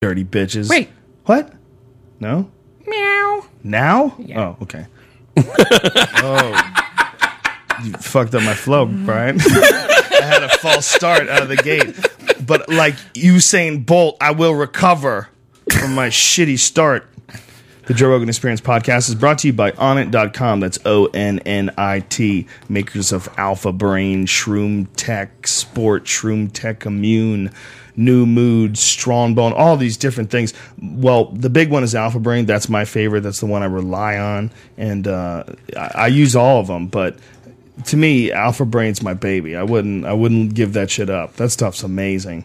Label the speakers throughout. Speaker 1: Dirty bitches.
Speaker 2: Wait.
Speaker 1: What? No?
Speaker 2: Meow.
Speaker 1: Now? Oh, okay. oh. You fucked up my flow, Brian. I had a false start out of the gate. But like Usain Bolt, I will recover from my shitty start. The Joe Rogan Experience podcast is brought to you by onit.com. That's O N N I T. Makers of Alpha Brain, Shroom Tech, Sport, Shroom Tech Immune, New Mood, Strong Bone, all these different things. Well, the big one is Alpha Brain. That's my favorite. That's the one I rely on. And uh, I, I use all of them, but to me, Alpha Brain's my baby. I wouldn't I wouldn't give that shit up. That stuff's amazing.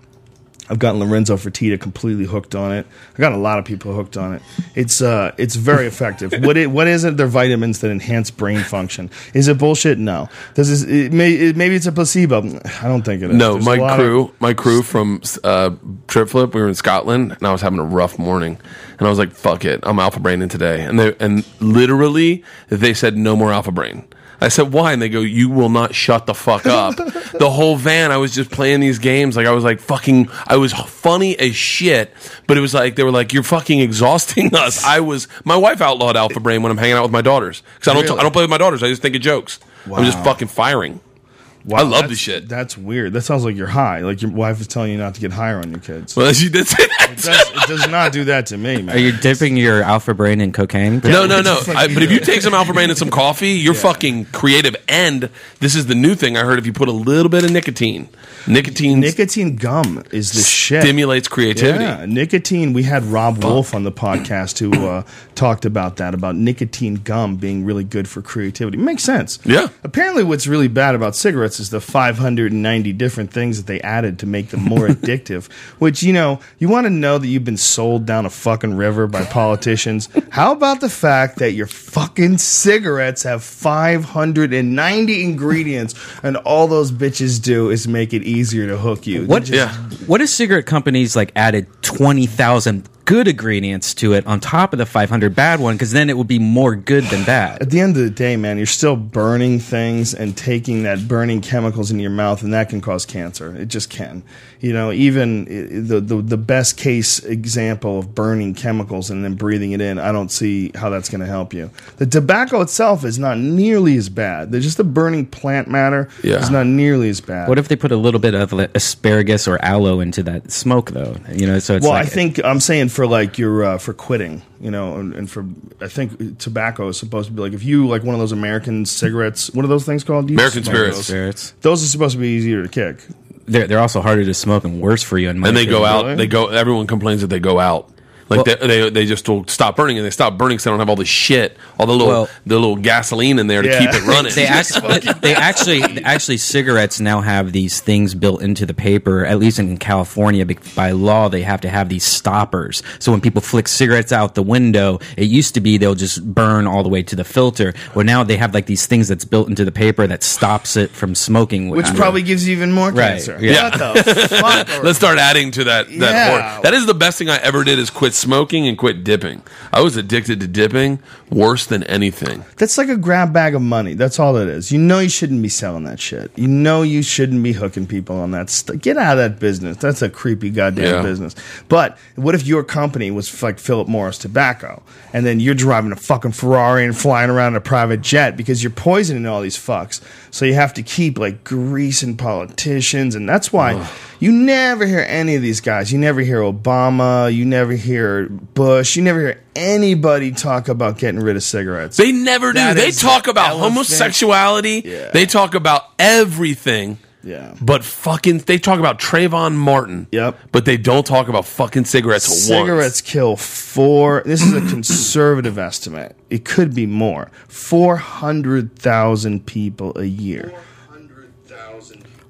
Speaker 1: I've gotten Lorenzo Fertitta completely hooked on it. I've gotten a lot of people hooked on it. It's uh, it's very effective. what it, what is it? They're vitamins that enhance brain function. Is it bullshit? No. Does this, it may it, maybe it's a placebo? I don't think it is.
Speaker 3: No,
Speaker 1: There's a
Speaker 3: my
Speaker 1: lot
Speaker 3: crew,
Speaker 1: Of,
Speaker 3: my crew from uh, Trip Flip, we were in Scotland, and I was having a rough morning, and I was like, "Fuck it, I'm alpha braining today." And they and literally they said, "No more alpha brain." I said, "Why?" And they go, "You will not shut the fuck up." the whole van, I was just playing these games, like I was like fucking, I was funny as shit, but it was like they were like, "You're fucking exhausting us." I was, my wife outlawed alpha brain when I'm hanging out with my daughters because I don't,
Speaker 1: Really?
Speaker 3: I don't play with my daughters. I just think of jokes. I'm just
Speaker 1: Wow.
Speaker 3: fucking firing.
Speaker 1: wow,
Speaker 3: I love
Speaker 1: that's-
Speaker 3: this shit.
Speaker 1: That's weird. That sounds like you're high. Like your wife is telling you not to get higher on your kids.
Speaker 3: Well, she did say that.
Speaker 1: it, does, it does not do that to me,
Speaker 2: Are
Speaker 1: man.
Speaker 2: you dipping your alpha brain in cocaine?
Speaker 3: No, no, no. I, but if you take some alpha brain and some coffee, you're fucking creative. And this is the new thing I heard. If you put a little bit of nicotine, nicotine
Speaker 1: Nicotine gum is the shit.
Speaker 3: stimulates creativity.
Speaker 1: Yeah, nicotine. We had Rob Wolf on the podcast who uh, talked about that about nicotine gum being really good for creativity. Makes sense.
Speaker 3: Yeah.
Speaker 1: Apparently, what's really bad about cigarettes is the 590 different things that they added to make them more addictive. Which you know, you want to know that you've been sold down a fucking river by politicians. How about the fact that your fucking cigarettes have 590 ingredients, and all those bitches do is make it easier to hook you. They
Speaker 2: What,
Speaker 1: just-
Speaker 3: Yeah.
Speaker 2: what if cigarette companies like added 20,000 good ingredients to it on top of the 500 bad one? Because then it would be more good than
Speaker 1: at
Speaker 2: bad.
Speaker 1: the end of the day, man, you're still burning things and taking that burning chemicals into your mouth, and that can cause cancer. It just can. You know, even i- the the, the best case example of burning chemicals and then breathing it in, I don't see how that's going to help you. The tobacco itself is not nearly as bad. There's just the burning plant matter
Speaker 3: Yeah.
Speaker 1: is not nearly as bad.
Speaker 2: What if they put a little bit of like, asparagus or aloe into that smoke, though? You know, so it's
Speaker 1: well,
Speaker 2: like
Speaker 1: I think I'm saying for like your uh, for quitting, you know, and, and for I think tobacco is supposed to be like if you like one of those American cigarettes, what are those things called? You
Speaker 3: American
Speaker 1: smoke
Speaker 3: spirits.
Speaker 1: those.
Speaker 2: spirits.
Speaker 1: Those are supposed to be easier to kick.
Speaker 2: They're, they're also harder to smoke and worse for you. In my
Speaker 3: And they go
Speaker 2: opinion.
Speaker 3: out.
Speaker 1: Really?
Speaker 3: They go. Everyone complains that they go out. Like
Speaker 2: Well-
Speaker 3: they, they, they just will stop burning and they stop burning because they don't have all the shit, all the little
Speaker 2: Well-
Speaker 3: the little gasoline in there to
Speaker 1: Yeah.
Speaker 3: keep it running.
Speaker 2: They actually, they actually, actually, cigarettes now have these things built into the paper. At least in California, be- by law, they have to have these stoppers. So when people flick cigarettes out the window, it used to be they'll just burn all the way to the filter. Well, now they have like these things that's built into the paper that stops it from smoking.
Speaker 1: which probably gives you even more
Speaker 2: Right,
Speaker 1: cancer.
Speaker 2: yeah.
Speaker 1: What the fuck? are-
Speaker 3: Let's start adding to that. That
Speaker 1: Yeah.
Speaker 3: horn. That is the best thing I ever did is quit smoking and quit dipping. I was addicted to dipping worse than anything.
Speaker 1: That's like a grab bag of money. That's all it is. You know you shouldn't be selling that shit. You know you shouldn't be hooking people on that stuff. Get out of that business. That's a creepy goddamn
Speaker 3: Yeah.
Speaker 1: business. But what if your company was f- like Philip Morris Tobacco, and then you're driving a fucking Ferrari and flying around in a private jet because you're poisoning all these fucks. So you have to keep like greasing politicians, and that's why you never hear any of these guys. You never hear Obama. You never hear Bush. You never hear anybody talk about getting rid of cigarettes.
Speaker 3: They never do.
Speaker 1: That
Speaker 3: They
Speaker 1: is
Speaker 3: talk about
Speaker 1: elephant-
Speaker 3: homosexuality.
Speaker 1: Yeah.
Speaker 3: They talk about everything.
Speaker 1: Yeah.
Speaker 3: But fucking, they talk about Trayvon Martin.
Speaker 1: Yep.
Speaker 3: But they don't talk about fucking cigarettes. once.
Speaker 1: Cigarettes kill four. This is a conservative estimate. It could be more. Four hundred thousand people a year,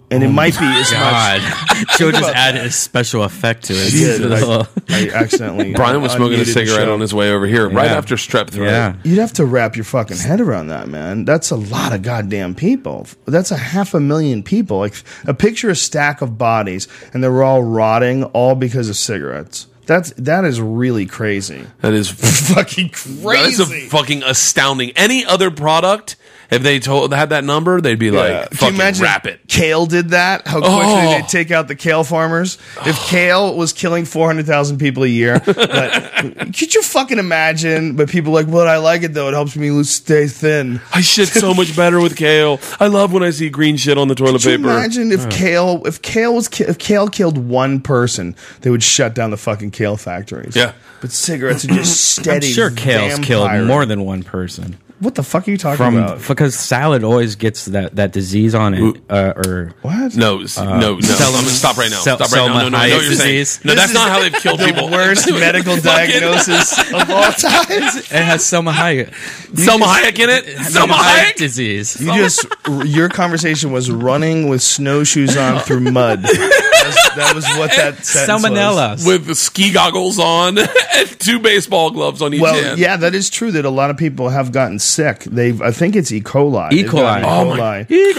Speaker 1: and it might be
Speaker 3: Oh
Speaker 1: as much.
Speaker 2: God, Joe just added a special effect to it.
Speaker 1: Yeah, I, I accidentally.
Speaker 3: Brian was smoking a
Speaker 1: unmuted the
Speaker 3: cigarette
Speaker 1: show.
Speaker 3: on his way over here, right
Speaker 2: Yeah.
Speaker 3: after strep throat.
Speaker 2: yeah.
Speaker 1: You'd have to wrap your fucking head around that, man. That's a lot of goddamn people. That's a half a million people. Like a picture a stack of bodies, and they were all rotting, all because of cigarettes. That's that is really crazy.
Speaker 3: That is
Speaker 1: Fucking
Speaker 3: That is a fucking astounding. Any other product If they told had that number, they'd be
Speaker 1: Yeah.
Speaker 3: like,
Speaker 1: Can
Speaker 3: "Fucking
Speaker 1: you imagine
Speaker 3: wrap it."
Speaker 1: if Kale did that? How quickly
Speaker 3: Oh.
Speaker 1: they take out the kale farmers. If Kale was killing four hundred thousand people a year, but could you fucking imagine? But people are like, well, I like it though. It helps me lose, stay thin.
Speaker 3: I shit so much better with kale. I love when I see green shit on the toilet
Speaker 1: Could you
Speaker 3: paper.
Speaker 1: imagine if Kale, if Kale was, ki- if Kale killed one person, they would shut down the fucking Kale factories.
Speaker 3: Yeah.
Speaker 1: but cigarettes are just
Speaker 2: I'm
Speaker 1: steady.
Speaker 2: sure Kale's
Speaker 1: vampire-
Speaker 2: killed more than one person
Speaker 1: What the fuck are you talking
Speaker 2: from
Speaker 1: about?
Speaker 2: because salad always gets that, that disease on it uh, or
Speaker 1: what?
Speaker 3: No, s- no, no.
Speaker 2: Selma-
Speaker 3: Stop right now.
Speaker 2: Sel-
Speaker 3: Stop right now. No, no, no. I know what you're saying.
Speaker 2: disease.
Speaker 3: No,
Speaker 1: This
Speaker 3: that's
Speaker 1: is
Speaker 3: not how they've killed people.
Speaker 1: Worst medical diagnosis of all time.
Speaker 2: it has Selma Hayek.
Speaker 3: Selma Hayek in it. Selma Hayek.
Speaker 2: disease.
Speaker 1: You just r- your conversation was running with snowshoes on through mud. That was, that was what that sentence was.
Speaker 2: Salmonella.
Speaker 3: With ski goggles on and two baseball gloves on each
Speaker 1: Well,
Speaker 3: hand.
Speaker 1: yeah, that is true. That a lot of people have gotten sick. They've, I think it's E. coli.
Speaker 2: E.
Speaker 1: They've gotten
Speaker 2: coli.
Speaker 3: Oh my-
Speaker 1: E. coli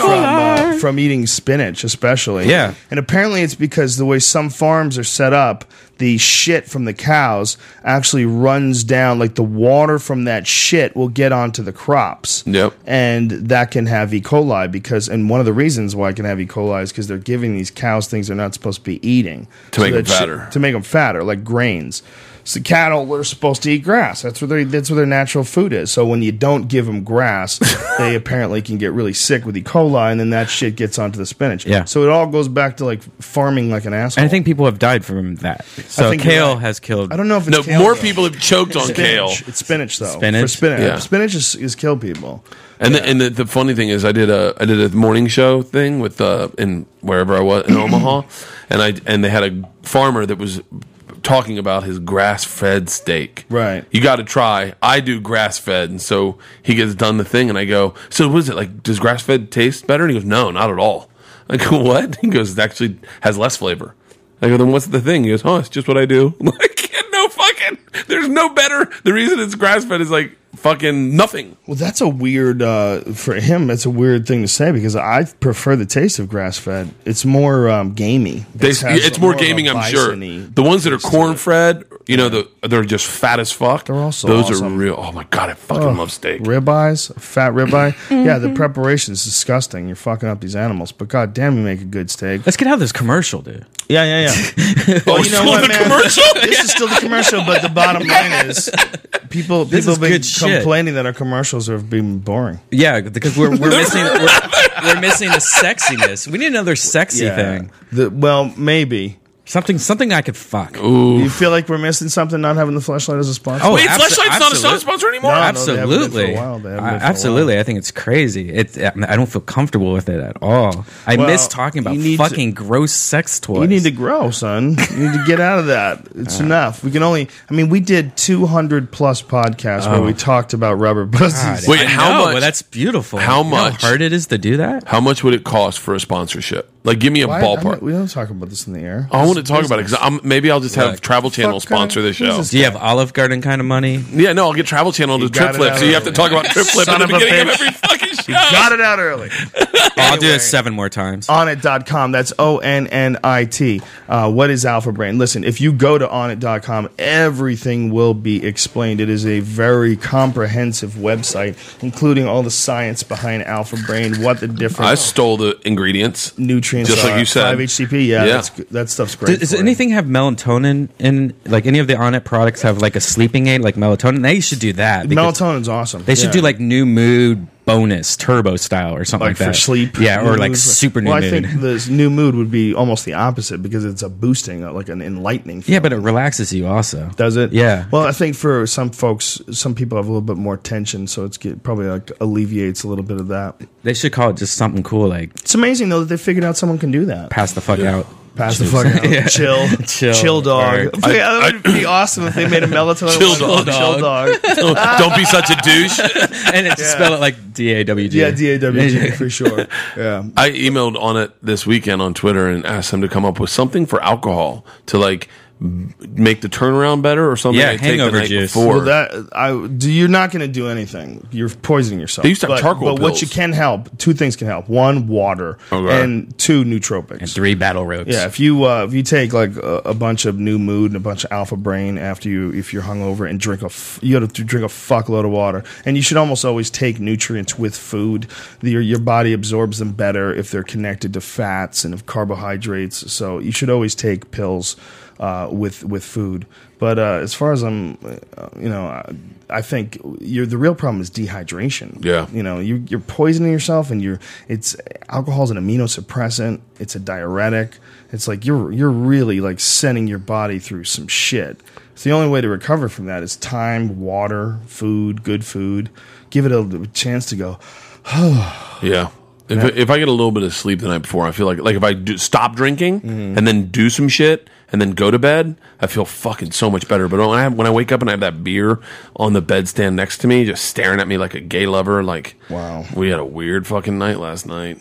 Speaker 1: from, uh, from eating spinach, especially.
Speaker 2: Yeah.
Speaker 1: and apparently it's because the way some farms are set up, the shit from the cows actually runs down. Like the water from that shit will get onto the crops.
Speaker 3: Yep.
Speaker 1: and that can have E. coli because, and one of the reasons why it can have E. coli is because they're giving these cows things they're not supposed to be eating
Speaker 3: To make 'em
Speaker 1: that shit-
Speaker 3: fatter.
Speaker 1: to make them fatter, like grains. So cattle are supposed to eat grass. That's what they, that's what their natural food is. So when you don't give them grass, they apparently can get really sick with E. coli, and then that shit gets onto the spinach.
Speaker 2: Yeah.
Speaker 1: So it all goes back to like farming like an asshole.
Speaker 2: And I think people have died from that. So
Speaker 1: think you're
Speaker 2: Kale
Speaker 1: right.
Speaker 2: has killed.
Speaker 1: I don't know if it's
Speaker 3: No,
Speaker 1: kale,
Speaker 3: more
Speaker 1: though.
Speaker 3: people have choked on kale.
Speaker 1: Spinach. It's spinach though.
Speaker 2: Spinach?
Speaker 1: For spinach.
Speaker 3: Yeah.
Speaker 1: Spinach is, is kill people.
Speaker 3: And the, and the, the funny thing is, I did a I did a morning show thing with uh in wherever I was in Omaha, and I and they had a farmer that was talking about his grass fed steak.
Speaker 1: Right.
Speaker 3: You got to try. I do grass fed, and so he gets done the thing, and I go, so what is it like? Does grass fed taste better? And he goes, no, not at all. I go, what? He goes, it actually has less flavor. I go, then what's the thing? He goes, oh, it's just what I do. Like, no fucking. There's no better. The reason it's grass fed is like fucking nothing.
Speaker 1: Well, that's a weird uh, for him. That's a weird thing to say because I prefer the taste of grass fed. It's more um, gamey.
Speaker 3: They,
Speaker 1: It
Speaker 3: it's,
Speaker 1: has
Speaker 3: more,
Speaker 1: of a
Speaker 3: gaming, I'm sure.
Speaker 1: bison-y
Speaker 3: The ones that are corn fed, you know, the, they're just fat as fuck. They're
Speaker 1: also
Speaker 3: those
Speaker 1: awesome.
Speaker 3: are real. Oh my god, I fucking love steak.
Speaker 1: ribeyes, a fat ribeye. yeah, the preparation is disgusting. You're fucking up these animals, but goddamn, you make a good steak.
Speaker 2: Let's get out of this commercial, dude.
Speaker 1: Yeah, yeah, yeah.
Speaker 3: oh,
Speaker 1: you know
Speaker 3: still
Speaker 1: what,
Speaker 3: the
Speaker 1: man?
Speaker 3: commercial.
Speaker 1: this is still the commercial, but the bottom line is people people
Speaker 2: This is
Speaker 1: have been
Speaker 2: good shit.
Speaker 1: complaining that our commercials have been boring.
Speaker 2: Yeah, because we're we're missing we're, we're missing the sexiness. We need another sexy thing.
Speaker 1: The, well, maybe.
Speaker 2: Something something I could fuck.
Speaker 1: You feel like we're missing something not having the flashlight as a sponsor?
Speaker 2: Oh,
Speaker 3: Wait,
Speaker 2: abso-
Speaker 3: Fleshlight's not a
Speaker 2: absolute-
Speaker 3: sponsor anymore.
Speaker 1: No.
Speaker 2: absolutely,
Speaker 1: they haven't been for a while. They haven't
Speaker 2: I-
Speaker 1: been for a
Speaker 2: absolutely. I think it's crazy. It, I don't feel comfortable with it at all. I
Speaker 1: Well,
Speaker 2: miss talking about
Speaker 1: you need to-
Speaker 2: fucking gross sex toys.
Speaker 1: You need to grow, son. You need to get out of that. It's enough. We can only. I mean, we did 200 plus podcasts
Speaker 2: Oh.
Speaker 1: where we talked about rubber
Speaker 2: God,
Speaker 1: pussies.
Speaker 3: Wait,
Speaker 2: I
Speaker 3: how
Speaker 2: know,
Speaker 3: much-
Speaker 2: But that's beautiful.
Speaker 3: how
Speaker 2: You know
Speaker 3: much-
Speaker 2: hard it is to do that?
Speaker 3: How much would it cost for a sponsorship? Like, give me a
Speaker 1: Why- I'm not-
Speaker 3: ballpark.
Speaker 1: we don't talk about this in the air.
Speaker 3: I want to talk about it because maybe I'll just have
Speaker 2: Look,
Speaker 3: Travel Channel
Speaker 1: fuck, uh,
Speaker 3: sponsor the show.
Speaker 1: Jesus.
Speaker 2: Do you have Olive Garden kind of money?
Speaker 3: Yeah, no, I'll get Travel Channel to
Speaker 1: got
Speaker 3: Trip
Speaker 1: it
Speaker 3: Flip.
Speaker 1: out
Speaker 3: So you
Speaker 1: early.
Speaker 3: have to talk about Trip Flip at
Speaker 1: Son
Speaker 3: the
Speaker 1: of a
Speaker 3: beginning of
Speaker 1: bitch.
Speaker 3: every fucking show.
Speaker 1: Got it out early.
Speaker 2: I'll do
Speaker 1: Anyway.
Speaker 2: it seven more times.
Speaker 1: Onit.com. That's O N N I T. Uh, what is Alpha Brain? Listen, if you go to Onit.com, everything will be explained. It is a very comprehensive website, including all the science behind Alpha Brain, what the different
Speaker 3: I stole the ingredients.
Speaker 1: nutrients
Speaker 3: just
Speaker 1: are.
Speaker 3: like you said.
Speaker 1: 5-HTP. Yeah,
Speaker 3: Yeah.
Speaker 1: That's, good- that stuff's great.
Speaker 2: Does, does
Speaker 1: for you.
Speaker 2: anything have melatonin in? Like any of the Onet products have like a sleeping aid, like melatonin? They should do that. because
Speaker 1: Melatonin's awesome.
Speaker 2: They should
Speaker 1: Yeah.
Speaker 2: do like new mood bonus turbo style or something
Speaker 1: like
Speaker 2: like,
Speaker 1: for
Speaker 2: that
Speaker 1: sleep.
Speaker 2: Yeah,
Speaker 1: New
Speaker 2: or like
Speaker 1: mood.
Speaker 2: super new
Speaker 1: well,
Speaker 2: mood.
Speaker 1: I think this new mood would be almost the opposite because it's a boosting, uh, like an enlightening.
Speaker 2: yeah, but it relaxes you also.
Speaker 1: Does it?
Speaker 2: Yeah.
Speaker 1: Well, I think for some folks, some people have a little bit more tension, so it's get, probably like alleviates a little bit of that.
Speaker 2: They should call it just something cool like
Speaker 1: It's amazing though that they figured out someone can do that.
Speaker 2: pass the fuck out.
Speaker 1: Pass the fuck out.
Speaker 2: Yeah.
Speaker 1: Chill.
Speaker 2: Chill.
Speaker 1: dog.
Speaker 2: Or-
Speaker 1: I, that would be awesome if they made a melatonin.
Speaker 3: Chill
Speaker 1: one
Speaker 3: dog.
Speaker 1: called Chill dog.
Speaker 3: Don't be such a douche.
Speaker 2: And it just spell it like D A W G.
Speaker 1: Yeah, D A W G for sure. Yeah.
Speaker 3: I emailed on it this weekend on Twitter and asked them to come up with something for alcohol to like make the turnaround better or something.
Speaker 2: Yeah,
Speaker 3: I take
Speaker 2: hangover
Speaker 3: the night
Speaker 2: juice.
Speaker 3: Before.
Speaker 1: Well, that I do. You're not going to do anything. You're poisoning yourself.
Speaker 3: They used to have
Speaker 1: but,
Speaker 3: charcoal
Speaker 1: But
Speaker 3: pills.
Speaker 1: what you can help, two things can help: one, water,
Speaker 3: Okay.
Speaker 1: and two, nootropics.
Speaker 2: Three battle ropes.
Speaker 1: yeah, if you uh, if you take like a, a bunch of new mood and a bunch of alpha brain after you if you're hungover and drink a f- you have to drink a fuckload of water and you should almost always take nutrients with food. The- Your your body absorbs them better if they're connected to fats and of carbohydrates. So you should always take pills uh, with with food. But uh, as far as I'm, uh, you know, I, I think you're, the real problem is dehydration.
Speaker 3: Yeah.
Speaker 1: you know, you, you're poisoning yourself, and you're it's alcohol's an immunosuppressant. It's a diuretic. It's like you're you're really like sending your body through some shit. So the only way to recover from that is time, water, food, good food. Give it a chance to go.
Speaker 3: Yeah. If, if I get a little bit of sleep the night before, I feel like like if I do, stop drinking
Speaker 2: Mm-hmm.
Speaker 3: and then do some shit and then go to bed, I feel fucking so much better. But when I when I wake up and I have that beer on the bedstand next to me, just staring at me like a gay lover, like
Speaker 1: Wow.
Speaker 3: we had a weird fucking night last night.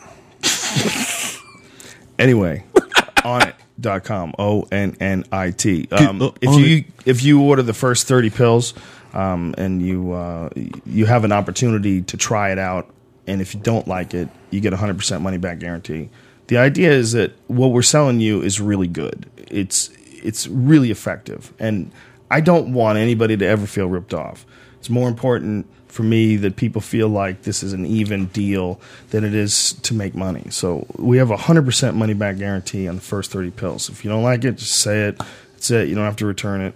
Speaker 1: Anyway, on it.com, O N N I T. Um,
Speaker 2: up
Speaker 1: if
Speaker 2: on
Speaker 1: you if you order the first 30 pills um, and you uh, you have an opportunity to try it out and if you don't like it, you get 100% money back guarantee. The idea is that what we're selling you is really good. It's it's really effective and I don't want anybody to ever feel ripped off. It's more important for me that people feel like this is an even deal than it is to make money. So we have a 100% money back guarantee on the first 30 pills. If you don't like it, just say it. That's it. You don't have to return it.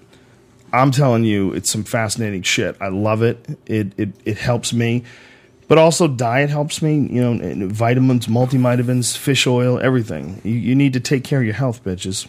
Speaker 1: I'm telling you, it's some fascinating shit. I love it. It it it helps me, but also diet helps me. You know, and vitamins, multivitamins, fish oil, everything. You, you need to take care of your health, bitches.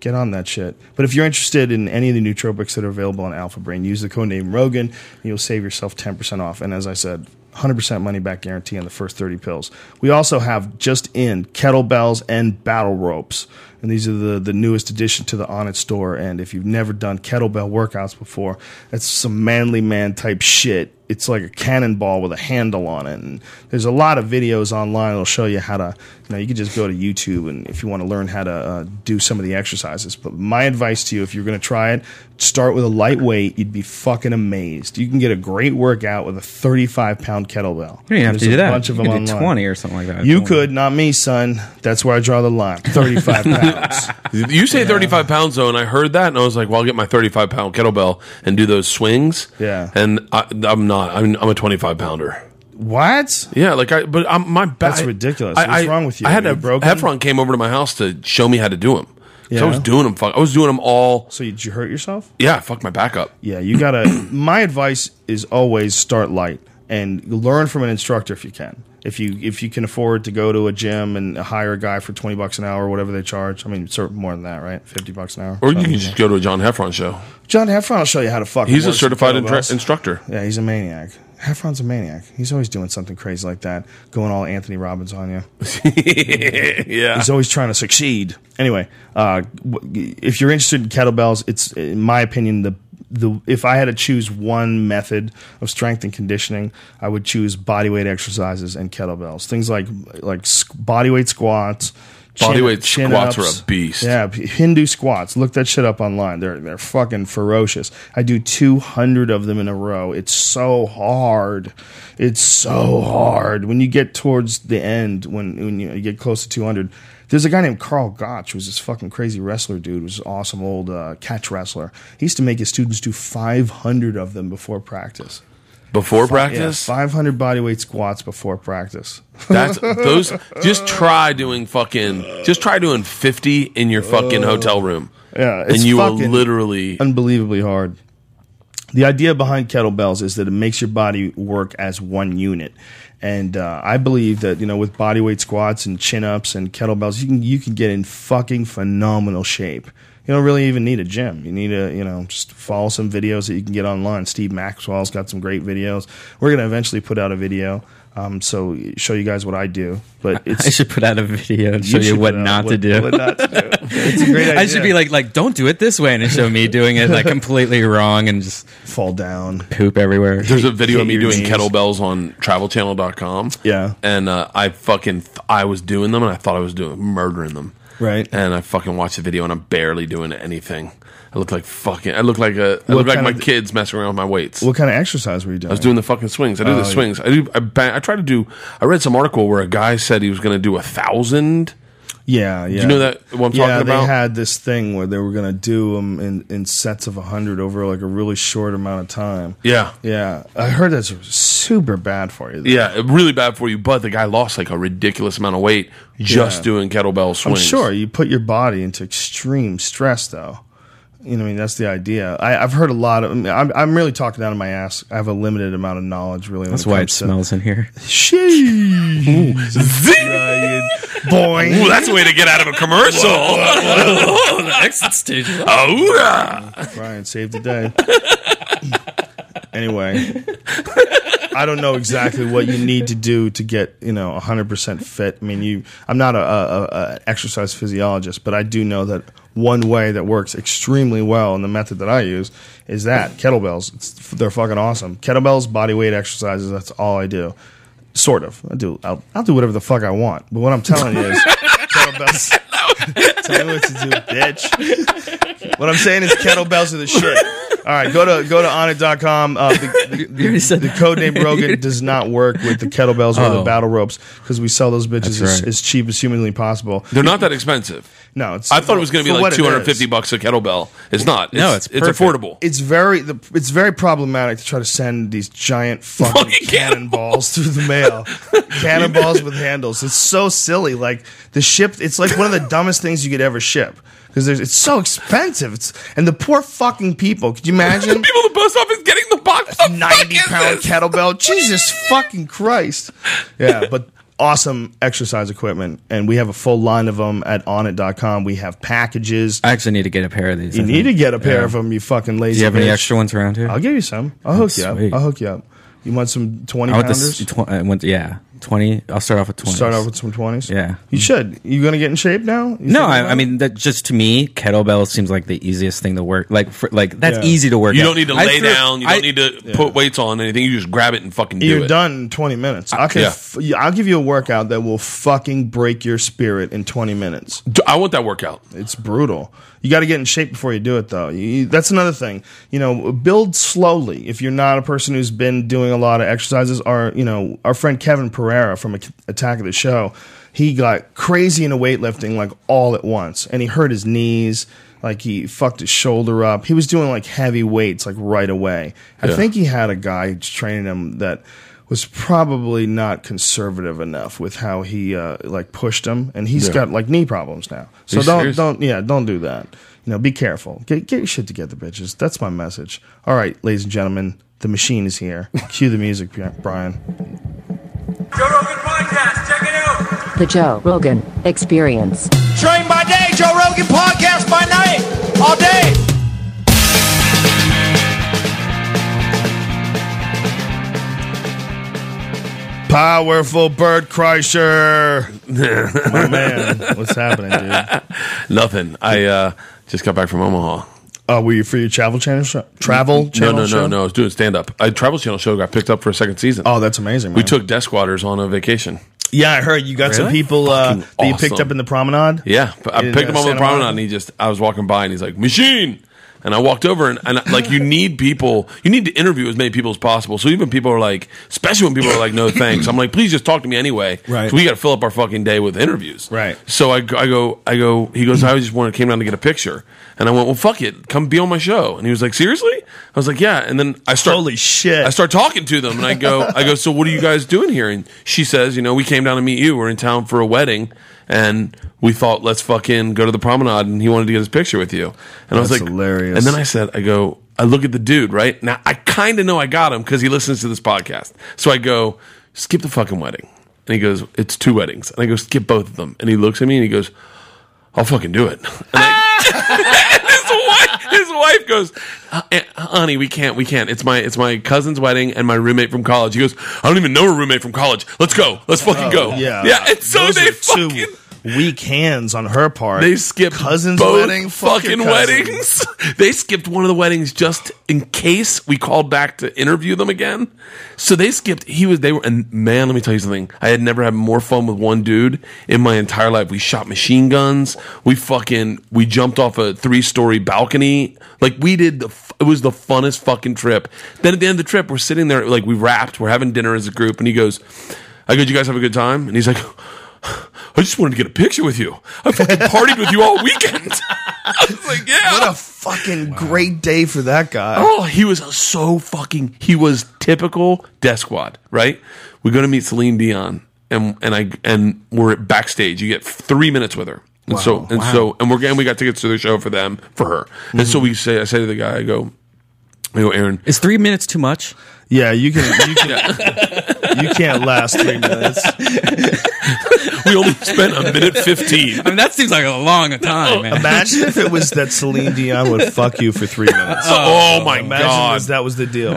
Speaker 1: Get on that shit. But if you're interested in any of the nootropics that are available on Alpha Brain, use the code name Rogan. And you'll save yourself 10% off. And as I said, 100% money back guarantee on the first 30 pills. We also have just in kettlebells and battle ropes. And these are the, the newest addition to the On It store. And if you've never done kettlebell workouts before, that's some manly man type shit. It's like a cannonball with a handle on it. And there's a lot of videos online that'll show you how to, you know, you can just go to YouTube and if you want to learn how to uh, do some of the exercises. But my advice to you, if you're going to try it, start with a lightweight. You'd be fucking amazed. You can get a great workout with a 35 pound kettlebell.
Speaker 2: You don't even have to
Speaker 1: There's
Speaker 2: do
Speaker 1: a
Speaker 2: that.
Speaker 1: bunch of
Speaker 2: You
Speaker 1: them
Speaker 2: could do
Speaker 1: online.
Speaker 2: 20 or something like that.
Speaker 1: You
Speaker 2: 20.
Speaker 1: could, not me, son. That's where I draw the line. 35 pounds.
Speaker 3: You say 35 pounds though, and I heard that, and I was like, "Well, I'll get my 35 pound kettlebell and do those swings."
Speaker 1: Yeah.
Speaker 3: and I, I'm not. I'm, I'm a 25 pounder.
Speaker 1: What?
Speaker 3: Yeah, like I, but I'm, my back.
Speaker 1: That's ridiculous. What's wrong with you?
Speaker 3: I had
Speaker 1: You
Speaker 3: a
Speaker 1: broken?
Speaker 3: Heffron came over to my house to show me how to do them. So I
Speaker 1: Yeah.
Speaker 3: was doing them. Fuck, I was doing them all.
Speaker 1: So you, did you hurt yourself?
Speaker 3: Yeah, I fucked my back up.
Speaker 1: Yeah, you gotta. my advice is always start light and learn from an instructor if you can. If you if you can afford to go to a gym and hire a guy for twenty bucks an hour, whatever they charge. I mean, it's more than that, right? Fifty bucks an hour.
Speaker 3: Or you can just go to a John Heffron show.
Speaker 1: John Heffron will show you how to fuck.
Speaker 3: He's a certified intra- instructor.
Speaker 1: yeah, he's a maniac. Heffron's a maniac. He's always doing something crazy like that, going all Anthony Robbins on you.
Speaker 3: yeah.
Speaker 1: He's always trying to succeed. Anyway, uh, w- if you're interested in kettlebells, it's in my opinion the the if I had to choose one method of strength and conditioning, I would choose bodyweight exercises and kettlebells. Things like like s- bodyweight squats. chin-
Speaker 3: Bodyweight squats
Speaker 1: chin-ups.
Speaker 3: are a beast.
Speaker 1: Yeah, p- Hindu squats. Look that shit up online. They're they're fucking ferocious. I do 200 of them in a row. It's so hard. It's so hard. When you get towards the end, when when you, you get close to 200, there's a guy named Carl Gotch, who's this fucking crazy wrestler dude, was an awesome old uh, catch wrestler. He used to make his students do 500 of them before practice.
Speaker 3: Before
Speaker 1: Yeah,
Speaker 3: practice,
Speaker 1: 500 bodyweight squats before practice.
Speaker 3: that's those. Just try doing fucking. Just try doing 50 in your fucking hotel room.
Speaker 1: Yeah,
Speaker 3: and
Speaker 1: it's
Speaker 3: you will
Speaker 1: fucking-
Speaker 3: literally.
Speaker 1: unbelievably hard. The idea behind kettlebells is that it makes your body work as one unit, and uh, I believe that you know with bodyweight squats and chin ups and kettlebells, you can you can get in fucking phenomenal shape. You don't really even need a gym. You need to you know just follow some videos that you can get online. Steve Maxwell's got some great videos. We're gonna eventually put out a video, um, so show you guys what I do. But it's
Speaker 2: I should put out a video and show you,
Speaker 1: should
Speaker 2: what
Speaker 1: put out
Speaker 2: not to
Speaker 1: what-
Speaker 2: do.
Speaker 1: what not to do. It's a great idea.
Speaker 2: I should be like, like, don't do it this way, and it show me doing it like completely wrong and just
Speaker 1: fall down.
Speaker 2: poop everywhere.
Speaker 3: There's a video of me
Speaker 1: Hit your
Speaker 3: doing
Speaker 1: knees.
Speaker 3: kettlebells on travelchannel.com.
Speaker 1: Yeah.
Speaker 3: And uh, I fucking, th- I was doing them and I thought I was doing, murdering them.
Speaker 1: Right.
Speaker 3: And I fucking watched the video and I'm barely doing anything. I look like fucking. I look like a. I
Speaker 1: What
Speaker 3: look like
Speaker 1: kind
Speaker 3: my
Speaker 1: of-
Speaker 3: kids messing around with my weights.
Speaker 1: What Oh, kind of exercise were you doing?
Speaker 3: I was doing the fucking swings. I do the swings. I do. I, bang, I try to do. I read some article where a guy said he was going to do a thousand.
Speaker 1: yeah, yeah.
Speaker 3: you know that- what I'm
Speaker 1: yeah,
Speaker 3: talking
Speaker 1: they
Speaker 3: about?
Speaker 1: had this thing where they were gonna do them in, in sets of hundred over like a really short amount of time.
Speaker 3: Yeah.
Speaker 1: Yeah, I heard that's super bad for you. though.
Speaker 3: Yeah, really bad for you. But the guy lost like a ridiculous amount of weight just
Speaker 1: Yeah.
Speaker 3: doing kettlebell
Speaker 1: I'm
Speaker 3: swings.
Speaker 1: sure you put your body into extreme stress, though. You know, I mean, that's the idea. I, I've heard a lot of. I mean, I'm, I'm really talking out of my ass. I have a limited amount of knowledge, really.
Speaker 2: That's why it smells in here.
Speaker 1: Sheesh. Ryan. Boing.
Speaker 3: Ooh, that's a way to get out of a commercial.
Speaker 4: Oh, the exit stage.
Speaker 3: Oh, yeah.
Speaker 1: Ryan saved the day. anyway, I don't know exactly what you need to do to get you know 100 percent fit. I mean, you. I'm not a, a, a exercise physiologist, but I do know that one way that works extremely well and the method that I use is that kettlebells. It's, they're fucking awesome. Kettlebells, body weight exercises. That's all I do. Sort of. I do. I'll, I'll do whatever the fuck I want. But what I'm telling you is kettlebells. Tell me what to do, bitch. What I'm saying is kettlebells are the shit. All right, go to go to onit.com. Uh, the, the,
Speaker 2: already said
Speaker 1: the code name Rogan does not work with the kettlebells or the
Speaker 2: Oh.
Speaker 1: battle ropes because we sell those bitches
Speaker 2: That's
Speaker 1: as,
Speaker 2: right.
Speaker 1: as cheap as humanly possible.
Speaker 3: They're not that expenve.
Speaker 1: No, it's
Speaker 3: I thought it was going to
Speaker 1: for
Speaker 3: be
Speaker 1: what
Speaker 3: like
Speaker 1: it
Speaker 3: 250
Speaker 1: is.
Speaker 3: bucks a kettlebell. It's not. It's,
Speaker 2: No, it's
Speaker 3: it's
Speaker 2: perfect.
Speaker 3: affordable.
Speaker 1: It's very the, it's very problematic to try to send these giant fucking
Speaker 3: Fucking
Speaker 1: cannonballs through the mail. cannonballs with handles. It's so silly. Like the ship, it's like one of the dumbest things you could ever ship because it's so expensive. It's and the poor fucking people. Could you imagine?
Speaker 3: People at the post office getting the box. The
Speaker 1: 90
Speaker 3: fuck is
Speaker 1: pound
Speaker 3: this?
Speaker 1: kettlebell. Jesus fucking Christ. Yeah, but awesome exercise equipment. And we have a full line of them at onit.com. We have packages.
Speaker 2: I actually need to get a pair of these.
Speaker 1: You
Speaker 2: I
Speaker 1: need to
Speaker 2: think.
Speaker 1: get a pair
Speaker 2: Yeah.
Speaker 1: of them, you fucking lazy.
Speaker 2: Do you have
Speaker 1: bitch.
Speaker 2: any extra ones around here?
Speaker 1: I'll give you some. I'll hook you up.
Speaker 2: Oh, Sweet.
Speaker 1: I'll hook you up. You want some 20
Speaker 2: I want
Speaker 1: pounders?
Speaker 2: this. Tw- I want, yeah, twenty. I'll start off with twenty.
Speaker 1: Start off with some 20s?
Speaker 2: Yeah.
Speaker 1: You should. You going to get in shape now? You
Speaker 2: No,
Speaker 1: thinking
Speaker 2: I,
Speaker 1: about
Speaker 2: I
Speaker 1: it?
Speaker 2: mean that just to me, kettlebell seems like the easiest thing to work. Like, for, like that's
Speaker 1: Yeah.
Speaker 2: easy to work.
Speaker 3: You
Speaker 2: out.
Speaker 3: don't need to
Speaker 2: I
Speaker 3: lay
Speaker 2: threw-
Speaker 3: down. You don't
Speaker 2: I-
Speaker 3: need to put weights on anything. You just grab it and fucking do
Speaker 1: You're
Speaker 3: it.
Speaker 1: done in 20 minutes. I can
Speaker 3: yeah.
Speaker 1: f- I'll give you a workout that will fucking break your spirit in 20 minutes.
Speaker 3: D- I want that workout.
Speaker 1: it's brutal. You got to get in shape before you do it, though. You, you- that's another thing. You know, build slowly. If you're not a person who's been doing a lot of exercises, our you know our friend Kevin Pereira from Ac- Attack of the Show, he got crazy into weightlifting like all at once, and he hurt his knees. Like he fucked his shoulder up. He was doing like heavy weights like right away. I
Speaker 3: Yeah.
Speaker 1: think he had a guy training him that was probably not conservative enough with how he uh, like pushed him, and he's got like knee problems now. So
Speaker 3: you
Speaker 1: don't
Speaker 3: serious?
Speaker 1: don't yeah don't do that. You know, be careful. Get get your shit together, bitches. That's my message. All right, ladies and gentlemen, the machine is here. Cue the music, Brian.
Speaker 5: Joe Rogan Podcast, check it out.
Speaker 6: The Joe Rogan Experience.
Speaker 5: Train by day, Joe Rogan Podcast by night, all day.
Speaker 1: Powerful bird crusher. my man, what's happening, dude?
Speaker 3: Nothing. I uh, just got back from Omaha.
Speaker 1: Oh, were you for your travel channel show? Travel
Speaker 3: No,
Speaker 1: channel
Speaker 3: no,
Speaker 1: show?
Speaker 3: no, no. I was doing stand up. I Travel Channel show got picked up for a second season.
Speaker 1: Oh, that's amazing. Man.
Speaker 3: we took desk squatters on a vacation.
Speaker 1: Yeah, I heard you got some people uh,
Speaker 3: Fucking
Speaker 1: that you picked
Speaker 3: awesome.
Speaker 1: up in the promenade.
Speaker 3: Yeah, but I
Speaker 1: In, uh,
Speaker 3: picked him up on the
Speaker 1: Santa
Speaker 3: promenade,
Speaker 1: Monica?
Speaker 3: and he just I was walking by, and he's like machine. And I walked over, and, and like you need people, you need to interview as many people as possible. So even people are like, especially when people are like, no thanks. I'm like, please just talk to me anyway.
Speaker 1: Right.
Speaker 3: So we got to fill up our fucking day with interviews.
Speaker 1: Right.
Speaker 3: So I, go- I go, I go. He goes, I just wanted came down to get a picture, and I went, well, fuck it, come be on my show. And he was like, seriously? I was like, yeah. And then I start,
Speaker 1: Holy shit.
Speaker 3: I start talking to them, and I go, I go. So what are you guys doing here? And she says, you know, we came down to meet you. We're in town for a wedding, and we thought let's fucking go to the promenade. And he wanted to get his picture with you. And I was
Speaker 1: That's
Speaker 3: like,
Speaker 1: hilarious.
Speaker 3: And then I said, I go, I look at the dude right now. I kind of know I got him because he listens to this podcast. So I go, skip the fucking wedding. And he goes, it's two weddings. And I go, skip both of them. And he looks at me and he goes, I'll fucking do it. And I, his wife, his wife goes, "Uh, eh, honey, we can't, we can't. It's my, it's my cousin's wedding and my roommate from college. He goes, I don't even know a roommate from college. Let's go, let's fucking go.
Speaker 1: Oh, yeah.
Speaker 3: yeah. And so
Speaker 1: Those
Speaker 3: they
Speaker 1: are two
Speaker 3: fucking
Speaker 1: weak hands on her part.
Speaker 3: They skipped
Speaker 1: cousin's
Speaker 3: both
Speaker 1: wedding, fuck your
Speaker 3: fucking
Speaker 1: cousin.
Speaker 3: weddings. they skipped one of the weddings just in case we called back to interview them again. So they skipped. He was they were and man, let me tell you something. I had never had more fun with one dude in my entire life. We shot machine guns. We fucking we jumped off a three story balcony. Like we did the. f- It was the funnest fucking trip. Then at the end of the trip, we're sitting there like we wrapped. We're having dinner as a group, and he goes, "I go, "Did you guys have a good time?" And he's like. I just wanted to get a picture with you. I fucking partied with you all weekend. I was like, yeah.
Speaker 1: What a fucking great day for that guy.
Speaker 3: oh, he was so fucking. He was typical desk squad, right? We go to meet Celine Dion, and and I and we're at backstage. You get three minutes with her. And so and so and we're and we got tickets to the show for them for her. And so we say, I say to the guy, I go, I go, Aaron,
Speaker 2: Is three minutes too much?
Speaker 1: Yeah, you can you can you can't last three minutes.
Speaker 3: we only spent a minute fifteen.
Speaker 4: I mean, that seems like a long time, man.
Speaker 1: Imagine if it was that Celine Dion would fuck you for three minutes.
Speaker 3: Oh, my
Speaker 1: Imagine
Speaker 3: god! Oh.
Speaker 1: if that was the deal.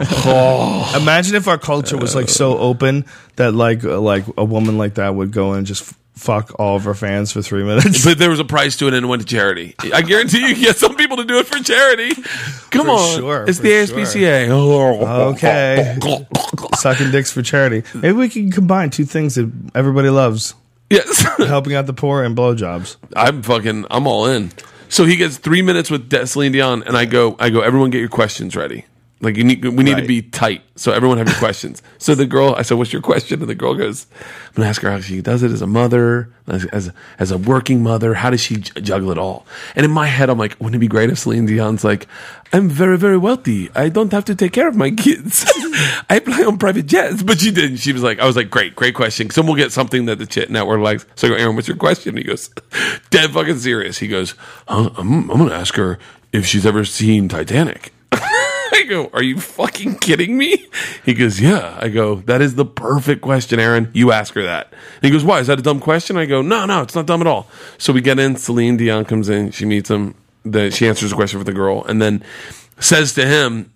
Speaker 1: Imagine if our culture was like so open that like uh, like a woman like that would go and just f- fuck all of her fans for three minutes.
Speaker 3: But there was a price to it and it went to charity. I guarantee you, can get some people to do it for charity. Come
Speaker 1: For
Speaker 3: on.
Speaker 1: sure,
Speaker 3: it's
Speaker 1: for
Speaker 3: the
Speaker 1: sure.
Speaker 3: ASPCA.
Speaker 1: Okay. Sucking dicks for charity. Maybe we can combine two things that everybody loves:
Speaker 3: Yes.
Speaker 1: helping out the poor and blowjobs.
Speaker 3: I'm fucking, I'm all in. So he gets three minutes with De- Celine Dion, and I go, I go, everyone get your questions ready. Like you need, we need to
Speaker 1: Right.
Speaker 3: be tight. So everyone have your questions. So the girl, I said, "What's your question?" And the girl goes, "I'm gonna ask her how she does it as a mother, as as, as a working mother. How does she j- juggle it all?" And in my head, I'm like, "Wouldn't it be great if Celine Dion's like, I'm very very wealthy. I don't have to take care of my kids. I fly on private jets." But she didn't. She was like, "I was like, great great question. Someone will get something that the chit network likes." So I go, "Aaron, what's your question?" He goes, "Dead fucking serious." He goes, "Huh, "I'm I'm gonna ask her if she's ever seen Titanic." I go, Are you fucking kidding me? He goes, Yeah. I go, That is the perfect question, Aaron. You ask her that. And he goes, Why? Is that a dumb question? I go, No, no, it's not dumb at all. So we get in, Celine Dion comes in, she meets him, the, she answers the question for the girl, and then says to him,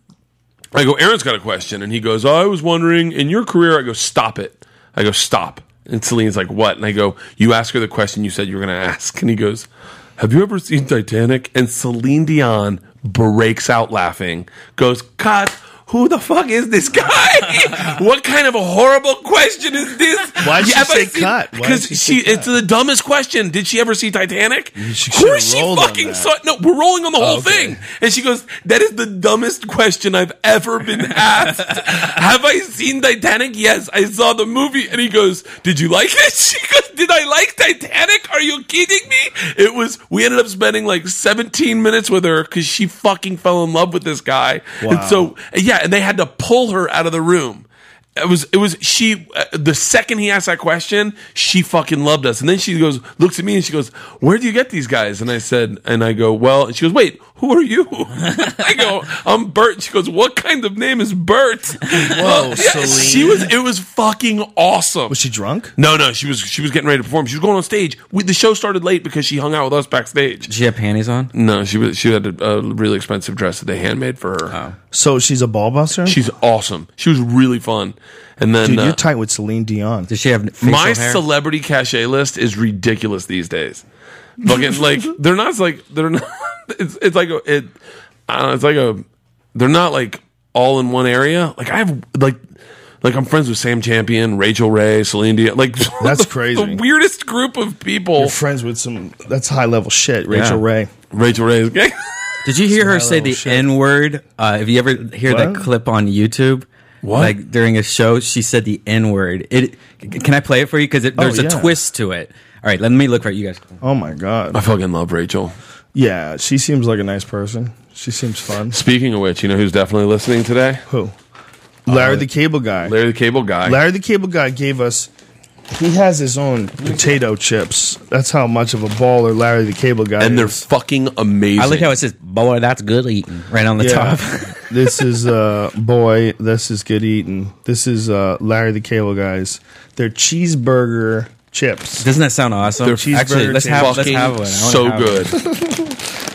Speaker 3: I go, Aaron's got a question. And he goes, "Oh, I was wondering, in your career, I go, Stop it. I go, Stop. And Celine's like, What? And I go, You ask her the question you said you were going to ask. And he goes, Have you ever seen Titanic? And Celine Dion breaks out laughing, goes, Cut. Who the fuck is this guy? what kind of a horrible question is this?
Speaker 1: Why'd she
Speaker 3: Have I
Speaker 1: say
Speaker 3: seen-
Speaker 1: cut? Why'd
Speaker 3: Because
Speaker 1: she say
Speaker 3: she, it's the dumbest question. Did she ever see Titanic? Of
Speaker 1: should've
Speaker 3: course she
Speaker 1: rolled on
Speaker 3: fucking
Speaker 1: that.
Speaker 3: saw it. No, we're rolling on the whole
Speaker 1: okay.
Speaker 3: thing. And she goes, That is the dumbest question I've ever been asked. Have I seen Titanic? Yes, I saw the movie. And he goes, Did you like it? She goes, Did I like Titanic? Are you kidding me? It was, we ended up spending like 17 minutes with her because she fucking fell in love with this guy. And so, yeah, and they had to pull her out of the room. It was it was she uh, the second he asked that question she fucking loved us and then she goes looks at me and she goes where do you get these guys and I said and I go well and she goes wait who are you I go I'm Bert she goes what kind of name is Bert whoa she was it was fucking awesome
Speaker 1: Was she drunk?
Speaker 3: no no she was she was getting ready to perform she was going on stage we, the show started late because she hung out with us backstage
Speaker 2: Did she have panties on?
Speaker 3: no she was she had a, a really expensive dress that they handmade for her
Speaker 1: Oh. So she's a ball buster.
Speaker 3: she's awesome she was really fun and then
Speaker 1: Dude,
Speaker 3: uh,
Speaker 1: you're tight with Celine Dion.
Speaker 2: Did she have facial
Speaker 3: my
Speaker 2: hair?
Speaker 3: celebrity cachet list is ridiculous these days. Fucking like they're not like they're not. It's it's like a, it. I don't know, it's like a. They're not like all in one area. Like I have like. Like I'm friends with Sam Champion, Rachel Ray, Celine Dion. Like
Speaker 1: That's
Speaker 3: the,
Speaker 1: crazy.
Speaker 3: The weirdest group of people.
Speaker 1: You're friends with some that's high level shit. Rachel
Speaker 2: Yeah.
Speaker 1: Ray.
Speaker 3: Rachel Ray is gay.
Speaker 2: Did you hear her say
Speaker 1: level
Speaker 2: the
Speaker 1: shit.
Speaker 2: N word? Uh, have you ever hear that
Speaker 1: What?
Speaker 2: clip on YouTube?
Speaker 3: What?
Speaker 2: Like during a show, she said the N word. It can I play it for you? Because there's
Speaker 1: Oh, yeah.
Speaker 2: a twist to it. All right, let me look for it. You guys,
Speaker 1: Oh my god.
Speaker 3: I fucking love Rachel.
Speaker 1: Yeah, she seems like a nice person. She seems fun.
Speaker 3: Speaking of which, you know who's definitely listening today?
Speaker 1: Who? Larry the Cable Guy.
Speaker 3: Larry the Cable Guy.
Speaker 1: Larry the Cable Guy gave us. He has his own potato chips. That's how much of a baller Larry the Cable Guy
Speaker 3: and they're
Speaker 1: is.
Speaker 3: fucking amazing.
Speaker 2: I like how it says "boy, that's good eating" right on the
Speaker 1: Yeah.
Speaker 2: top.
Speaker 1: this is uh boy. This is good eating. This is uh Larry the Cable Guys. They're cheeseburger chips.
Speaker 2: Doesn't that sound awesome?
Speaker 3: They're
Speaker 2: Actually, let's
Speaker 1: cheeseburger
Speaker 2: have let's
Speaker 3: fucking
Speaker 2: have one. I wanna
Speaker 3: so
Speaker 2: have
Speaker 3: good.
Speaker 2: one.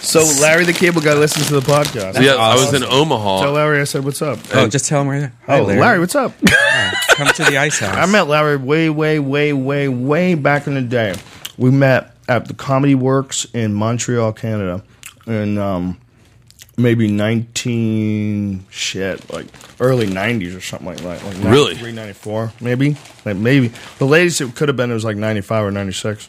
Speaker 1: So Larry the Cable Guy listens to the podcast.
Speaker 3: yeah, I was in Omaha.
Speaker 1: Tell Larry I said what's up.
Speaker 2: Oh, just tell him right there. Hi,
Speaker 1: Oh, Larry, what's up?
Speaker 2: come to the ice house.
Speaker 1: I met Larry way, way, way, way, way back in the day. we met at the Comedy Works in Montreal, Canada, in um, maybe nineteen shit, like early nineties or something like that. Like
Speaker 3: Really?
Speaker 1: 93, 94, maybe, like maybe the latest it could have been it was like ninety five or ninety six,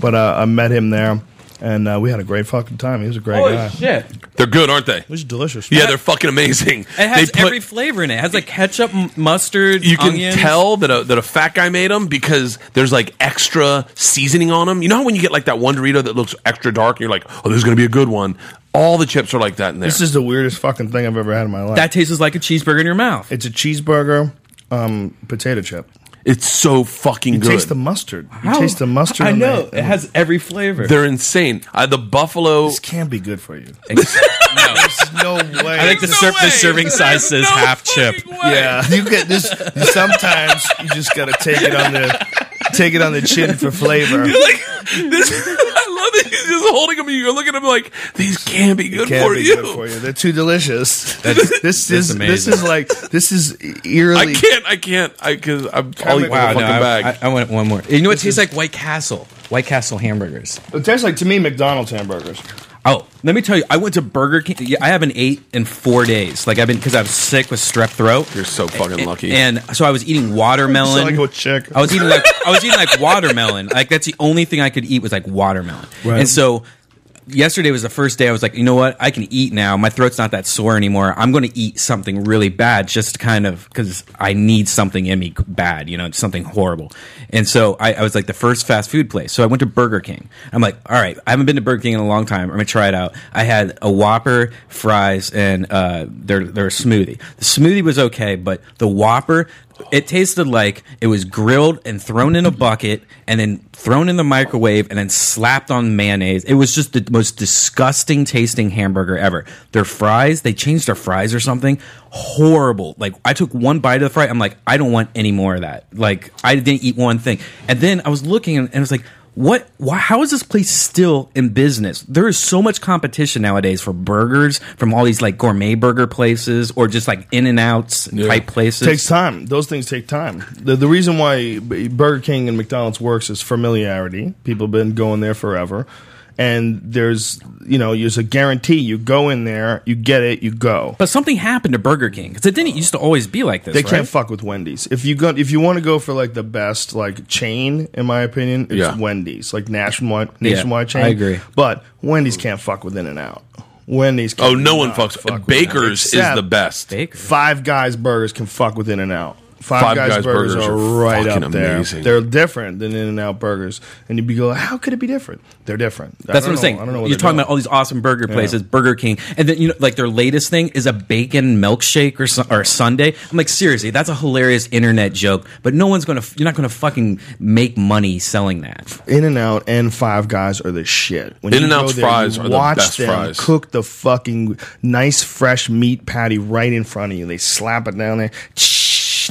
Speaker 1: but uh, I met him there. And uh, we had a great fucking time. He was a great guy. It
Speaker 2: shit.
Speaker 3: They're good, aren't they?
Speaker 1: was delicious.
Speaker 3: Yeah, they're fucking amazing.
Speaker 2: It has
Speaker 3: they put,
Speaker 2: every flavor in it. It has like ketchup, m- mustard,
Speaker 3: you can
Speaker 2: onions.
Speaker 3: tell that a, that a fat guy made them because there's like extra seasoning on them. You know how when you get like that one Dorito that looks extra dark, and you're like, oh, this is gonna be a good one. All the chips are like that in there.
Speaker 1: This is the weirdest fucking thing I've ever had in my life.
Speaker 2: That tastes like a cheeseburger in your mouth.
Speaker 1: it's a cheeseburger, um, potato chip.
Speaker 3: it's so fucking
Speaker 1: You
Speaker 3: good.
Speaker 1: taste the mustard. You taste the mustard.
Speaker 2: I
Speaker 1: on
Speaker 2: know.
Speaker 1: that.
Speaker 2: It has every flavor.
Speaker 3: They're insane. Uh, the buffalo.
Speaker 1: This can't be good for you.
Speaker 4: No.
Speaker 1: No way.
Speaker 4: I think the, ser- the serving size says half chip.
Speaker 1: Yeah, you get this. Sometimes you just gotta take it on the take it on the chin for flavor.
Speaker 3: Like this, I love it. He's just holding them. and You're looking at them like these can't be good
Speaker 1: Can't
Speaker 3: for
Speaker 1: be
Speaker 3: you.
Speaker 1: good for you. They're too delicious. this
Speaker 2: that's
Speaker 1: is this
Speaker 2: amazing.
Speaker 1: is like this is eerily.
Speaker 3: I can't. I can't. I because I'm. I'll
Speaker 1: Oh, Wow,
Speaker 3: eat the fucking
Speaker 2: no,
Speaker 3: bag.
Speaker 2: I, I, I want one more. You know what tastes like? White Castle. White Castle hamburgers.
Speaker 1: It tastes like to me McDonald's hamburgers.
Speaker 2: Oh, let me tell you, I went to Burger King. yeah, I haven't ate in four days. Like I've been because I was sick with strep throat.
Speaker 3: You're so fucking
Speaker 2: And-
Speaker 3: lucky.
Speaker 2: And so I was eating watermelon.
Speaker 1: Sound like a chick.
Speaker 2: I was eating like I was eating like watermelon. Like that's the only thing I could eat was like watermelon.
Speaker 1: Right.
Speaker 2: And so yesterday was the first day I was like, you know what? I can eat now. My throat's not that sore anymore. I'm going to eat something really bad just to kind of because I need something in me bad, you know, something horrible. And so I, I was like the first fast food place. So I went to Burger King. I'm like, all right, I haven't been to Burger King in a long time. I'm going to try it out. I had a Whopper, fries, and uh, their, their smoothie. The smoothie was okay, but the Whopper, it tasted like it was grilled and thrown in a bucket and then thrown in the microwave and then slapped on mayonnaise. It was just the most disgusting tasting hamburger ever. Their fries, they changed their fries or something. Horrible. Like I took one bite of the fry, I'm like, I don't want any more of that. Like I didn't eat one thing. And then I was looking and, and I was like, what why, how is this place still in business there is so much competition nowadays for burgers from all these like gourmet burger places or just like in and outs type places
Speaker 1: takes time. Those things take time. The, the reason why B- Burger King and McDonald's works is familiarity. People have been going there forever. And there's, you know, there's a guarantee. You go in there, you get it, you go.
Speaker 2: But something happened to Burger King because it didn't used to always be like this.
Speaker 1: They
Speaker 2: right?
Speaker 1: can't fuck with Wendy's. If you go, if you want to go for like the best like chain, in my opinion, it's
Speaker 3: Yeah.
Speaker 1: Wendy's, like nationwide nationwide
Speaker 2: I
Speaker 1: chain.
Speaker 2: agree.
Speaker 1: But Wendy's can't fuck with In and Out. Wendy's.
Speaker 3: oh,
Speaker 1: can
Speaker 3: no one
Speaker 1: not
Speaker 3: fucks.
Speaker 1: fuck with
Speaker 3: Baker's is
Speaker 1: Except
Speaker 3: the best.
Speaker 2: Baker.
Speaker 1: Five Guys burgers can fuck with In and Out. Five,
Speaker 3: Five
Speaker 1: Guys,
Speaker 3: Guys
Speaker 1: burgers,
Speaker 3: burgers
Speaker 1: are,
Speaker 3: are
Speaker 1: right
Speaker 3: fucking
Speaker 1: up there.
Speaker 3: amazing.
Speaker 1: They're different than In and Out burgers, and you'd be going, "How could it be different? They're different." I
Speaker 2: That's what
Speaker 1: don't
Speaker 2: I'm
Speaker 1: know.
Speaker 2: saying.
Speaker 1: I don't know.
Speaker 2: You're talking about all these awesome burger places, Burger King, and then you know, like their latest thing is a bacon milkshake or so- or a sundae. I'm like, seriously, that's a hilarious internet joke, but no one's gonna. You're not gonna fucking make money selling that.
Speaker 1: In and Out and Five Guys are the shit. When you
Speaker 3: In-N-Out's
Speaker 1: go there,
Speaker 3: fries
Speaker 1: you
Speaker 3: are the best fries.
Speaker 1: cook the fucking nice fresh meat patty right in front of you. They slap it down there.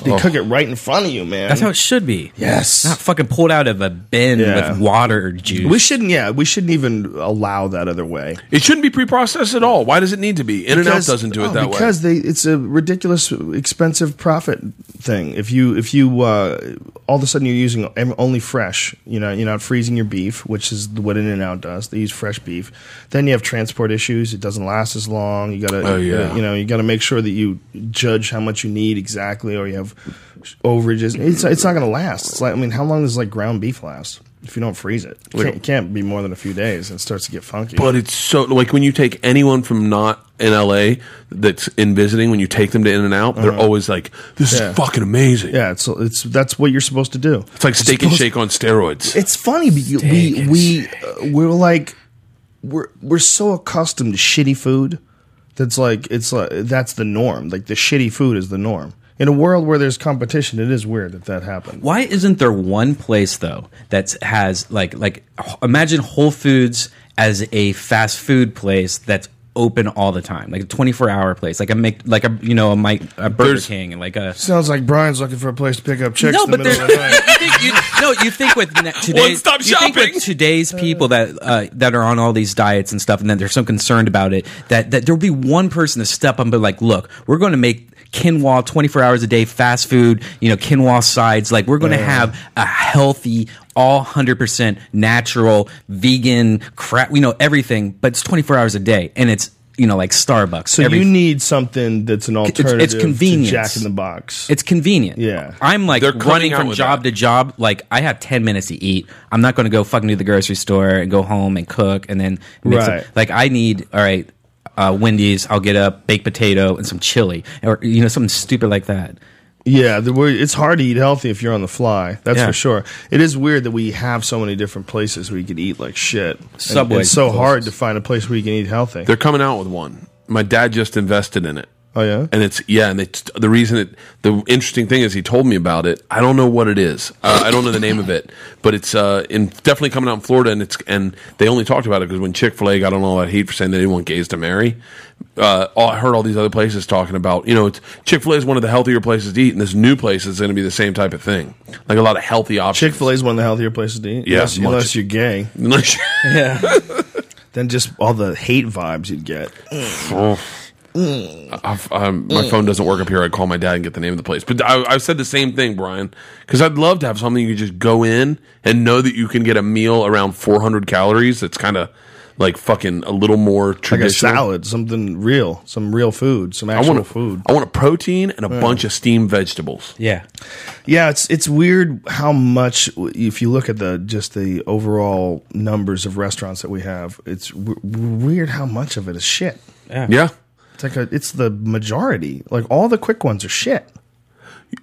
Speaker 1: They
Speaker 3: Oh.
Speaker 1: cook it right in front of you, man.
Speaker 2: That's how it should be.
Speaker 1: Yes.
Speaker 2: not fucking pulled out of a bin
Speaker 1: Yeah.
Speaker 2: with water or juice.
Speaker 1: we shouldn't. Yeah, we shouldn't even allow that other way.
Speaker 3: It shouldn't be pre-processed at all. Why does it need to be? In and Out doesn't do it
Speaker 1: oh,
Speaker 3: that way.
Speaker 1: because they it's a ridiculous expensive profit thing if you if you uh, all of a sudden you're using em- only fresh you know you're not freezing your beef which is what in and out does they use fresh beef then you have transport issues it doesn't last as long you gotta
Speaker 3: Oh,
Speaker 1: you gotta-
Speaker 3: yeah.
Speaker 1: you know you gotta make sure that you judge how much you need exactly or you have overages it's, it's not gonna last it's like i mean how long does like ground beef last if you don't freeze it, it can't, it can't be more than a few days. It starts to get funky.
Speaker 3: But it's so like when you take anyone from not in LA that's in visiting, when you take them to In and Out, they're always like, "This
Speaker 1: Uh-huh. Yeah.
Speaker 3: is fucking amazing."
Speaker 1: yeah, it's it's that's what you're supposed to do.
Speaker 3: It's like Steak and Shake on steroids.
Speaker 1: it's funny because we we uh, we're like we're we're so accustomed to shitty food that's like it's like that's the norm. Like the shitty food is the norm. In a world where there's competition, it is weird that that happened.
Speaker 2: Why isn't there one place though that has like like h- imagine Whole Foods as a fast food place that's open all the time, like a twenty four hour place, like a make like a you know a, Mike, a Burger
Speaker 3: There's-
Speaker 2: King and like a
Speaker 1: Sounds like Brian's looking for a place to pick up chicks
Speaker 2: no,
Speaker 1: in the
Speaker 2: but
Speaker 1: middle of
Speaker 2: there,
Speaker 1: the night.
Speaker 2: you think, you, no, you think with ne- today's
Speaker 3: One-stop
Speaker 2: you think with
Speaker 3: shopping.
Speaker 2: today's people that uh, that are on all these diets and stuff, and then they're so concerned about it that that there'll be one person to step up and be like, "Look, we're going to make." Quinoa, twenty four hours a day, fast food. You know, quinoa sides. Like we're going to have a healthy, all 100% natural, vegan, crap, you know, everything, but it's 24 hours a day and it's, you know, like Starbucks.
Speaker 1: So
Speaker 2: every-
Speaker 1: you need something that's an
Speaker 2: it's
Speaker 1: alternative
Speaker 2: convenience.
Speaker 1: to Jack in the Box.
Speaker 2: It's convenient.
Speaker 1: Yeah.
Speaker 2: I'm like
Speaker 3: They're coming
Speaker 2: running
Speaker 3: out
Speaker 2: from
Speaker 3: with
Speaker 2: job
Speaker 3: that.
Speaker 2: to job. Like I have ten minutes to eat. I'm not going to go fucking to the grocery store and go home and cook and then mix
Speaker 1: Right.
Speaker 2: up. Like I need all right. Uh, Wendy's. I'll get up, baked potato, and some chili, or you know, something stupid like that.
Speaker 1: yeah, the, we- it's hard to eat healthy if you're on the fly. That's
Speaker 2: Yeah.
Speaker 1: for sure. It is weird that we have so many different places where you could eat like shit. And
Speaker 2: Subway
Speaker 1: It's so hard
Speaker 2: closes.
Speaker 1: to find a place where you can eat healthy.
Speaker 3: They're coming out with one. My dad just invested in it.
Speaker 1: Oh, yeah?
Speaker 3: and it's yeah, and it's the reason it. The interesting thing is he told me about it. I don't know what it is. Uh, I don't know the name of it, but it's uh, in definitely coming out in Florida, and it's and they only talked about it because when Chick Fil A got on all that heat for saying they didn't want gays to marry. Uh, all, I heard all these other places talking about you know it's Chick Fil A is one of the healthier places to eat, and this new place is going to be the same type of thing, like a lot of healthy options.
Speaker 1: Chick Fil A is one of the healthier places to eat.
Speaker 3: Yeah,
Speaker 1: unless,
Speaker 3: much.
Speaker 1: unless you're gay,
Speaker 3: A.
Speaker 1: then just all the hate vibes you'd get.
Speaker 3: I've, um, my phone doesn't work up here. I call my dad and get the name of the place. But I, I've said the same thing, Brian, because I'd love to have something you could just go in and know that you can get a meal around 400 calories. That's kind of like fucking a little more
Speaker 1: Like a
Speaker 3: traditional.
Speaker 1: salad, something real, some real food, some
Speaker 3: I
Speaker 1: actual
Speaker 3: want a,
Speaker 1: food.
Speaker 3: I want a protein and a bunch of steamed vegetables.
Speaker 2: Yeah.
Speaker 1: Yeah, it's it's weird how much if you look at the just the overall numbers of restaurants that we have, it's w- weird how much of it is shit.
Speaker 3: Yeah.
Speaker 1: It's like a, it's the majority. Like all the quick ones are shit.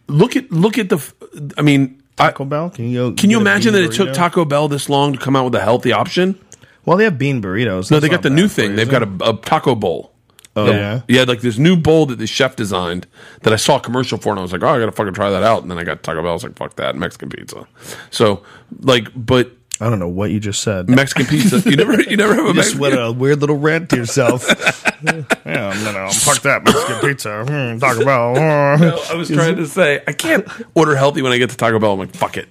Speaker 3: Look at look at the. f- I mean, I,
Speaker 1: Taco Bell, can you go
Speaker 3: can you
Speaker 1: get a
Speaker 3: imagine that
Speaker 1: bean
Speaker 3: it took
Speaker 1: burrito?
Speaker 3: Taco Bell this long to come out with a healthy option?
Speaker 1: Well, they have bean burritos.
Speaker 3: No, they got the new thing. They've got a, a taco bowl.
Speaker 1: oh yeah.
Speaker 3: Yeah, like this new bowl that the chef designed that I saw a commercial for, and I was like, oh, I gotta fucking try that out. And then I got Taco Bell. I was like, fuck that Mexican pizza. So, like, but
Speaker 1: I don't know what you just said.
Speaker 3: Mexican pizza, you never, you never have a
Speaker 1: You just
Speaker 3: Mexican.
Speaker 1: went on a weird little rant to yourself. yeah, I'm gonna fuck that Mexican pizza. Hmm, Taco Bell. hmm.
Speaker 3: No, I was trying to say I can't order healthy when I get to Taco Bell. I'm like, fuck it.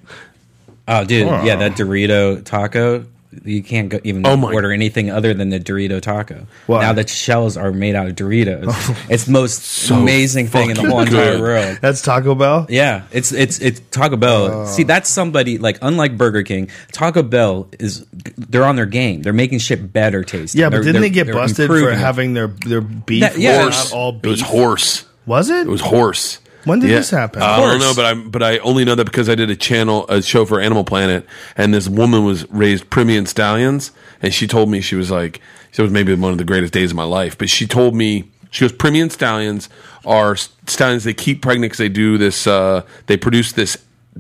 Speaker 2: Oh, dude. Yeah, that Dorito taco. You can't go, even
Speaker 3: Oh my-
Speaker 2: order anything other than the Dorito taco.
Speaker 1: Why?
Speaker 2: Now that shells are made out of Doritos, it's the most amazing thing in the whole entire
Speaker 3: good.
Speaker 2: world.
Speaker 1: That's Taco Bell.
Speaker 2: Yeah, it's it's it's Taco Bell.
Speaker 1: Oh.
Speaker 2: See, that's somebody like unlike Burger King, Taco Bell is they're on their game. They're making shit better tasting.
Speaker 1: Yeah, but
Speaker 2: They're-
Speaker 1: didn't they get
Speaker 2: they're- they're
Speaker 1: busted for
Speaker 2: improving.
Speaker 1: having their their beef
Speaker 2: That- yeah.
Speaker 1: was
Speaker 3: Horse.
Speaker 1: not all
Speaker 3: It was
Speaker 1: beef?
Speaker 3: horse.
Speaker 1: Was it?
Speaker 3: It was horse. Uh,
Speaker 1: When did this happen?
Speaker 3: I
Speaker 1: Horse.
Speaker 3: don't know, but I but I only know that because I did a channel a show for Animal Planet, and this woman was raised Primian stallions, and she told me she was like she was maybe one of the greatest days of my life. But she told me she goes Primian stallions are stallions they keep pregnant because they do this uh, they produce this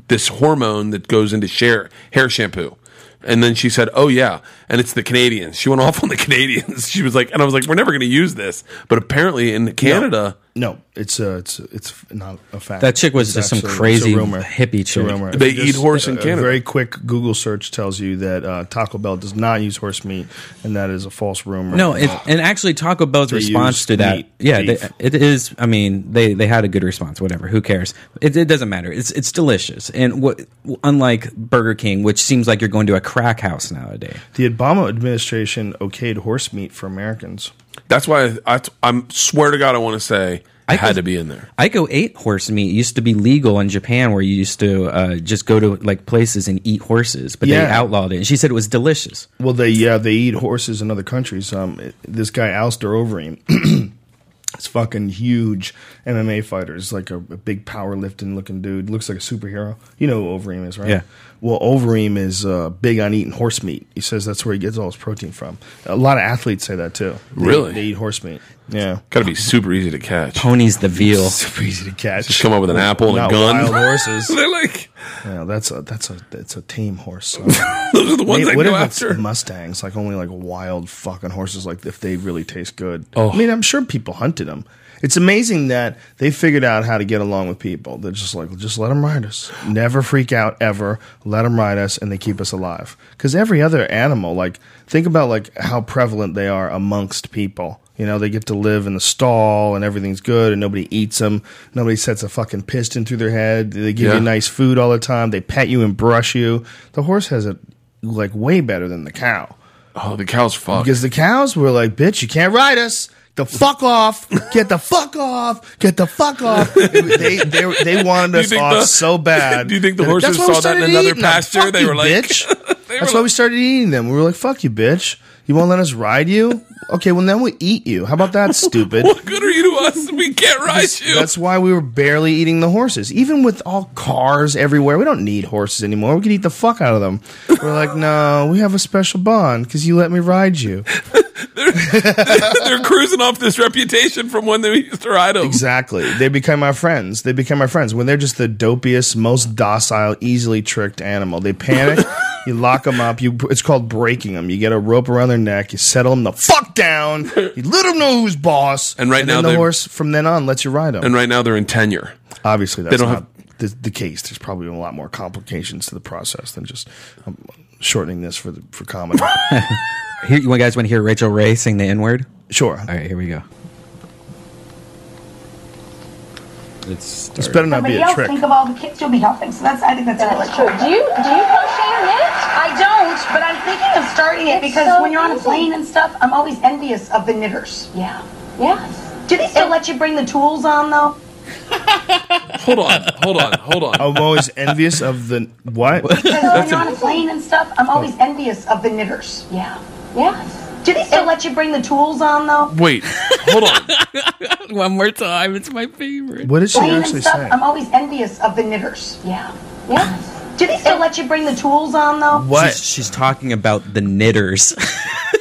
Speaker 3: this hormone that goes into share, hair shampoo. And then she said, "Oh yeah," and it's the Canadians. She went off on the Canadians. She was like, and I was like, "We're never going to use this," but apparently in Canada,
Speaker 1: No, it's uh, it's it's not a fact.
Speaker 2: That chick was
Speaker 1: It's
Speaker 2: just some
Speaker 1: actually-
Speaker 2: crazy
Speaker 1: it's
Speaker 2: hippie
Speaker 1: It's a
Speaker 2: chick.
Speaker 1: rumor.
Speaker 3: They
Speaker 1: If you uh,
Speaker 3: eat horse in
Speaker 1: a
Speaker 3: Canada.
Speaker 1: Very quick Google search tells you that uh, Taco Bell does not use horse meat, and that is a false rumor.
Speaker 2: No, it, and actually Taco Bell's response
Speaker 1: use
Speaker 2: to that,
Speaker 1: meat,
Speaker 2: yeah, they,
Speaker 1: beef.
Speaker 2: it is. I mean, they, they had a good response. Whatever, who cares? It, it doesn't matter. It's it's delicious, and what unlike Burger King, which seems like you're going to a crack house nowadays.
Speaker 1: The Obama administration okayed horse meat for Americans.
Speaker 3: That's why I, I I'm swear to God I want to say I
Speaker 2: I
Speaker 3: had
Speaker 2: could-
Speaker 3: to be in there.
Speaker 2: Ico ate horse meat. It used to be legal in Japan where you used to uh, just go to like places and eat horses, but they
Speaker 1: Yeah.
Speaker 2: outlawed it. And she said it was delicious.
Speaker 1: Well, they yeah they eat horses in other countries. Um, it- this guy Alistair Overeem, is fucking huge MMA fighter. He's like a, a big powerlifting looking dude. Looks like a superhero. You know who Overeem is, right?
Speaker 2: Yeah.
Speaker 1: Well, Overeem is uh, big on eating horse meat. He says that's where he gets all his protein from. A lot of athletes say that too. They-
Speaker 3: Really?
Speaker 1: they eat horse meat. Yeah.
Speaker 3: Got to be super easy to catch.
Speaker 2: Pony's the veal.
Speaker 1: Super easy to catch.
Speaker 3: Just come up with an apple and a
Speaker 1: Not
Speaker 3: gun.
Speaker 1: wild horses.
Speaker 3: They're like
Speaker 1: yeah, that's a that's a that's a tame horse.
Speaker 3: those are the ones
Speaker 1: Maybe-
Speaker 3: I
Speaker 1: what
Speaker 3: go
Speaker 1: if it's
Speaker 3: after.
Speaker 1: mustangs? Like only like wild fucking horses. Like if they really taste good.
Speaker 3: Oh.
Speaker 1: I mean, I'm sure people hunted them. It's amazing that they figured out how to get along with people. They're just like, just let them ride us. Never freak out ever. Let them ride us, and they keep us alive. Because every other animal, like think about like how prevalent they are amongst people. You know, they get to live in the stall, and everything's good, and nobody eats them. Nobody sets a fucking piston through their head. They give
Speaker 3: Yeah.
Speaker 1: you nice food all the time. They pet you and brush you. The horse has it like way better than the cow
Speaker 3: Oh, the cow's fucked.
Speaker 1: because the cows were like, "Bitch, you can't ride us. the fuck off, get the fuck off, get the fuck off. they, they, they wanted
Speaker 3: Do you
Speaker 1: us
Speaker 3: think
Speaker 1: off
Speaker 3: the-
Speaker 1: so bad.
Speaker 3: do you think the
Speaker 1: That's
Speaker 3: horses
Speaker 1: why we
Speaker 3: saw that in
Speaker 1: started
Speaker 3: another
Speaker 1: eating them.
Speaker 3: pasture?
Speaker 1: Fuck
Speaker 3: They
Speaker 1: you,
Speaker 3: were like-
Speaker 1: bitch.
Speaker 3: They
Speaker 1: That's
Speaker 3: were
Speaker 1: why we
Speaker 3: like-
Speaker 1: started eating them. We were like, fuck you, bitch. You won't let us ride you? Okay, well, then we eat you. How about that, stupid?
Speaker 3: What good are you to us? We can't ride you.
Speaker 1: That's why we were barely eating the horses. Even with all cars everywhere, we don't need horses anymore. We could eat the fuck out of them. We're like, no, we have a special bond because you let me ride you.
Speaker 3: They're cruising off this reputation from when they used to ride them.
Speaker 1: Exactly. They become our friends. They become our friends when they're just the dopiest, most docile, easily tricked animal. They panic. you lock them up. You it's called breaking them. You get a rope around their neck. You settle them the fuck down. You let them know who's boss.
Speaker 3: And right now
Speaker 1: then the
Speaker 3: they're-
Speaker 1: horse from then on lets you ride them.
Speaker 3: And right now they're in tenure.
Speaker 1: Obviously, that's
Speaker 3: don't
Speaker 1: not the, the case. There's probably a lot more complications to the process than just um, shortening this for the, for comedy.
Speaker 2: Here, you guys want to hear Rachel Ray sing the N word?
Speaker 1: sure,
Speaker 2: All right, here we go. It's
Speaker 1: it's better not be
Speaker 7: Somebody
Speaker 1: a
Speaker 7: else
Speaker 1: trick.
Speaker 7: think of all the kids you'll be helping. So that's I think that's, really
Speaker 8: That's true.
Speaker 7: cool.
Speaker 8: Do you do you crochet or knit?
Speaker 7: I don't, but I'm thinking of starting it
Speaker 8: It's
Speaker 7: because
Speaker 8: so
Speaker 7: when you're on a
Speaker 8: easy.
Speaker 7: plane and stuff, I'm always envious of the knitters.
Speaker 8: Yeah. Yes.
Speaker 7: Do they still let you bring the tools on though?
Speaker 3: Hold on, hold on, hold on.
Speaker 1: I'm always envious of the what?
Speaker 7: Because when you're on a plane and stuff, I'm always envious of the knitters.
Speaker 8: Yeah. Yes.
Speaker 7: Oh. Do they still let you bring the tools on though?
Speaker 3: Wait, hold on.
Speaker 4: One more time. It's my favorite.
Speaker 1: What is she
Speaker 7: Plane and
Speaker 1: actually
Speaker 7: stuff,
Speaker 1: saying?
Speaker 7: I'm always envious of the knitters.
Speaker 8: Yeah. Yes.
Speaker 7: Do they still let you bring the tools on though?
Speaker 1: What?
Speaker 2: She's, she's talking about the knitters.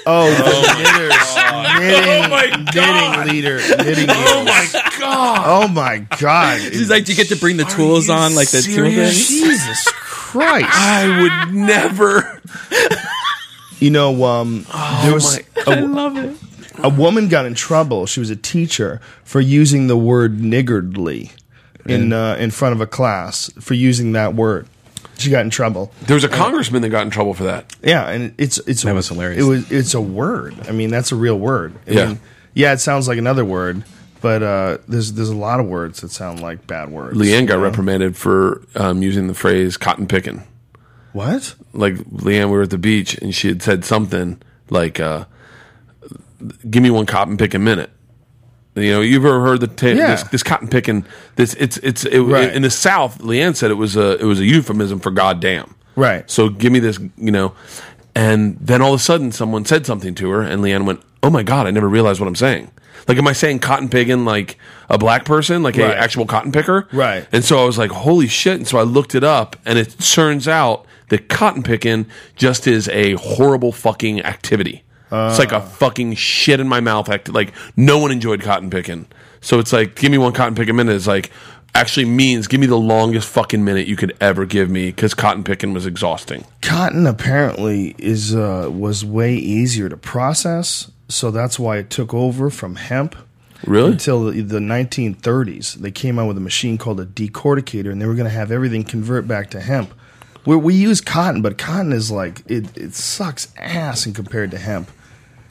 Speaker 1: Oh, the knitters, knitting,
Speaker 3: my God.
Speaker 1: knitting leader, knitting.
Speaker 3: Oh
Speaker 1: leader.
Speaker 3: my god.
Speaker 1: Oh my god!
Speaker 2: she's like, do you get to bring the tools
Speaker 3: you
Speaker 2: on, like the tool
Speaker 3: serious?
Speaker 2: thing?
Speaker 1: Jesus Christ!
Speaker 3: I would never.
Speaker 1: You know, um,
Speaker 3: Oh
Speaker 1: there was
Speaker 2: I love it.
Speaker 1: a woman got in trouble. She was a teacher for using the word niggardly in uh, in front of a class for using that word. She got in trouble.
Speaker 3: There was a congressman that got in trouble for that.
Speaker 1: Yeah, and it's it's
Speaker 2: That was hilarious.
Speaker 1: It was it's a word. I mean, that's a real word. I
Speaker 3: Yeah.
Speaker 1: mean, yeah, it sounds like another word, but uh, there's there's a lot of words that sound like bad words.
Speaker 3: Leanne got
Speaker 1: you know?
Speaker 3: reprimanded for um, using the phrase cotton picking.
Speaker 1: What?
Speaker 3: Like, Leanne, we were at the beach and she had said something like, uh, give me one cotton pick a minute. You know, you've ever heard the ta-
Speaker 1: Yeah.
Speaker 3: this, this cotton picking? This it's it's it,
Speaker 1: Right.
Speaker 3: in the South. Leanne said it was a it was a euphemism for goddamn.
Speaker 1: Right.
Speaker 3: So give me this, you know. And then all of a sudden, someone said something to her, and Leanne went, "Oh my god, I never realized what I'm saying." Like, am I saying cotton picking like a black person, like
Speaker 1: Right.
Speaker 3: a actual cotton picker?
Speaker 1: Right.
Speaker 3: And so I was like, "Holy shit!" And so I looked it up, and it turns out that cotton picking just is a horrible fucking activity. it's
Speaker 1: Ah.
Speaker 3: like a fucking shit in my mouth act. Like no one enjoyed cotton picking. So it's like, give me one cotton pick a minute. It's like actually means give me the longest fucking minute you could ever give me because cotton picking was exhausting.
Speaker 1: Cotton apparently is uh, was way easier to process, so that's why it took over from hemp.
Speaker 3: Really?
Speaker 1: Until the, the 1930s, they came out with a machine called a decorticator, and they were going to have everything convert back to hemp. Where we use cotton, but cotton is like it, it sucks ass in compared to hemp.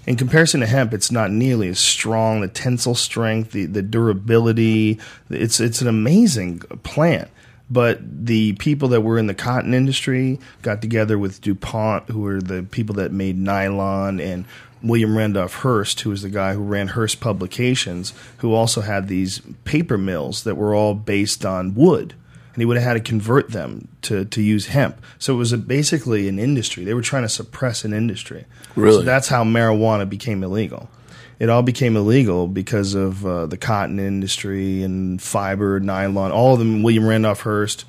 Speaker 1: In comparison to hemp, it's not nearly as strong. The tensile strength, the, the durability, it's it's an amazing plant. But the people that were in the cotton industry got together with DuPont, who were the people that made nylon, and William Randolph Hearst, who was the guy who ran Hearst Publications, who also had these paper mills that were all based on wood and he would have had to convert them to, to use hemp. So it was a, basically an industry. They were trying to suppress an industry.
Speaker 3: Really?
Speaker 1: So that's how marijuana became illegal. It all became illegal because of uh, the cotton industry and fiber, nylon, all of them, William Randolph Hearst,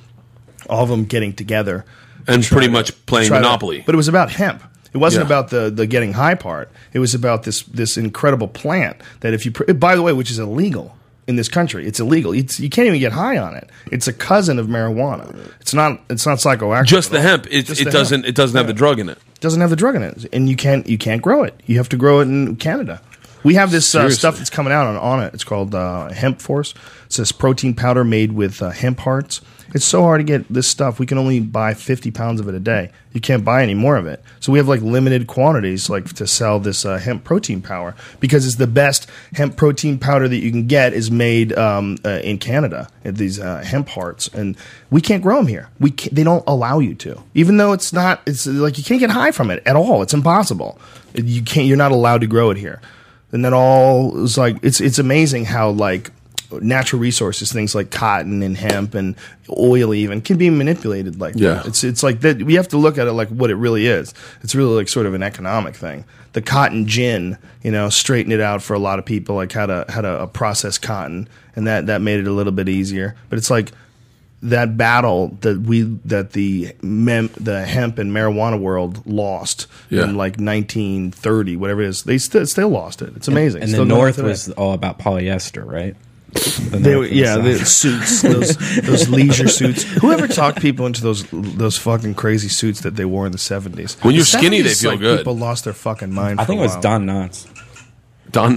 Speaker 1: all of them getting together.
Speaker 3: And pretty
Speaker 1: to-
Speaker 3: much playing
Speaker 1: try to-
Speaker 3: Monopoly.
Speaker 1: but it was about hemp. It wasn't
Speaker 3: Yeah.
Speaker 1: about the, the getting high part. It was about this this incredible plant that if you pr- by the way, which is illegal in this country, it's illegal. It's, you can't even get high on it. It's a cousin of marijuana. It's not it's not psychoactive.
Speaker 3: just
Speaker 1: at
Speaker 3: the
Speaker 1: all.
Speaker 3: hemp. It,
Speaker 1: Just
Speaker 3: it
Speaker 1: the
Speaker 3: doesn't
Speaker 1: hemp.
Speaker 3: it doesn't have the drug in it.
Speaker 1: It doesn't have the drug in it, and you can't you can't grow it. You have to grow it in Canada. We have this uh,
Speaker 3: Seriously.
Speaker 1: stuff that's coming out on, on it. It's called uh, Hemp Force. It's this protein powder made with uh, hemp hearts. It's so hard to get this stuff. We can only buy 50 pounds of it a day. You can't buy any more of it. So we have like limited quantities like to sell this uh, hemp protein powder because it's the best hemp protein powder that you can get is made um, uh, in Canada at these uh, hemp hearts and we can't grow them here. We can't, they don't allow you to. Even though it's not it's like you can't get high from it at all. It's impossible. You can't you're not allowed to grow it here. and then all it's like it's it's amazing how like natural resources, things like cotton and hemp and oil, even can be manipulated like
Speaker 3: Yeah.
Speaker 1: that. It's it's like that we have to look at it like what it really is. It's really like sort of an economic thing. The cotton gin, you know, straightened it out for a lot of people, like how to how to uh, process cotton, and that that made it a little bit easier. But it's like that battle that we that the mem- the hemp and marijuana world lost
Speaker 3: Yeah.
Speaker 1: in like 1930, whatever it is, they still still lost it. It's amazing.
Speaker 2: And
Speaker 1: Still
Speaker 2: the
Speaker 1: going
Speaker 2: North
Speaker 1: today.
Speaker 2: was all about polyester, right? The
Speaker 1: They
Speaker 2: North uh,
Speaker 1: were,
Speaker 2: and
Speaker 1: yeah,
Speaker 2: South.
Speaker 1: the suits, those those leisure suits. Whoever talked people into those those fucking crazy suits that they wore in the seventies?
Speaker 3: When you're skinny, they feel good.
Speaker 1: People lost their fucking mind.
Speaker 2: I
Speaker 1: for
Speaker 2: think
Speaker 1: a
Speaker 2: it was
Speaker 1: while.
Speaker 2: Don Knotts.
Speaker 3: Don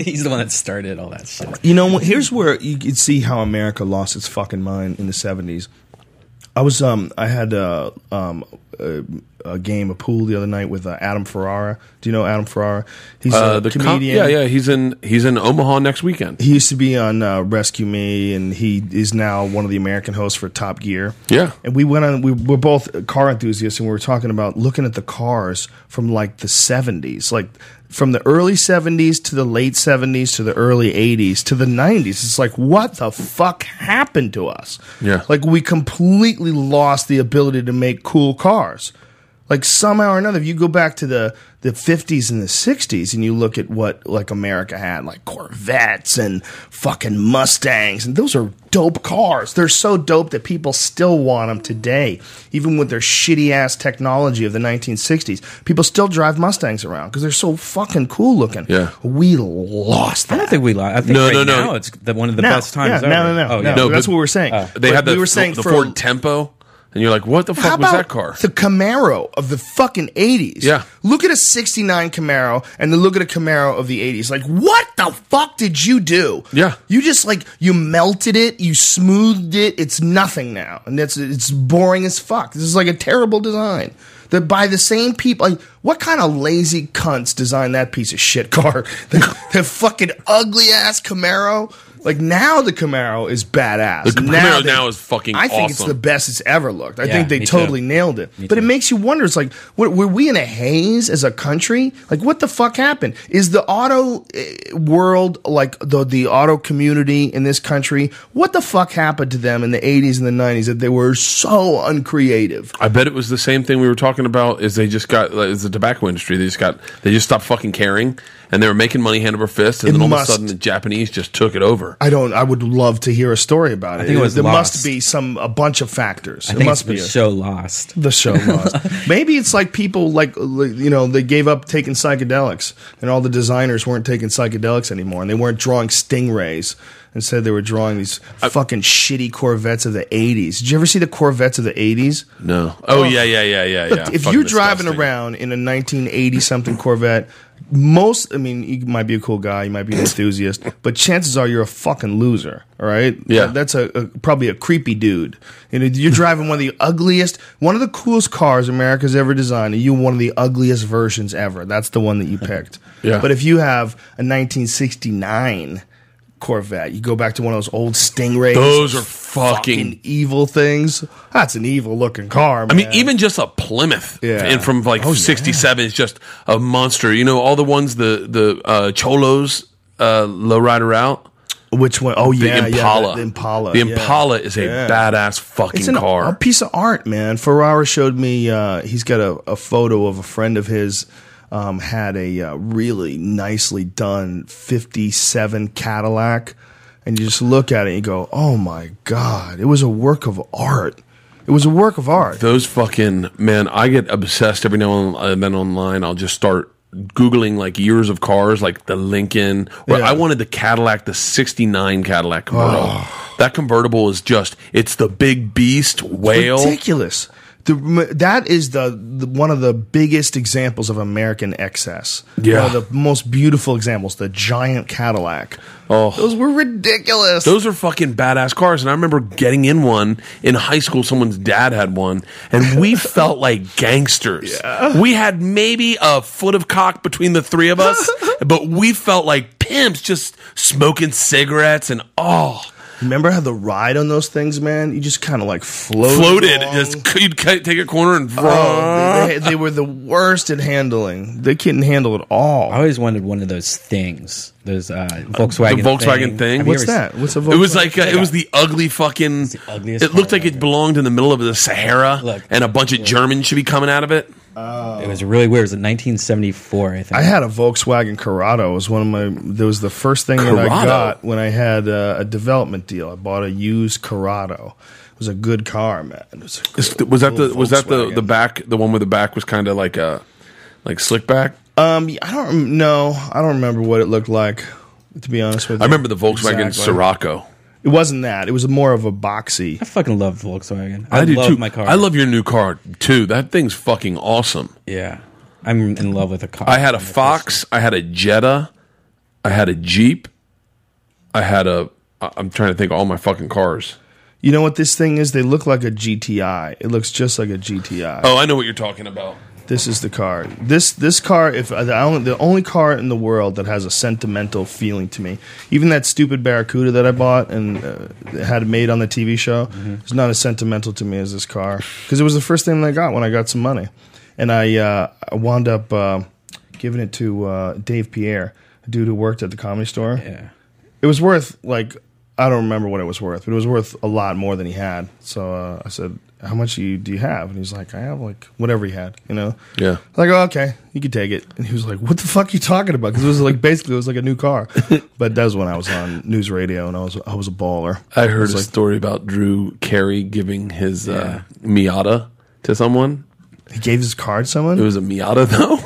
Speaker 2: He's the one that started all that shit.
Speaker 1: You know, what- here's where you could see how America lost its fucking mind in the seventies. I was um I had uh, um a, a game of pool the other night with uh, Adam Ferrara. Do you know Adam Ferrara? He's
Speaker 3: Uh,
Speaker 1: a
Speaker 3: the com-
Speaker 1: comedian.
Speaker 3: yeah, yeah. He's in he's in Omaha next weekend.
Speaker 1: He used to be on uh, Rescue Me, and he is now one of the American hosts for Top Gear.
Speaker 3: Yeah.
Speaker 1: and we went on. We were both car enthusiasts, and we were talking about looking at the cars from like the seventies, like from the early seventies to the late seventies to the early eighties to the nineties. It's like what the fuck happened to us?
Speaker 3: Yeah.
Speaker 1: like we completely lost the ability to make cool cars. Like somehow or another, if you go back to the the fifties and the sixties, and you look at what like America had, like Corvettes and fucking Mustangs, and those are dope cars. They're so dope that people still want them today, even with their shitty ass technology of the nineteen sixties. People still drive Mustangs around because they're so fucking cool looking.
Speaker 3: Yeah.
Speaker 1: we lost that.
Speaker 2: I don't think we lied. I think
Speaker 3: No,
Speaker 2: right
Speaker 3: no, no.
Speaker 2: now it's the, one of the
Speaker 1: No,
Speaker 2: best times.
Speaker 1: yeah,
Speaker 2: ever.
Speaker 1: no, no, no,
Speaker 2: Oh, yeah.
Speaker 1: no.
Speaker 3: but
Speaker 1: that's what we were saying.
Speaker 3: Uh, They
Speaker 1: But
Speaker 3: had the,
Speaker 1: we were
Speaker 3: the-
Speaker 1: saying
Speaker 3: the
Speaker 1: for-
Speaker 3: Ford Tempo, and you're like, what the
Speaker 1: How
Speaker 3: fuck was
Speaker 1: about
Speaker 3: that car?
Speaker 1: The Camaro of the fucking eighties.
Speaker 3: Yeah.
Speaker 1: Look at a '69 Camaro and then look at a Camaro of the eighties. Like, what the fuck did you do?
Speaker 3: Yeah.
Speaker 1: You just like you melted it, you smoothed it. It's nothing now, and that's it's boring as fuck. This is like a terrible design. That by the same people, like, what kind of lazy cunts designed that piece of shit car? the, the fucking ugly ass Camaro. Like now, the Camaro is badass.
Speaker 3: The Camaro
Speaker 1: now, they-
Speaker 3: now is fucking
Speaker 1: I think it's
Speaker 3: awesome.
Speaker 1: the best it's ever looked. I
Speaker 2: Yeah,
Speaker 1: think they
Speaker 2: me too.
Speaker 1: totally nailed it. but it makes you wonder. It's like, what, were we in a haze as a country? Like, what the fuck happened? Is the auto eh, world, like the the auto community in this country, what the fuck happened to them in the '80s and the '90s that they were so uncreative?
Speaker 3: I bet it was the same thing we were talking about. Is they just got like, is the tobacco industry? They just got they just stopped fucking caring, and they were making money hand over fist, and
Speaker 1: It
Speaker 3: then all
Speaker 1: must.
Speaker 3: of a sudden the Japanese just took it over.
Speaker 1: I don't. I would love to hear a story about it.
Speaker 2: think it was
Speaker 1: there must
Speaker 2: Lost.
Speaker 1: be some a bunch of factors.
Speaker 2: I
Speaker 1: it
Speaker 2: think
Speaker 1: must
Speaker 2: it's the
Speaker 1: be a-
Speaker 2: show Lost.
Speaker 1: the show lost. Maybe it's like people like like, you know they gave up taking psychedelics, and all the designers weren't taking psychedelics anymore, and they weren't drawing stingrays. Instead, they were drawing these fucking shitty Corvettes of the '80s. Did you ever see the Corvettes of the '80s?
Speaker 3: No. Oh, yeah, yeah, yeah, yeah,
Speaker 1: Look,
Speaker 3: yeah.
Speaker 1: if
Speaker 3: Fucking
Speaker 1: you're driving
Speaker 3: disgusting.
Speaker 1: around in a 1980 something Corvette, most, I mean, you might be a cool guy, you might be an enthusiast, but chances are you're a fucking loser. All right,
Speaker 3: Yeah.
Speaker 1: That- that's a, a probably a creepy dude. You know, you're driving one of the ugliest, one of the coolest cars America's ever designed, and you one of the ugliest versions ever. That's the one that you picked.
Speaker 3: Yeah.
Speaker 1: But if you have a 1969 Corvette, you go back to one of those old Stingrays.
Speaker 3: those are fucking.
Speaker 1: evil things. That's an evil looking car.
Speaker 3: I
Speaker 1: Man.
Speaker 3: mean, even just a Plymouth,
Speaker 1: Yeah.
Speaker 3: and from like '67 is just a monster. You know, all the ones the the uh, Cholos, uh, Lowrider out.
Speaker 1: Which one? Oh
Speaker 3: The
Speaker 1: yeah,
Speaker 3: Impala.
Speaker 1: Yeah, the, the Impala.
Speaker 3: The
Speaker 1: yeah.
Speaker 3: Impala is a
Speaker 1: Yeah.
Speaker 3: badass fucking
Speaker 1: It's an,
Speaker 3: car.
Speaker 1: a piece of art, man. Ferrara showed me. Uh, he's got a, a photo of a friend of his. Um, had a uh, really nicely done '57 Cadillac, and you just look at it and you go, "Oh my god!" It was a work of art. It was a work of art.
Speaker 3: Those fucking man, I get obsessed every now and uh, then online. I'll just start googling like years of cars, like the Lincoln. Or
Speaker 1: Yeah.
Speaker 3: I wanted the Cadillac, the '69 Cadillac convertible. That convertible is just—it's the big beast whale.
Speaker 1: ridiculous. The, that is the, the one of the biggest examples of American excess.
Speaker 3: Yeah.
Speaker 1: one of the most beautiful examples. The giant Cadillac.
Speaker 3: Oh.
Speaker 1: those were ridiculous.
Speaker 3: Those are fucking badass cars. And I remember getting in one in high school. Someone's dad had one, and we felt like gangsters. We had maybe a foot of cock between the three of us, but we felt like pimps just smoking cigarettes and oh.
Speaker 1: Remember how the ride on those things, man? You just kind of like floated.
Speaker 3: Floated.
Speaker 2: Oh,
Speaker 1: along.
Speaker 3: Just, you'd cut, take a corner and.
Speaker 1: Oh, they, they, they were the worst at handling. They couldn't handle it all.
Speaker 2: I always wanted one of those things, those uh, Volkswagen.
Speaker 3: Volkswagen thing?
Speaker 2: Have you
Speaker 1: What's
Speaker 2: ever-
Speaker 1: that? What's a
Speaker 3: It was
Speaker 1: Volkswagen?
Speaker 3: like uh, it was the ugly fucking.
Speaker 2: the ugliest
Speaker 3: It looked
Speaker 2: car
Speaker 3: like it
Speaker 2: ever.
Speaker 3: belonged in the middle of the Sahara,
Speaker 2: Look.
Speaker 3: and a bunch of Germans should be coming out of it.
Speaker 2: It was really weird. It was in 1974, I think.
Speaker 1: I had a Volkswagen Corrado. It was one of my. That was the first thing that I
Speaker 3: Corrado?
Speaker 1: got when I had uh, a development deal. I bought a used Corrado. It was a good car, man. It was, a
Speaker 3: Is-
Speaker 1: good
Speaker 3: Was that the
Speaker 1: little
Speaker 3: was that the
Speaker 1: Volkswagen.
Speaker 3: the back the one where the back was kind of like a like slick back?
Speaker 1: Um, I don't know. I don't remember what it looked like. To be honest with you,
Speaker 3: I remember the Volkswagen
Speaker 1: Exactly.
Speaker 3: Sirocco.
Speaker 1: It wasn't that. It was more of a boxy.
Speaker 2: I fucking love Volkswagen. I, love
Speaker 3: too.
Speaker 2: my car.
Speaker 3: I love your new car too. That thing's fucking awesome.
Speaker 2: Yeah, I'm in love with a car.
Speaker 3: I had a Fox. I had a Jetta. I had a Jeep. I had a. I- I'm trying to think of all my fucking cars.
Speaker 1: You know what this thing is? They look like a GTI. It looks just like a GTI.
Speaker 3: Oh, I know what you're talking about.
Speaker 1: This is the car. This this car. If I- the only, the only car in the world that has a sentimental feeling to me, even that stupid Barracuda that I bought and uh, had made on the TV show, is not as sentimental to me as this car because it was the first thing that I got when I got some money, and I uh, I wound up uh, giving it to uh, Dave Pierre, a dude who worked at the comedy store.
Speaker 2: Yeah.
Speaker 1: It was worth like I don't remember what it was worth, but it was worth a lot more than he had. So uh, I said, "How much you, do you have?" And he's like, "I have like whatever he had, you know."
Speaker 3: Yeah.
Speaker 1: Like, oh, okay, you can take it. And he was like, "What the fuck are you talking about?" Because it was like basically it was like a new car. but that was when I was on news radio and I was I was a baller.
Speaker 3: I heard
Speaker 1: It's
Speaker 3: a
Speaker 1: like-
Speaker 3: story about Drew Carey giving his uh, Miata to someone.
Speaker 1: He gave his car to
Speaker 3: It
Speaker 1: someone.
Speaker 3: was a Miata though.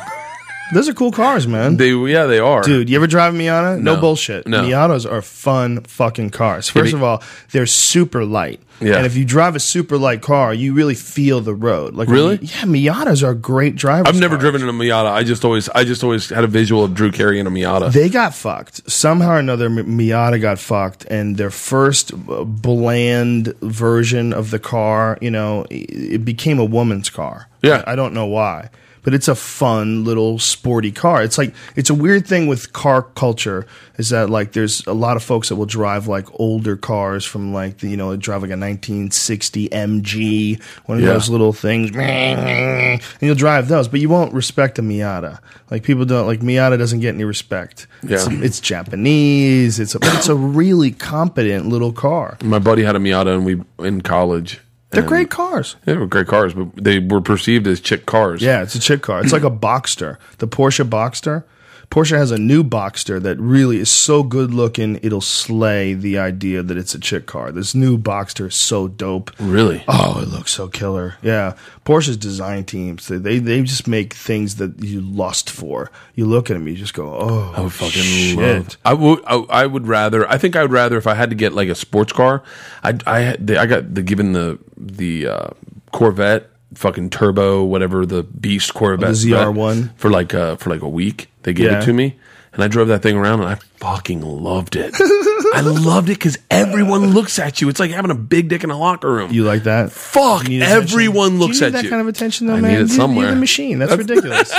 Speaker 1: Those are cool cars, man.
Speaker 3: they yeah they are.
Speaker 1: Dude, you ever drive a Miata? No,
Speaker 3: No.
Speaker 1: bullshit.
Speaker 3: No.
Speaker 1: Miatas are fun fucking cars. First
Speaker 3: but-
Speaker 1: of all, they're super light.
Speaker 3: Yeah.
Speaker 1: And if you drive a super light car, you really feel the road. Like
Speaker 3: Really?
Speaker 1: Yeah, Miatas are great drivers.
Speaker 3: I've never
Speaker 1: cars.
Speaker 3: driven in a Miata. I just always I just always had a visual of Drew Carey in a Miata.
Speaker 1: They got fucked somehow or another. Mi- Miata got fucked, and their first uh, bland version of the car, you know, i- it became a woman's car.
Speaker 3: Yeah.
Speaker 1: I don't know why, but it's a fun little sporty car. It's like it's a weird thing with car culture is that like there's a lot of folks that will drive like older cars from like the, you know drive like a 1960 MG, one of
Speaker 3: Yeah.
Speaker 1: those little things, and you'll drive those, but you won't respect a Miata. Like people don't like Miata doesn't get any respect. It's,
Speaker 3: Yeah.
Speaker 1: it's Japanese. It's a, but it's a really competent little car.
Speaker 3: My buddy had a Miata, and we in college.
Speaker 1: They're
Speaker 3: and-
Speaker 1: great cars.
Speaker 3: They were great cars, but they were perceived as chick cars.
Speaker 1: Yeah, it's a chick car. It's like a Boxster, the Porsche Boxster. Porsche has a new Boxster that really is so good looking, it'll slay the idea that it's a chick car. This new Boxster is so dope.
Speaker 3: Really?
Speaker 1: Oh, it looks so killer. Yeah. Porsche's design teams, they, they, they just make things that you lust for. You look at them, you just go, oh,
Speaker 3: I would fucking
Speaker 1: shit.
Speaker 3: love. I would. I, I would rather. I think I would rather if I had to get like a sports car. I I had- they, I got the given the the uh, Corvette fucking turbo whatever the beast Corvette
Speaker 1: the ZR1?
Speaker 3: for like uh, for like a week. They gave
Speaker 1: Yeah.
Speaker 3: it to me. And I drove that thing around and I fucking loved it. I loved it because everyone looks at you. It's like having a big dick in a locker room.
Speaker 1: You like that?
Speaker 3: Fuck,
Speaker 1: You need attention?
Speaker 3: everyone looks
Speaker 1: Do you
Speaker 3: at
Speaker 1: need that
Speaker 3: you.
Speaker 1: kind of attention, though,
Speaker 3: I
Speaker 1: man.
Speaker 3: need it
Speaker 1: You-
Speaker 3: somewhere.
Speaker 1: You're the machine. That's ridiculous.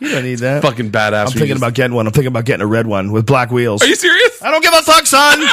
Speaker 1: you don't need that.
Speaker 3: fucking
Speaker 1: I'm
Speaker 3: badass. when you
Speaker 1: thinking
Speaker 3: just-
Speaker 1: about getting one. I'm thinking about getting a red one with black wheels.
Speaker 3: Are you serious?
Speaker 1: I don't give a fuck, son.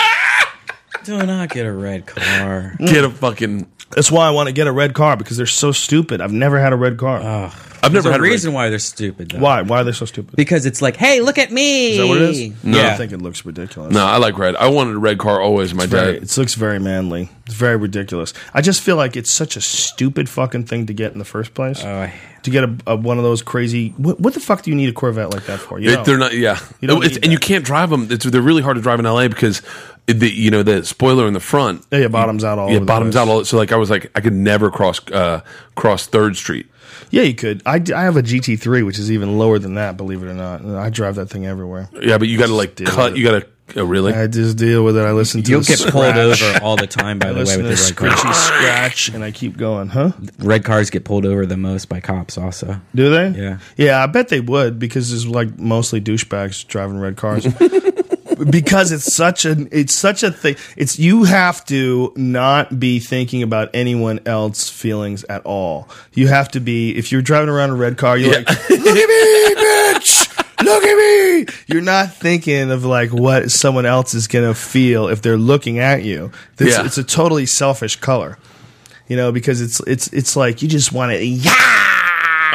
Speaker 2: Do not get a red car.
Speaker 3: Get a fucking.
Speaker 1: That's why I want to get a red car because they're so stupid. I've never had a red car.
Speaker 3: I've never
Speaker 2: There's
Speaker 3: had
Speaker 2: a
Speaker 3: a red-
Speaker 2: reason why they're stupid. Though.
Speaker 1: why? Why are they so stupid?
Speaker 2: Because it's like, hey, look at me.
Speaker 1: Is that what it is? I
Speaker 2: Yeah.
Speaker 1: think it looks ridiculous.
Speaker 3: No, I like red. I wanted a red car always. My
Speaker 1: Very,
Speaker 3: dad.
Speaker 1: it looks very manly. It's very ridiculous. I just feel like it's such a stupid fucking thing to get in the first place.
Speaker 2: Oh, I-
Speaker 1: to get a, a one of those crazy. What, what the fuck do you need a Corvette like that for? You
Speaker 3: It-
Speaker 1: don't.
Speaker 3: they're not. Yeah,
Speaker 1: You don't
Speaker 3: No, it's-
Speaker 1: need
Speaker 3: and you
Speaker 1: that.
Speaker 3: can't drive them. It's, they're really hard to drive in LA because the you know the spoiler in the front.
Speaker 1: Yeah, yeah, bottoms out all.
Speaker 3: yeah,
Speaker 1: over the
Speaker 3: bottoms
Speaker 1: place.
Speaker 3: out. All, so like I was like I could never cross uh, cross Third Street.
Speaker 1: Yeah, you could. I, d- I have a GT3, which is even lower than that. Believe it or not, And I drive that thing everywhere.
Speaker 3: Yeah, but you got to like
Speaker 1: Dude.
Speaker 3: cut. You got to oh, really.
Speaker 1: I just deal with it. I listen to.
Speaker 2: You'll
Speaker 1: the
Speaker 2: get pulled
Speaker 1: scratch.
Speaker 2: over all the time. By
Speaker 1: I
Speaker 2: the way,
Speaker 1: listen
Speaker 2: with
Speaker 1: to
Speaker 2: the
Speaker 1: the
Speaker 2: red cars.
Speaker 1: scratchy scratch, and I keep going, huh?
Speaker 2: Red cars get pulled over the most by cops. Also,
Speaker 1: Do they?
Speaker 2: Yeah.
Speaker 1: Yeah, I bet they would because it's like mostly douchebags driving red cars. because it's such an it's such a thing. It's you have to not be thinking about anyone else's feelings at all. You have to be if you're driving around a red car, you're like, "Look at me, bitch." look at me. You're not thinking of like what someone else is gonna feel if they're looking at you. This,
Speaker 3: Yeah.
Speaker 1: It's a totally selfish color, you know, because it's it's it's like you just want to yeah.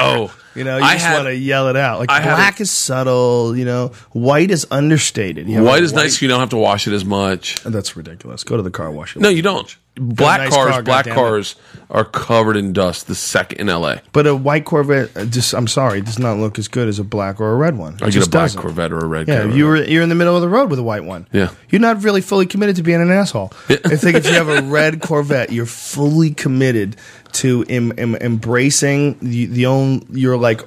Speaker 3: Oh,
Speaker 1: You know, you
Speaker 3: I
Speaker 1: just
Speaker 3: had-
Speaker 1: want to yell it out. Like
Speaker 3: I had
Speaker 1: black
Speaker 3: a-
Speaker 1: is subtle, you know. White is understated. You have
Speaker 3: white
Speaker 1: a
Speaker 3: is nice. You don't have to wash it as much.
Speaker 1: That's ridiculous. Go to the car wash.
Speaker 3: No, you don't. Black
Speaker 1: nice
Speaker 3: cars,
Speaker 1: car,
Speaker 3: black
Speaker 1: goddammit.
Speaker 3: cars are covered in dust. The second in L.A.
Speaker 1: But a white Corvette, uh, just I'm sorry, does not look as good as a black or a red one. It
Speaker 3: I get
Speaker 1: just
Speaker 3: a black
Speaker 1: doesn't.
Speaker 3: Corvette or a red.
Speaker 1: Yeah,
Speaker 3: Corvette.
Speaker 1: you were you're in the middle of the road with a white one.
Speaker 3: Yeah.
Speaker 1: you're not really fully committed to being an asshole. I think if you have a red Corvette, you're fully committed to em- em- embracing the, the own your like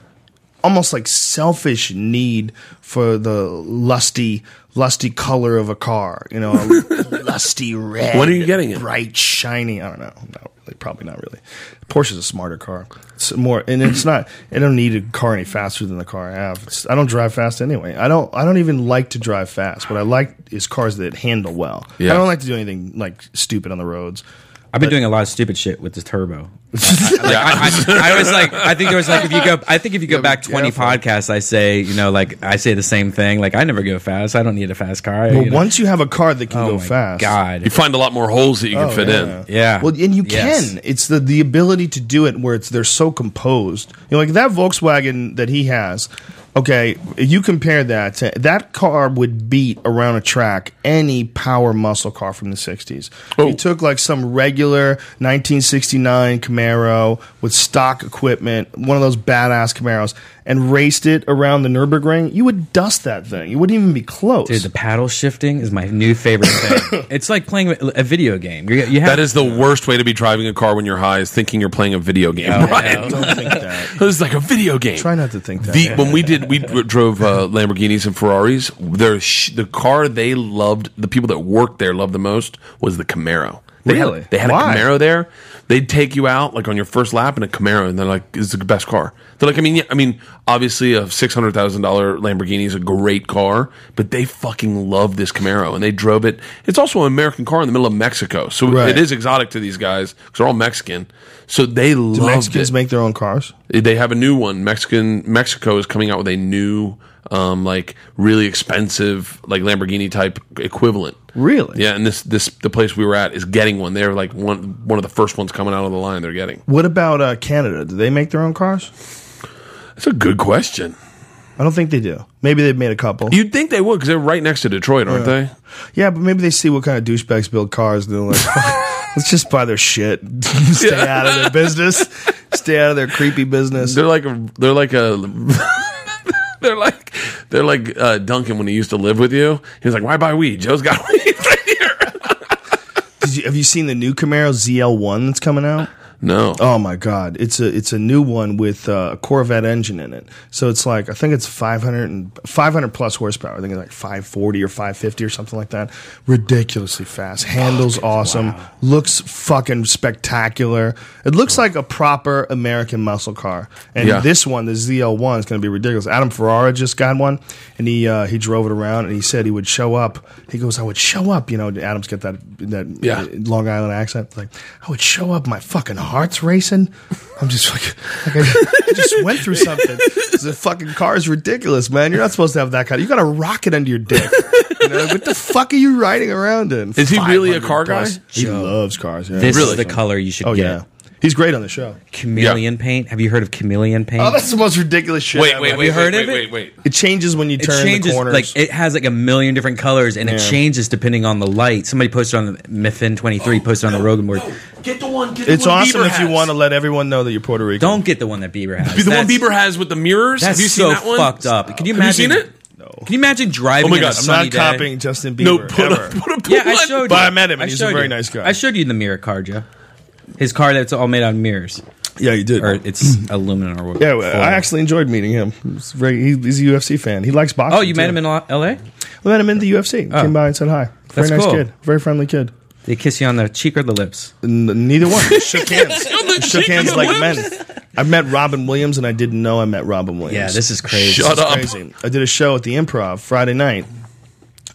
Speaker 1: almost like selfish need for the lusty lusty color of a car. You know, a lusty red.
Speaker 3: When are you getting it?
Speaker 1: Bright, shiny. I don't know. Not really. Probably not really. Porsche's a smarter car. It's more, and it's not. I don't need a car any faster than the car I have. It's, I don't drive fast anyway. I don't. I don't even like to drive fast. What I like is cars that handle well.
Speaker 3: Yeah.
Speaker 1: I don't like to do anything like stupid on the roads.
Speaker 2: I've been doing a lot of stupid shit with this turbo. I, I, I was like, I think there was like, if you go, I think if you go back twenty podcasts, I say, you know, like I say the same thing. Like I never go fast. I don't need a fast car.
Speaker 1: But
Speaker 2: you know?
Speaker 1: once you have a car that can
Speaker 2: oh
Speaker 1: go
Speaker 2: my
Speaker 1: fast,
Speaker 2: God,
Speaker 3: You find a lot more holes that you can
Speaker 1: Oh,
Speaker 3: fit
Speaker 1: yeah.
Speaker 3: in.
Speaker 2: yeah.
Speaker 1: Well, and you
Speaker 2: Yes.
Speaker 1: can. It's the the ability to do it where it's they're so composed. You know, like that Volkswagen that he has. Okay, you compare that to that car would beat around a track any power muscle car from the '60s.
Speaker 3: Oh.
Speaker 1: You took like some regular 1969 Camaro with stock equipment, one of those badass Camaros, and raced it around the Nurburgring. You would dust that thing. You wouldn't even be close.
Speaker 2: Dude, the paddle shifting is my new favorite thing. it's like playing a video game. You, you have,
Speaker 3: That is the worst way to be driving a car when you're high is thinking you're playing a video game. Brian.
Speaker 1: Don't think that.
Speaker 3: It was like a video game.
Speaker 1: Try not to think that.
Speaker 3: The, when we did, we drove uh, Lamborghinis and Ferraris. Their sh- the car they loved, the people that worked there loved the most was the Camaro. They
Speaker 1: Really?
Speaker 3: Had, they had
Speaker 1: Why?
Speaker 3: a Camaro there. They'd take you out like on your first lap in a Camaro, and they're like, "It's the best car." They're like, "I mean, yeah, I mean, obviously a six hundred thousand dollar Lamborghini is a great car, but they fucking love this Camaro, and they drove it. It's also an American car in the middle of Mexico, so
Speaker 1: Right.
Speaker 3: it is exotic to these guys because they're all Mexican. So they
Speaker 1: Do
Speaker 3: love
Speaker 1: Mexicans
Speaker 3: it
Speaker 1: make their own cars.
Speaker 3: they have a new one. Mexican Mexico is coming out with a new, um, like really expensive, like Lamborghini type equivalent.
Speaker 1: Really?
Speaker 3: Yeah, and this this the place we were at is getting one. They're like one one of the first ones coming out of the line. They're getting.
Speaker 1: What about uh, Canada? Do they make their own cars?
Speaker 3: That's a good question.
Speaker 1: I don't think they do. Maybe they've made a couple.
Speaker 3: You'd think they would because they're right next to Detroit, aren't they?
Speaker 1: yeah, but maybe they see what kind of douchebags build cars and they're like, let's just buy their shit. Stay out of their business. Stay out of their creepy business.
Speaker 3: They're like a, they're like a. They're like, they're like uh, Duncan when he used to live with you. He was like, "Why buy weed? Joe's got weed right here."
Speaker 1: Did you, have you seen the new Camaro ZL1 that's coming out?
Speaker 3: No,
Speaker 1: Oh my god, it's a it's a new one with uh, a Corvette engine in it. So it's like I think it's 500 and 500 plus horsepower. I think it's like 540 or 550 or something like that. Ridiculously fast. Handles awesome. Looks fucking spectacular. It looks like a proper American muscle car. And
Speaker 3: Yeah.
Speaker 1: this one, the ZL1 is going to be ridiculous. Adam Ferrara just got one and he uh, he drove it around and he said he would show up. He goes, "I would show up, you know, Adam's got that that
Speaker 3: Yeah.
Speaker 1: uh, Long Island accent. Like I would show up, my fucking heart's racing. I'm just like, like I, I just went through something. The fucking car is ridiculous, man. You're not supposed to have that kind. Of, you got a rocket under your dick. You know, like, what the fuck are you riding around in?
Speaker 3: Is he really a car
Speaker 1: 500
Speaker 3: guy?
Speaker 1: He loves cars. Yeah.
Speaker 2: this
Speaker 3: Really?
Speaker 2: is the color you should
Speaker 1: oh
Speaker 2: get.
Speaker 1: yeah, he's great on the show.
Speaker 2: Chameleon paint. Have you heard of chameleon paint?
Speaker 1: Oh, that's the most ridiculous shit. I've ever-
Speaker 2: you heard of it?
Speaker 3: wait, wait.
Speaker 1: It changes when you
Speaker 2: it
Speaker 1: turn
Speaker 2: changes
Speaker 1: the corners.
Speaker 2: like it has like a million different colors and it
Speaker 1: Yeah.
Speaker 2: changes depending on the light. Somebody posted on the Miffin twenty three posted on the Rogan board.
Speaker 3: Get the one. Get
Speaker 1: it's
Speaker 3: the one
Speaker 1: awesome
Speaker 3: Bieber
Speaker 1: if you
Speaker 3: has.
Speaker 1: want to let everyone know that you're Puerto Rican.
Speaker 2: Don't get the one that Bieber has.
Speaker 3: Be the one
Speaker 2: That's-
Speaker 3: Bieber has with the mirrors.
Speaker 2: That's
Speaker 3: Have you seen
Speaker 2: so
Speaker 3: that one?
Speaker 2: fucked up. Can you
Speaker 3: Have you
Speaker 2: imagine?
Speaker 3: seen it?
Speaker 2: No. Can you imagine driving?
Speaker 3: Oh my
Speaker 2: on a
Speaker 3: God, I'm not
Speaker 1: I'm not
Speaker 2: sunny day?
Speaker 1: copying Justin Bieber.
Speaker 3: No, put
Speaker 1: ever.
Speaker 3: up, put up the
Speaker 2: Yeah, I
Speaker 3: one.
Speaker 2: showed you.
Speaker 1: But I met him and
Speaker 2: I
Speaker 1: he's a
Speaker 2: showed
Speaker 1: very
Speaker 2: you.
Speaker 1: nice guy.
Speaker 2: I showed you the mirror car, Joe. His car that's all made out of mirrors,
Speaker 1: Yeah, you did.
Speaker 2: or it's aluminum or what?
Speaker 1: Yeah, well, I actually enjoyed meeting him. He's, very, he- he's a UFC fan. He likes boxing.
Speaker 2: Oh, you met
Speaker 1: too.
Speaker 2: him in L- L.A.
Speaker 1: I met him in the UFC.
Speaker 2: Oh.
Speaker 1: Came by and said hi. Very
Speaker 2: That's
Speaker 1: nice
Speaker 2: cool.
Speaker 1: kid. Very friendly kid.
Speaker 2: They kiss you on the cheek or the lips.
Speaker 1: N- neither one. Shook hands. Shook hands like men. I met Robin Williams and I didn't know I met Robin Williams.
Speaker 2: Yeah, this is crazy.
Speaker 3: Shut up.
Speaker 1: crazy. I did a show at the Improv Friday night,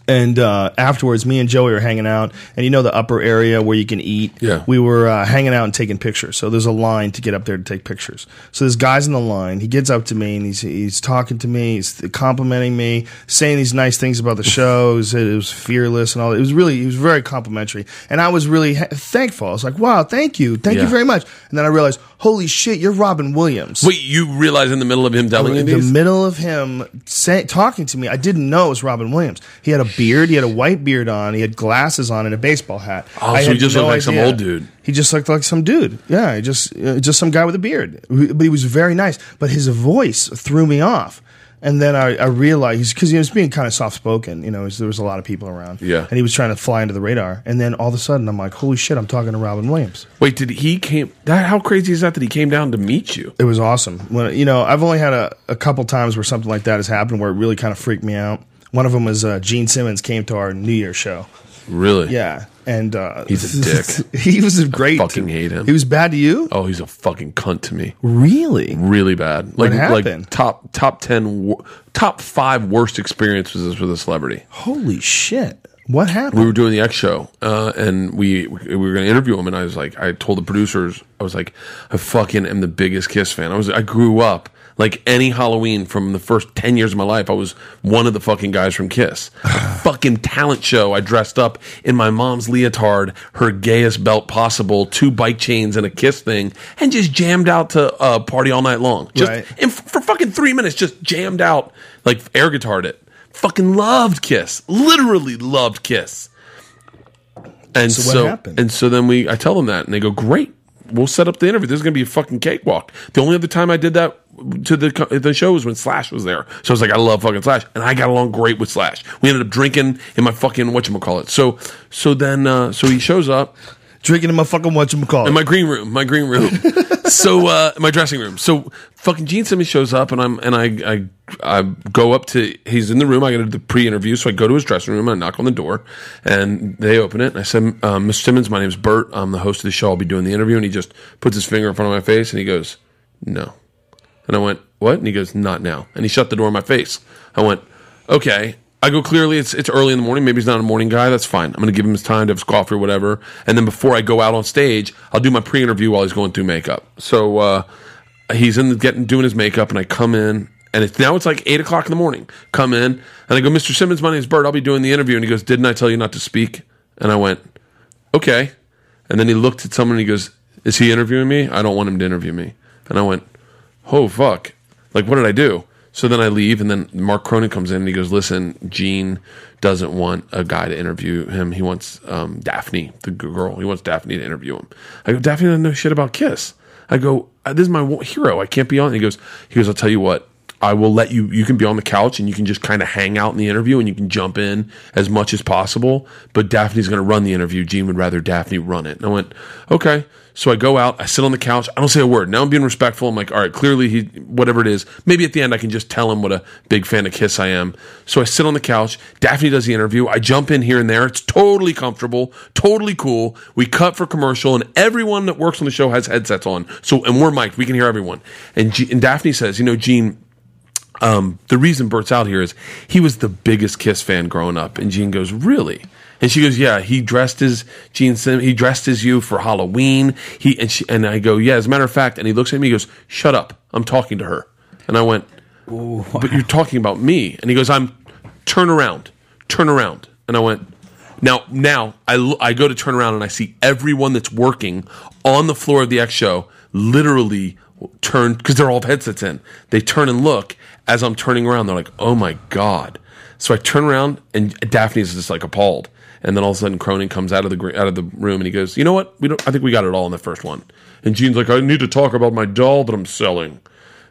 Speaker 1: And uh, afterwards, me and Joey were hanging out, and you know the upper area where you can eat.
Speaker 3: Yeah.
Speaker 1: We were uh, hanging out and taking pictures. So there's a line to get up there to take pictures. So this guy's in the line. He gets up to me and he's he's talking to me. He's complimenting me, saying these nice things about the show. He said it was fearless and all. It was really he was very complimentary, and I was really ha- thankful. I was like, wow, thank you, thank
Speaker 3: Yeah.
Speaker 1: you very much. And then I realized, holy shit, you're Robin Williams.
Speaker 3: Wait, you realize in the middle of him telling you
Speaker 1: In the
Speaker 3: these?
Speaker 1: middle of him say, talking to me, I didn't know it was Robin Williams. He had a beard. He had a white beard on. He had glasses on and a baseball hat.
Speaker 3: Oh,
Speaker 1: I
Speaker 3: so he
Speaker 1: had
Speaker 3: just looked like some old dude.
Speaker 1: He just looked like some dude. Yeah, he just uh, just some guy with a beard. But he was very nice. But his voice threw me off. And then I, I realized because he was being kind of soft spoken. You know, there was a lot of people around.
Speaker 3: Yeah.
Speaker 1: and he was trying to fly into the radar. And then all of a sudden, I'm like, holy shit, I'm talking to Robin Williams.
Speaker 3: Wait, did he came? That, how crazy is that that he came down to meet you?
Speaker 1: It was awesome. When you know, I've only had a, a couple times where something like that has happened where it really kind of freaked me out. One of them was uh, Gene Simmons came to our New Year's show.
Speaker 3: Really?
Speaker 1: Yeah, and uh,
Speaker 3: He's a dick.
Speaker 1: he was great.
Speaker 3: fucking
Speaker 1: to-
Speaker 3: hate him.
Speaker 1: He was bad to you.
Speaker 3: Oh, he's a fucking cunt to me.
Speaker 1: Really?
Speaker 3: Really bad. Like like
Speaker 1: happened?
Speaker 3: top top ten wor- top five worst experiences with a celebrity.
Speaker 1: Holy shit! What happened?
Speaker 3: we were doing the X show, uh, and we we were going to interview him. And I was like, I told the producers, I was like, I fucking am the biggest Kiss fan. I was, I grew up like any Halloween from the first ten years of my life. I was one of the fucking guys from Kiss. fucking talent show. I dressed up in my mom's leotard, her gayest belt possible, two bike chains and a Kiss thing, and just jammed out to uh, party all night long. Just
Speaker 1: Right.
Speaker 3: and f- for fucking three minutes, just jammed out like air guitared it. Fucking loved Kiss, literally loved Kiss. And so,
Speaker 1: So what happened?
Speaker 3: and so then we, I tell them that, and they go, "Great, we'll set up the interview. This is gonna be a fucking cakewalk." The only other time I did that to the co- the show was when Slash was there. So I was like, "I love fucking Slash," and I got along great with Slash. We ended up drinking in my fucking whatchamacallit. So, so then, uh, so he shows up
Speaker 1: Drinking in my fucking whatchamacallit.
Speaker 3: in my green room, my green room. so uh, my dressing room. So fucking Gene Simmons shows up, and I'm and I I I go up to he's in the room. I go to the pre-interview, so I go to his dressing room. I knock on the door, and they open it. And I said, um, "Mr. Simmons, my name's Bert. I'm the host of the show. I'll be doing the interview." And he just puts his finger in front of my face, and he goes, "No." And I went, "What?" And he goes, "Not now." And he shut the door in my face. I went, "Okay." I go, "Clearly, it's it's early in the morning. Maybe he's not a morning guy. That's fine. I'm going to give him his time to have his coffee or whatever. And then before I go out on stage, I'll do my pre-interview while he's going through makeup. So uh, he's in the, getting doing his makeup, and I come in." And it's, now it's like eight o'clock in the morning. Come in, and I go, Mr. Simmons, my name's Bert. I'll be doing the interview. And he goes, Didn't I tell you not to speak? And I went, Okay. And then he looked at someone and he goes, Is he interviewing me? I don't want him to interview me. And I went, oh fuck like what did i do so then i leave and then mark cronin comes in and he goes listen gene doesn't want a guy to interview him he wants um, daphne the g- girl he wants daphne to interview him i go daphne doesn't know shit about kiss i go "Uh, this is my wo- hero i can't be on he goes he goes i'll tell you what I will let you. You can be on the couch and you can just kind of hang out in the interview and you can jump in as much as possible. But Daphne's going to run the interview. Gene would rather Daphne run it. And I went, okay. So I go out. I sit on the couch. I don't say a word. Now I'm being respectful. I'm like, all right, clearly he, whatever it is. Maybe at the end I can just tell him what a big fan of Kiss I am. So I sit on the couch. Daphne does the interview. I jump in here and there. It's totally comfortable, totally cool. We cut for commercial, and everyone that works on the show has headsets on. So and we're mic'd. We can hear everyone. And G- and Daphne says, you know, Gene um, the reason Bert's out here is he was the biggest Kiss fan growing up. And Gene goes, really? And she goes, yeah. He dressed as Gene Sim. He dressed as you for Halloween. He and she and I go, yeah. As a matter of fact, and he looks at me. He goes, shut up. I'm talking to her. And I went, but you're talking about me. And he goes, I'm turn around, turn around. And I went, now, now I, l- I go to turn around and I see everyone that's working on the floor of the X show literally turn because they're all have headsets in. They turn and look as I'm turning around. They're like, oh my God. So I turn around and Daphne's just like appalled. And then all of a sudden, Cronin comes out of the gr- out of the room and he goes, "You know what? We don't. I think we got it all in the first one." And Gene's like, "I need to talk about my doll that I'm selling." And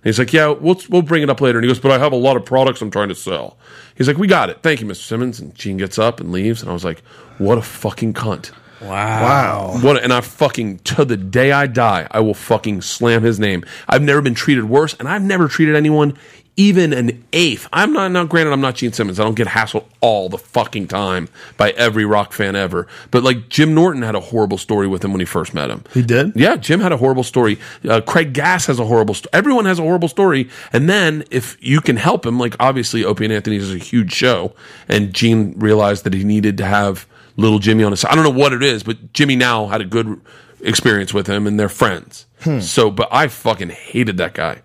Speaker 3: he's like, "Yeah, we'll we'll bring it up later." And he goes, "But I have a lot of products I'm trying to sell." He's like, "We got it. Thank you, Mr. Simmons." And Gene gets up and leaves. And I was like, "What a fucking cunt."
Speaker 1: Wow.
Speaker 3: What? And I fucking to the day I die, I will fucking slam his name. I've never been treated worse, and I've never treated anyone even an eighth. I'm not now. Granted, I'm not Gene Simmons. I don't get hassled all the fucking time by every rock fan ever. But like Jim Norton had a horrible story with him when he first met him.
Speaker 1: He did?
Speaker 3: Yeah, Jim had a horrible story. Uh, Craig Gass has a horrible story. Everyone has a horrible story. And then if you can help him, like obviously Opie and Anthony's is a huge show, and Gene realized that he needed to have little Jimmy on his side. I don't know what it is, but Jimmy now had a good experience with him and they're friends. So, but I fucking hated that guy.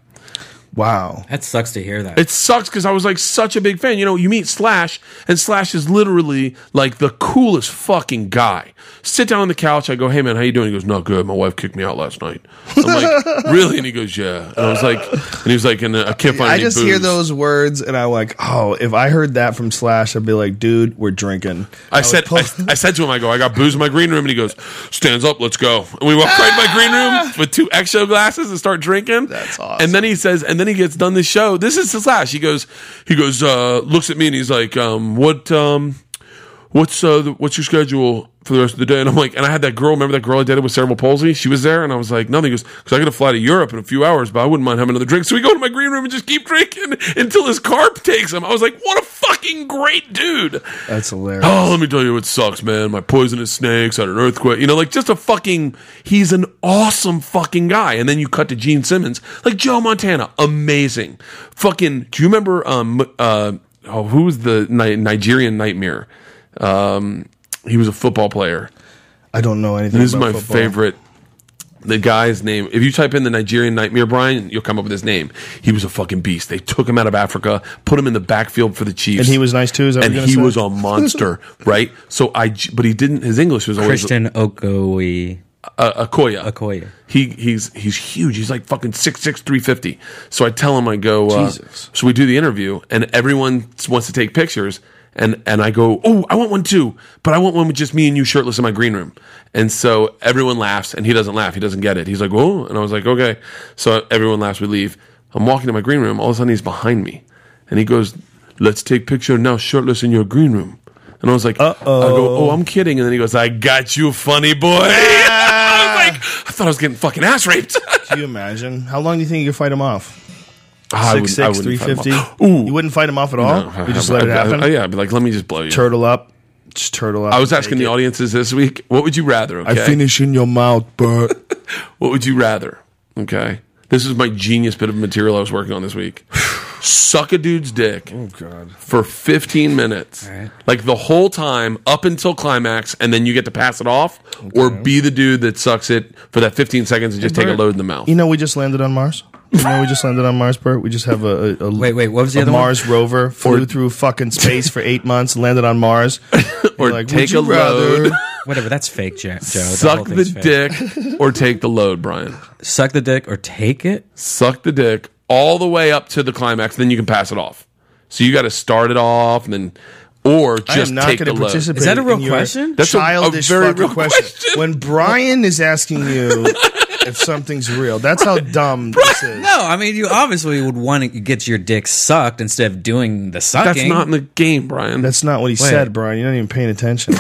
Speaker 1: Wow.
Speaker 2: That sucks to hear that.
Speaker 3: It sucks because I was like such a big fan. You know, you meet Slash, and Slash is literally like the coolest fucking guy. Sit down on the couch. I go, "Hey man, how you doing?" He goes, "Not good. My wife kicked me out last night." I'm like, "Really?" And he goes, "Yeah." And I was like, and he was like, "And uh, I can't find."
Speaker 1: I
Speaker 3: any
Speaker 1: just hear
Speaker 3: booze."
Speaker 1: those words and I'm like, oh, if I heard that from Slash, I'd be like, dude, we're drinking.
Speaker 3: I
Speaker 1: would
Speaker 3: said,
Speaker 1: pull-
Speaker 3: I, I said to him, I go, I got booze in my green room, and he goes, stands up, let's go. And we walk right in my green room with two extra glasses and start drinking.
Speaker 1: Ah! That's
Speaker 3: And
Speaker 1: awesome.
Speaker 3: then he says, and then he gets done this show. This is his last. He goes, he goes, uh, looks at me and he's like, um, what, um, what's uh, the, what's your schedule for the rest of the day? And I'm like, and I had that girl. Remember that girl I dated with cerebral palsy? She was there, and I was like, nothing. He goes, because I got to fly to Europe in a few hours, but I wouldn't mind having another drink. So we go to my green room and just keep drinking until his carp takes him. I was like, what a fucking great dude.
Speaker 1: That's hilarious.
Speaker 3: Oh, let me tell you what sucks, man. My poisonous snakes had an earthquake. You know, like just a fucking. He's an awesome fucking guy. And then you cut to Gene Simmons, like Joe Montana, amazing. Fucking. Do you remember? Um. Uh. Oh, who was the Ni- Nigerian nightmare? Um. He was a football player.
Speaker 1: I don't know anything.
Speaker 3: This is
Speaker 1: about
Speaker 3: my
Speaker 1: football.
Speaker 3: favorite. The guy's name. If you type in the Nigerian Nightmare Brian, you'll come up with his name. He was a fucking beast. They took him out of Africa, put him in the backfield for the Chiefs,
Speaker 1: And he was nice too. Is that what
Speaker 3: and
Speaker 1: you're
Speaker 3: he
Speaker 1: gonna say?
Speaker 3: was a monster, right? So I, j- but he didn't. His English was always
Speaker 2: Christian Okoye.
Speaker 3: uh, Akoya.
Speaker 2: Okoye.
Speaker 3: He he's he's huge. He's like fucking six six three fifty. So I tell him I go. Uh,
Speaker 1: Jesus.
Speaker 3: So we do the interview, and everyone wants to take pictures, and and I go, oh, I want one too, but I want one with just me and you shirtless in my green room. And so everyone laughs, and he doesn't laugh. He doesn't get it. He's like, oh, and I was like, okay. So everyone laughs. We leave. I'm walking to my green room. All of a sudden, he's behind me, and he goes, let's take picture now, shirtless in your green room. And I was like, I go, oh, I'm kidding. And then he goes, I got you, funny boy. I was like, I thought I was getting fucking ass raped.
Speaker 1: Can you imagine? How long do you think you could fight him off? Six
Speaker 3: I wouldn't- I
Speaker 1: six
Speaker 3: wouldn't
Speaker 1: three
Speaker 3: fight him
Speaker 1: fifty.
Speaker 3: off. Ooh.
Speaker 1: You wouldn't fight him off at all. you just let it
Speaker 3: I'd- I'd-
Speaker 1: happen.
Speaker 3: oh, yeah, I'd be like, let me just blow you.
Speaker 1: Turtle up. Just turtle up.
Speaker 3: I was asking the
Speaker 1: Take it.
Speaker 3: audiences this week, what would you rather? Okay?
Speaker 1: in your mouth, Bert.
Speaker 3: What would you rather? Okay. This is my genius bit of material I was working on this week. Suck a dude's dick
Speaker 1: Oh, God.
Speaker 3: for 15 minutes. Like the whole time up until climax, and then you get to pass it off, or be the dude that sucks it for that 15 seconds and just take a load in the mouth.
Speaker 1: You know, we just landed on Mars. You know, we just landed on Mars, Bert. We just have a, a, a
Speaker 2: Wait, wait, what was the
Speaker 1: a
Speaker 2: other one?
Speaker 1: Mars rover flew through fucking space for eight months, landed on Mars,
Speaker 3: or
Speaker 1: Like, would
Speaker 3: take a
Speaker 1: you rather-
Speaker 3: load,
Speaker 2: Whatever, that's fake, Ja- Joe. That whole
Speaker 3: suck the
Speaker 2: thing's fake.
Speaker 3: dick, or take the load, Brian.
Speaker 2: Suck the dick or take it?
Speaker 3: Suck the dick all the way up to the climax, then you can pass it off. So you got to start it off, and then or
Speaker 1: I
Speaker 3: just
Speaker 1: am not
Speaker 3: take
Speaker 1: going
Speaker 3: the
Speaker 1: to
Speaker 3: load.
Speaker 1: participate.
Speaker 2: Is that a real
Speaker 1: in your
Speaker 2: question?
Speaker 3: That's a- a
Speaker 1: childish
Speaker 3: very
Speaker 1: fucking
Speaker 3: real
Speaker 1: question.
Speaker 3: question.
Speaker 1: When Brian is asking you if something's real, that's how dumb this is.
Speaker 2: No, I mean, you obviously would want to get your dick sucked instead of doing the sucking.
Speaker 3: That's not in the game, Brian.
Speaker 1: That's not what he said, Brian. You're not even paying attention.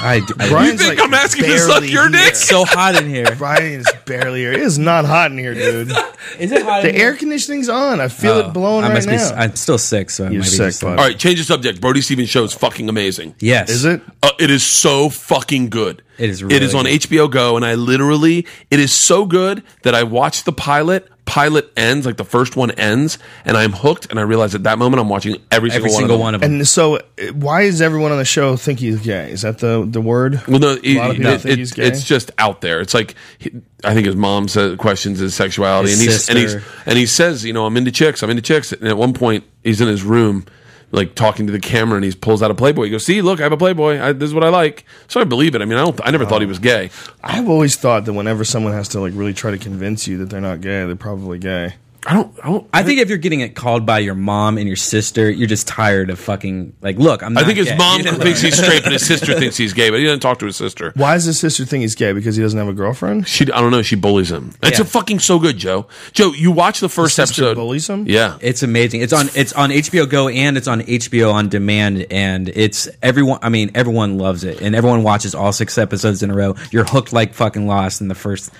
Speaker 2: I, I-
Speaker 1: Brian-
Speaker 3: you think
Speaker 1: like
Speaker 3: I'm asking you to suck
Speaker 1: barely
Speaker 3: your
Speaker 1: here.
Speaker 3: dick?
Speaker 2: it's so hot in here.
Speaker 1: Brian is barely here. It is not hot in here, dude.
Speaker 2: Is it hot
Speaker 1: The air conditioning's on. I feel
Speaker 3: Oh,
Speaker 1: it blowing
Speaker 2: I
Speaker 1: right
Speaker 2: must be,
Speaker 1: now.
Speaker 2: I'm still sick, so I
Speaker 1: You're
Speaker 2: might
Speaker 1: sick,
Speaker 2: be just like-
Speaker 1: bud.
Speaker 3: All right, change the subject. Brody Stevens' show is fucking amazing.
Speaker 2: Yes.
Speaker 1: is it?
Speaker 3: Uh, it is so fucking good.
Speaker 2: It is
Speaker 3: it
Speaker 2: really
Speaker 3: is on
Speaker 2: good.
Speaker 3: HBO Go, and I literally, it is so good that I watched the pilot. Pilot ends, like the first one ends, and I'm hooked. And I realize at that moment I'm watching every single
Speaker 2: Every
Speaker 3: one.
Speaker 2: single
Speaker 3: of them.
Speaker 2: one of them.
Speaker 1: And so, uh, why is everyone on the show think he's gay? Is that the the word?
Speaker 3: Well, no, it,
Speaker 1: a lot of people
Speaker 3: it-
Speaker 1: think
Speaker 3: it-
Speaker 1: he's gay.
Speaker 3: it's just out there. It's like he- I think his mom says, questions his sexuality,
Speaker 2: His
Speaker 3: and he's, and he's
Speaker 2: sister.
Speaker 3: and he says, you know, I'm into chicks, I'm into chicks. And at one point, he's in his room, like talking to the camera, and he pulls out a Playboy. He goes, "See, look, I have a Playboy. I, this is what I like." So I believe it. I mean, I don't. I never
Speaker 1: Oh.
Speaker 3: thought he was gay.
Speaker 1: I've always thought that whenever someone has to like really try to convince you that they're not gay, they're probably gay.
Speaker 3: I don't. I, don't,
Speaker 2: I think if you're getting it called by your mom and your sister, you're just tired of fucking like. Look, I'm. Not
Speaker 3: I think his
Speaker 2: gay.
Speaker 3: mom
Speaker 2: You know?
Speaker 3: thinks he's straight, but his sister thinks he's gay. But he doesn't talk to his sister.
Speaker 1: Why is his sister think he's gay because he doesn't have a girlfriend?
Speaker 3: She, I don't know. She bullies him. It's
Speaker 2: Yeah.
Speaker 3: a fucking so good, Joe. Joe, you watch the first
Speaker 1: His sister
Speaker 3: episode.
Speaker 1: bullies him?
Speaker 3: Yeah,
Speaker 2: It's amazing. It's on. It's on HBO Go and it's on HBO on demand. And it's everyone. I mean, everyone loves it, and everyone watches all six episodes in a row. You're hooked like fucking lost in the first.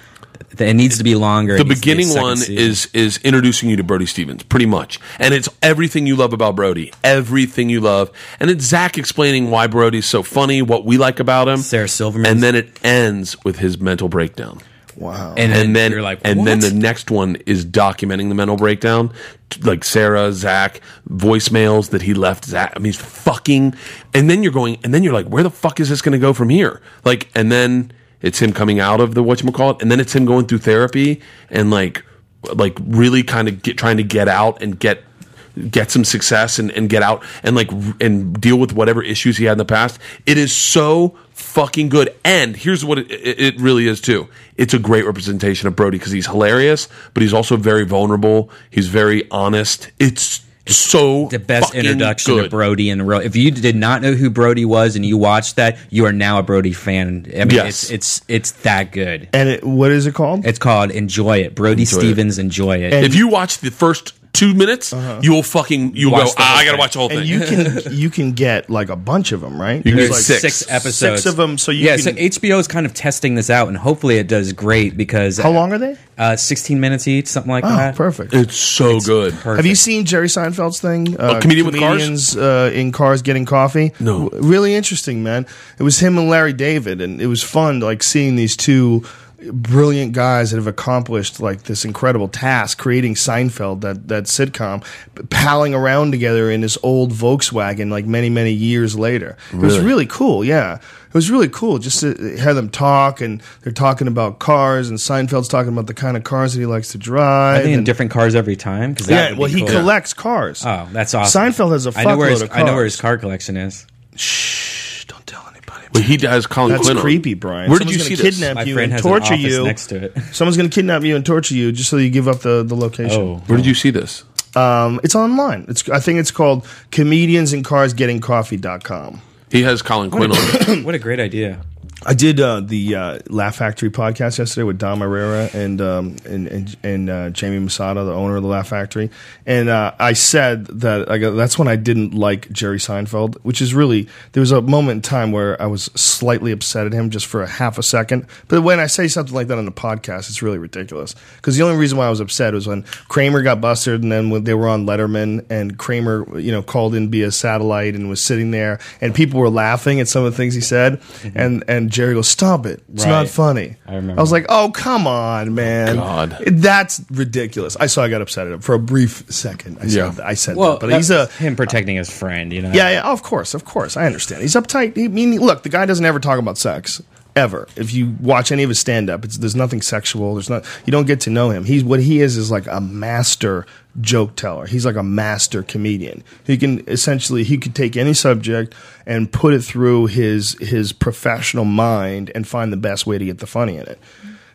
Speaker 2: It needs to be longer. It
Speaker 3: the
Speaker 2: needs to be a
Speaker 3: beginning
Speaker 2: second
Speaker 3: one
Speaker 2: season.
Speaker 3: is is introducing you to Brody Stevens, pretty much, and it's everything you love about Brody, everything you love, and it's Zach explaining why Brody's so funny, what we like about him,
Speaker 2: Sarah Silverman.
Speaker 3: and then it ends with his mental breakdown.
Speaker 1: Wow.
Speaker 2: and,
Speaker 3: and then
Speaker 2: you're like,
Speaker 3: and then
Speaker 2: "What?"
Speaker 3: the next one is documenting the mental breakdown, t- like Sarah, Zach, voicemails that he left Zach. I mean, he's fucking. And then you're going, and then you're like, where the fuck is this going to go from here? Like, and then it's him coming out of the whatchamacallit, and then it's him going through therapy and like, like really kind of get trying to get out and get get some success and, and get out and like r- and deal with whatever issues he had in the past. It is so fucking good. And here's what it, it it really is too. It's a great representation of Brody because he's hilarious, but he's also very vulnerable. He's very honest. It's so
Speaker 2: the best
Speaker 3: fucking
Speaker 2: introduction
Speaker 3: good.
Speaker 2: to Brody in a row. If you did not know who Brody was and you watched that, you are now a Brody fan. I mean,
Speaker 3: Yes.
Speaker 2: it's it's it's that good.
Speaker 1: And it, what is it called?
Speaker 2: It's called Enjoy It. Brody Stevens, Enjoy It.
Speaker 3: If you watch the first two minutes, you'll fucking you'll
Speaker 2: Watch
Speaker 3: go.
Speaker 2: the whole
Speaker 3: Ah, I gotta
Speaker 2: thing."
Speaker 3: watch the whole
Speaker 1: Uh-huh. and you
Speaker 3: thing.
Speaker 1: can you can get like a bunch of them, right?
Speaker 3: You can
Speaker 1: There's
Speaker 3: get
Speaker 1: like
Speaker 3: six.
Speaker 2: episodes.
Speaker 1: six of them, so you
Speaker 2: yeah,
Speaker 1: can-
Speaker 2: so HBO is kind of testing this out, and hopefully it does great because
Speaker 1: How long are they?
Speaker 2: Uh, Sixteen minutes each, something like
Speaker 1: Oh,
Speaker 2: that.
Speaker 1: perfect.
Speaker 3: Uh, it's so good.
Speaker 1: Have you seen Jerry Seinfeld's thing? Uh,
Speaker 3: Oh, Comedian with Cars?
Speaker 1: comedians uh, in cars getting coffee.
Speaker 3: No.
Speaker 1: W- really interesting, man. It was him and Larry David, and it was fun, like seeing these two brilliant guys that have accomplished like this incredible task, creating Seinfeld, that that sitcom, p- palling around together in this old Volkswagen, like many many years later. It was really cool. Yeah, it was really cool just to uh, have them talk, and they're talking about cars, and Seinfeld's talking about the kind of cars that he likes to drive.
Speaker 2: Are they in
Speaker 1: and-
Speaker 2: different cars every time? 'Cause that
Speaker 1: yeah,
Speaker 2: would be
Speaker 1: well, he
Speaker 2: cool.
Speaker 1: collects cars.
Speaker 2: Oh, that's awesome.
Speaker 1: Seinfeld has a
Speaker 2: I know where his,
Speaker 1: fuckload of
Speaker 2: I know where
Speaker 1: cars.
Speaker 2: his car collection is.
Speaker 1: Shh, don't tell anybody.
Speaker 3: But he does Colin
Speaker 1: That's
Speaker 3: Quinn. on.
Speaker 1: creepy, Brian.
Speaker 3: Where
Speaker 1: Someone's
Speaker 3: did you see
Speaker 1: gonna
Speaker 3: this?
Speaker 1: kidnap
Speaker 2: My
Speaker 1: you
Speaker 2: friend
Speaker 1: and
Speaker 2: has an
Speaker 1: torture
Speaker 2: office
Speaker 1: you
Speaker 2: next to it.
Speaker 1: Someone's going to kidnap you and torture you just so you give up the, the location.
Speaker 2: Oh,
Speaker 3: Where did you see this?
Speaker 1: Um, it's online. It's I think it's called comedians and cars getting coffee.com.
Speaker 3: He has Colin Quinn on. it.
Speaker 2: what a great idea!
Speaker 1: I did uh, the uh, Laugh Factory podcast yesterday with Don Herrera and um, and and, and uh, Jamie Masada, the owner of the Laugh Factory, and uh, I said that I go, that's when I didn't like Jerry Seinfeld, which is really there was a moment in time where I was slightly upset at him just for a half a second. But when I say something like that on the podcast, it's really ridiculous because the only reason why I was upset was when Kramer got busted, and then when they were on Letterman, and Kramer you know called in via satellite and was sitting there, and people were laughing at some of the things he said, and and Jerry goes, "Stop it! It's not
Speaker 2: Right.
Speaker 1: funny." I
Speaker 2: remember.
Speaker 1: I was like, "Oh come on, man!
Speaker 3: God.
Speaker 1: that's ridiculous." I saw I got upset at him for a brief second. I
Speaker 3: Yeah.
Speaker 1: said, that- I said,
Speaker 2: Well,
Speaker 1: that, but he's a
Speaker 2: him protecting his friend. You know,
Speaker 1: yeah, yeah, of course, of course. I understand. He's uptight. He, I mean, look, the guy doesn't ever talk about sex ever. If you watch any of his stand up, there's nothing sexual. There's not. You don't get to know him. He's what he is is like a master joke teller. He's like a master comedian. He can essentially he could take any subject and put it through his his professional mind and find the best way to get the funny in it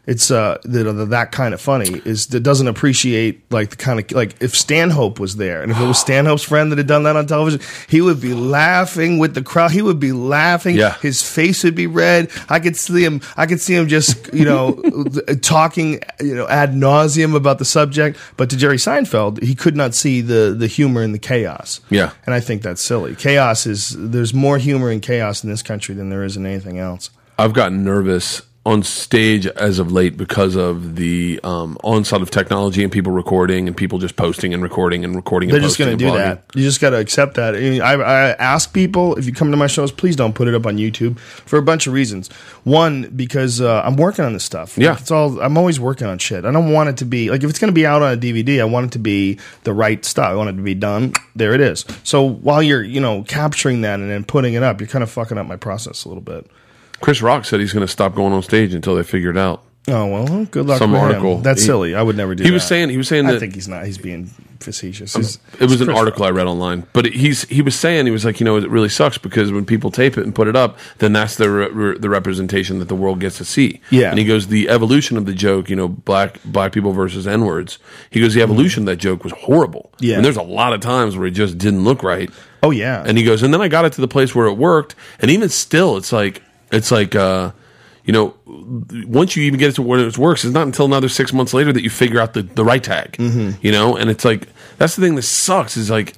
Speaker 1: it's uh that that kind of funny is that doesn't appreciate like the kind of like if Stanhope was there and if it was Stanhope's friend that had done that on television, he would be laughing with the crowd. He would be laughing.
Speaker 3: Yeah.
Speaker 1: his face would be red. I could see him. I could see him just you know talking you know ad nauseum about the subject. But to Jerry Seinfeld, he could not see the the humor in the chaos.
Speaker 3: Yeah.
Speaker 1: and I think that's silly. Chaos is there's more humor in chaos in this country than there is in anything else.
Speaker 3: I've gotten nervous on stage as of late because of the um, onslaught of technology and people recording and people just posting and recording and recording.
Speaker 1: They're
Speaker 3: and
Speaker 1: just going to
Speaker 3: posting
Speaker 1: do
Speaker 3: and blogging.
Speaker 1: that. You just got to accept that. I, mean, I, I ask people if you come to my shows, please don't put it up on YouTube for a bunch of reasons. One, because uh, I'm working on this stuff. Like,
Speaker 3: Yeah.
Speaker 1: it's all. I'm always working on shit. I don't want it to be like if it's going to be out on a DVD, I want it to be the right stuff. I want it to be done. There it is. So while you're you know capturing that and then putting it up, you're kind of fucking up my process a little bit.
Speaker 3: Chris Rock said he's going to stop going on stage until they figure it out.
Speaker 1: Oh well, good luck.
Speaker 3: Some
Speaker 1: with him.
Speaker 3: article.
Speaker 1: That's
Speaker 3: He-
Speaker 1: silly. I would never do.
Speaker 3: He
Speaker 1: that.
Speaker 3: was saying he was saying
Speaker 1: I
Speaker 3: that
Speaker 1: think he's not. He's being facetious.
Speaker 3: it was an article I read online, but he's he was saying he was like you know it really sucks because when people tape it and put it up, then that's the re- re- the representation that the world gets to see.
Speaker 1: Yeah.
Speaker 3: and he goes the evolution of the joke, you know, black black people versus n words. He goes the evolution of that joke was horrible.
Speaker 1: Yeah.
Speaker 3: and there's a lot of times where it just didn't look right.
Speaker 1: Oh yeah,
Speaker 3: And he goes, and then I got it to the place where it worked. And even still, it's like, it's like, uh, you know, once you even get it to where it works, it's not until another six months later that you figure out the, the right tag,
Speaker 1: Mm-hmm.
Speaker 3: you know? And it's like, that's the thing that sucks is like,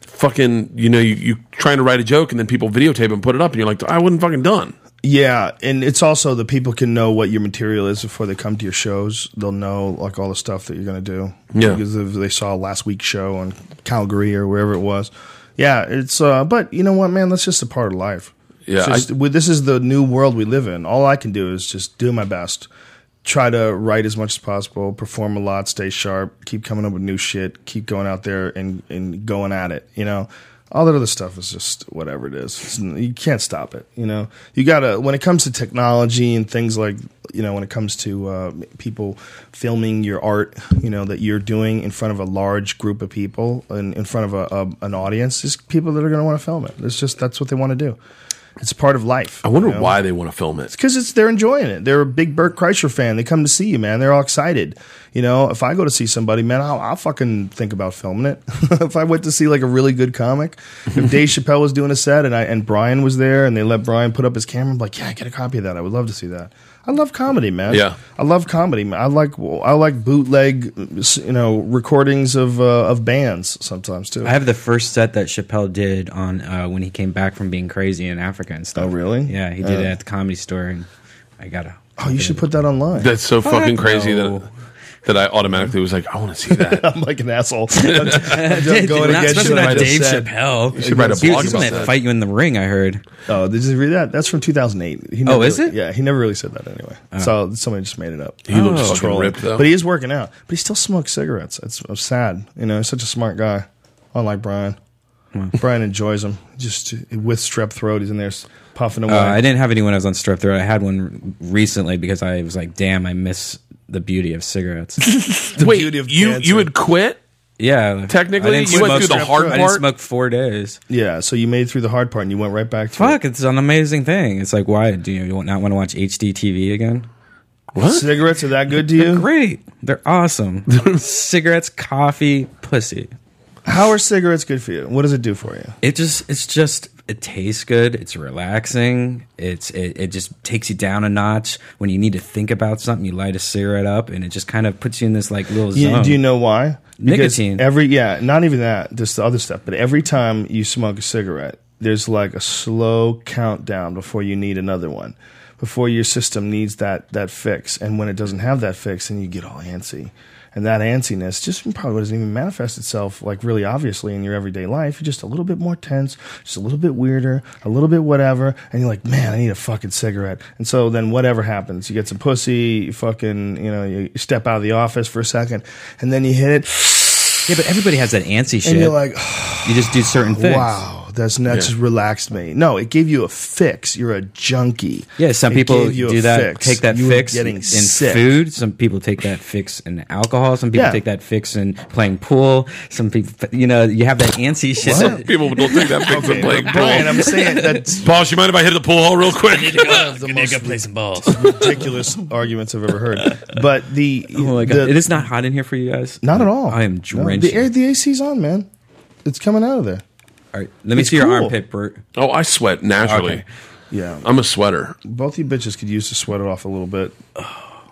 Speaker 3: fucking, you know, you, you trying to write a joke and then people videotape and put it up and you're like, I wasn't fucking done.
Speaker 1: yeah, and it's also the people can know what your material is before they come to your shows. They'll know like all the stuff that you're gonna do.
Speaker 3: Yeah.
Speaker 1: because if they saw last week's show on Calgary or wherever it was. Yeah, it's uh, but you know what, man? That's just a part of life.
Speaker 3: Yeah,
Speaker 1: It's just,
Speaker 3: I-
Speaker 1: with- this is the new world we live in. All I can do is just do my best, try to write as much as possible, perform a lot, stay sharp, keep coming up with new shit, keep going out there and and going at it. You know, all that other stuff is just whatever it is. It's, you can't stop it. You know, you gotta when it comes to technology and things like you know when it comes to uh, people filming your art, you know that you're doing in front of a large group of people and in front of a, a an audience, is people that are going to want to film it. It's just that's what they want to do. It's part of life.
Speaker 3: I wonder
Speaker 1: you know?
Speaker 3: why they want to film it.
Speaker 1: because it's they're enjoying it. They're a big Burt Kreischer fan. They come to see you, man. They're all excited. You know, if I go to see somebody, man, I'll, I'll fucking think about filming it. if I went to see like a really good comic, if Dave Chappelle was doing a set and I and Brian was there and they let Brian put up his camera, I'm like, yeah, get a copy of that. I would love to see that. I love comedy, man.
Speaker 3: Yeah.
Speaker 1: I love comedy. man. I like I like bootleg, you know, recordings of uh, of bands sometimes too.
Speaker 2: I have the first set that Chappelle did on uh, when he came back from being crazy in Africa and stuff.
Speaker 1: Oh, really?
Speaker 2: Yeah, he did
Speaker 1: Oh.
Speaker 2: it at the comedy store, and I got a.
Speaker 1: oh, you should put that online.
Speaker 3: That's so fucking crazy
Speaker 2: no.
Speaker 3: that that I automatically was like, I want to see that.
Speaker 1: I'm like an asshole. I'm just going
Speaker 2: Dude, not
Speaker 1: against
Speaker 2: especially
Speaker 1: you.
Speaker 2: not
Speaker 3: I just
Speaker 2: Dave
Speaker 3: said.
Speaker 2: Chappelle.
Speaker 3: You should write a
Speaker 2: He was-
Speaker 3: blog
Speaker 2: he's
Speaker 3: about
Speaker 2: gonna
Speaker 3: that.
Speaker 2: fight you in the ring. I heard.
Speaker 1: Oh, did you read that? That's from 2008. He
Speaker 2: Oh,
Speaker 1: never
Speaker 2: is
Speaker 1: really-
Speaker 2: it?
Speaker 1: Yeah, he never really said that anyway. So somebody just made it up.
Speaker 3: He looks
Speaker 2: Oh.
Speaker 3: fucking
Speaker 1: Trolling.
Speaker 3: ripped though.
Speaker 1: But he is working out. But he still smokes cigarettes. It's, it's sad. You know, he's such a smart guy. Unlike Brian. Brian enjoys them. Just with strep throat, he's in there puffing away.
Speaker 2: Uh, I didn't have any when I was on strep throat. I had one recently because I was like, damn, I miss the beauty of cigarettes.
Speaker 3: Wait,
Speaker 1: beauty of
Speaker 3: you
Speaker 1: cancer.
Speaker 3: you had quit?
Speaker 2: yeah,
Speaker 3: Technically,
Speaker 2: I didn't
Speaker 3: you
Speaker 2: smoke
Speaker 3: went through the
Speaker 2: strep
Speaker 3: hard
Speaker 2: throat. I didn't
Speaker 3: part?
Speaker 2: smoke four days.
Speaker 1: yeah, so you made it through the hard part and you went right back to
Speaker 2: Fuck, it's an amazing thing. It's like, why do you not want to watch HD TV again?
Speaker 1: it. Cigarettes are that good to you?
Speaker 2: Great, they're awesome. Cigarettes, coffee, pussy.
Speaker 1: How are cigarettes good for you? What does it do for you?
Speaker 2: It just, it's just, it tastes good. It's relaxing. It's, it, it just takes you down a notch when you need to think about something. You light a cigarette up, and it just kind of puts you in this like little
Speaker 1: You-
Speaker 2: zone.
Speaker 1: do you know why? Because
Speaker 2: Nicotine.
Speaker 1: Every yeah, not even that. Just the other stuff. But every time you smoke a cigarette, there's like a slow countdown before you need another one, before your system needs that that fix. And when it doesn't have that fix, then you get all antsy. And that antsiness just probably doesn't even manifest itself like really obviously in your everyday life. You're just a little bit more tense, just a little bit weirder, a little bit whatever. And you're like, man, I need a fucking cigarette. And so then whatever happens, you get some pussy, you fucking, you know, you step out of the office for a second, and then you hit it,
Speaker 2: Yeah, but everybody has that antsy shit.
Speaker 1: and you're like,
Speaker 2: you just do certain things.
Speaker 1: wow, that's that just relaxed me. No, it gave you a fix. You're a junkie.
Speaker 2: Yeah, some
Speaker 1: It
Speaker 2: people
Speaker 1: gave you a
Speaker 2: do that.
Speaker 1: fix.
Speaker 2: Take that
Speaker 1: You were
Speaker 2: fix
Speaker 1: getting
Speaker 2: in
Speaker 1: sick.
Speaker 2: food. Some people take that fix in alcohol. Some people
Speaker 1: Yeah.
Speaker 2: take that fix in playing pool. Some people, you know, you have that antsy shit.
Speaker 1: What?
Speaker 3: People don't think that big okay, playing
Speaker 1: Brian,
Speaker 3: pool.
Speaker 1: I'm saying that's
Speaker 3: Boss, you mind if I hit the pool hall real quick?
Speaker 1: the
Speaker 4: They
Speaker 1: most
Speaker 4: go play some balls.
Speaker 1: ridiculous arguments I've ever heard. But the
Speaker 2: Oh my god!
Speaker 1: the-
Speaker 2: it is not hot in here for you guys.
Speaker 1: not at all.
Speaker 2: I am
Speaker 1: No,
Speaker 2: drenched.
Speaker 1: the air, the AC's on, man. It's coming out of there.
Speaker 2: All right, let me
Speaker 1: It's
Speaker 2: see
Speaker 1: cool.
Speaker 2: your armpit, Bert.
Speaker 3: Oh, I sweat naturally.
Speaker 2: Okay.
Speaker 1: Yeah,
Speaker 3: I'm a sweater.
Speaker 1: both you bitches could use to sweat it off a little bit.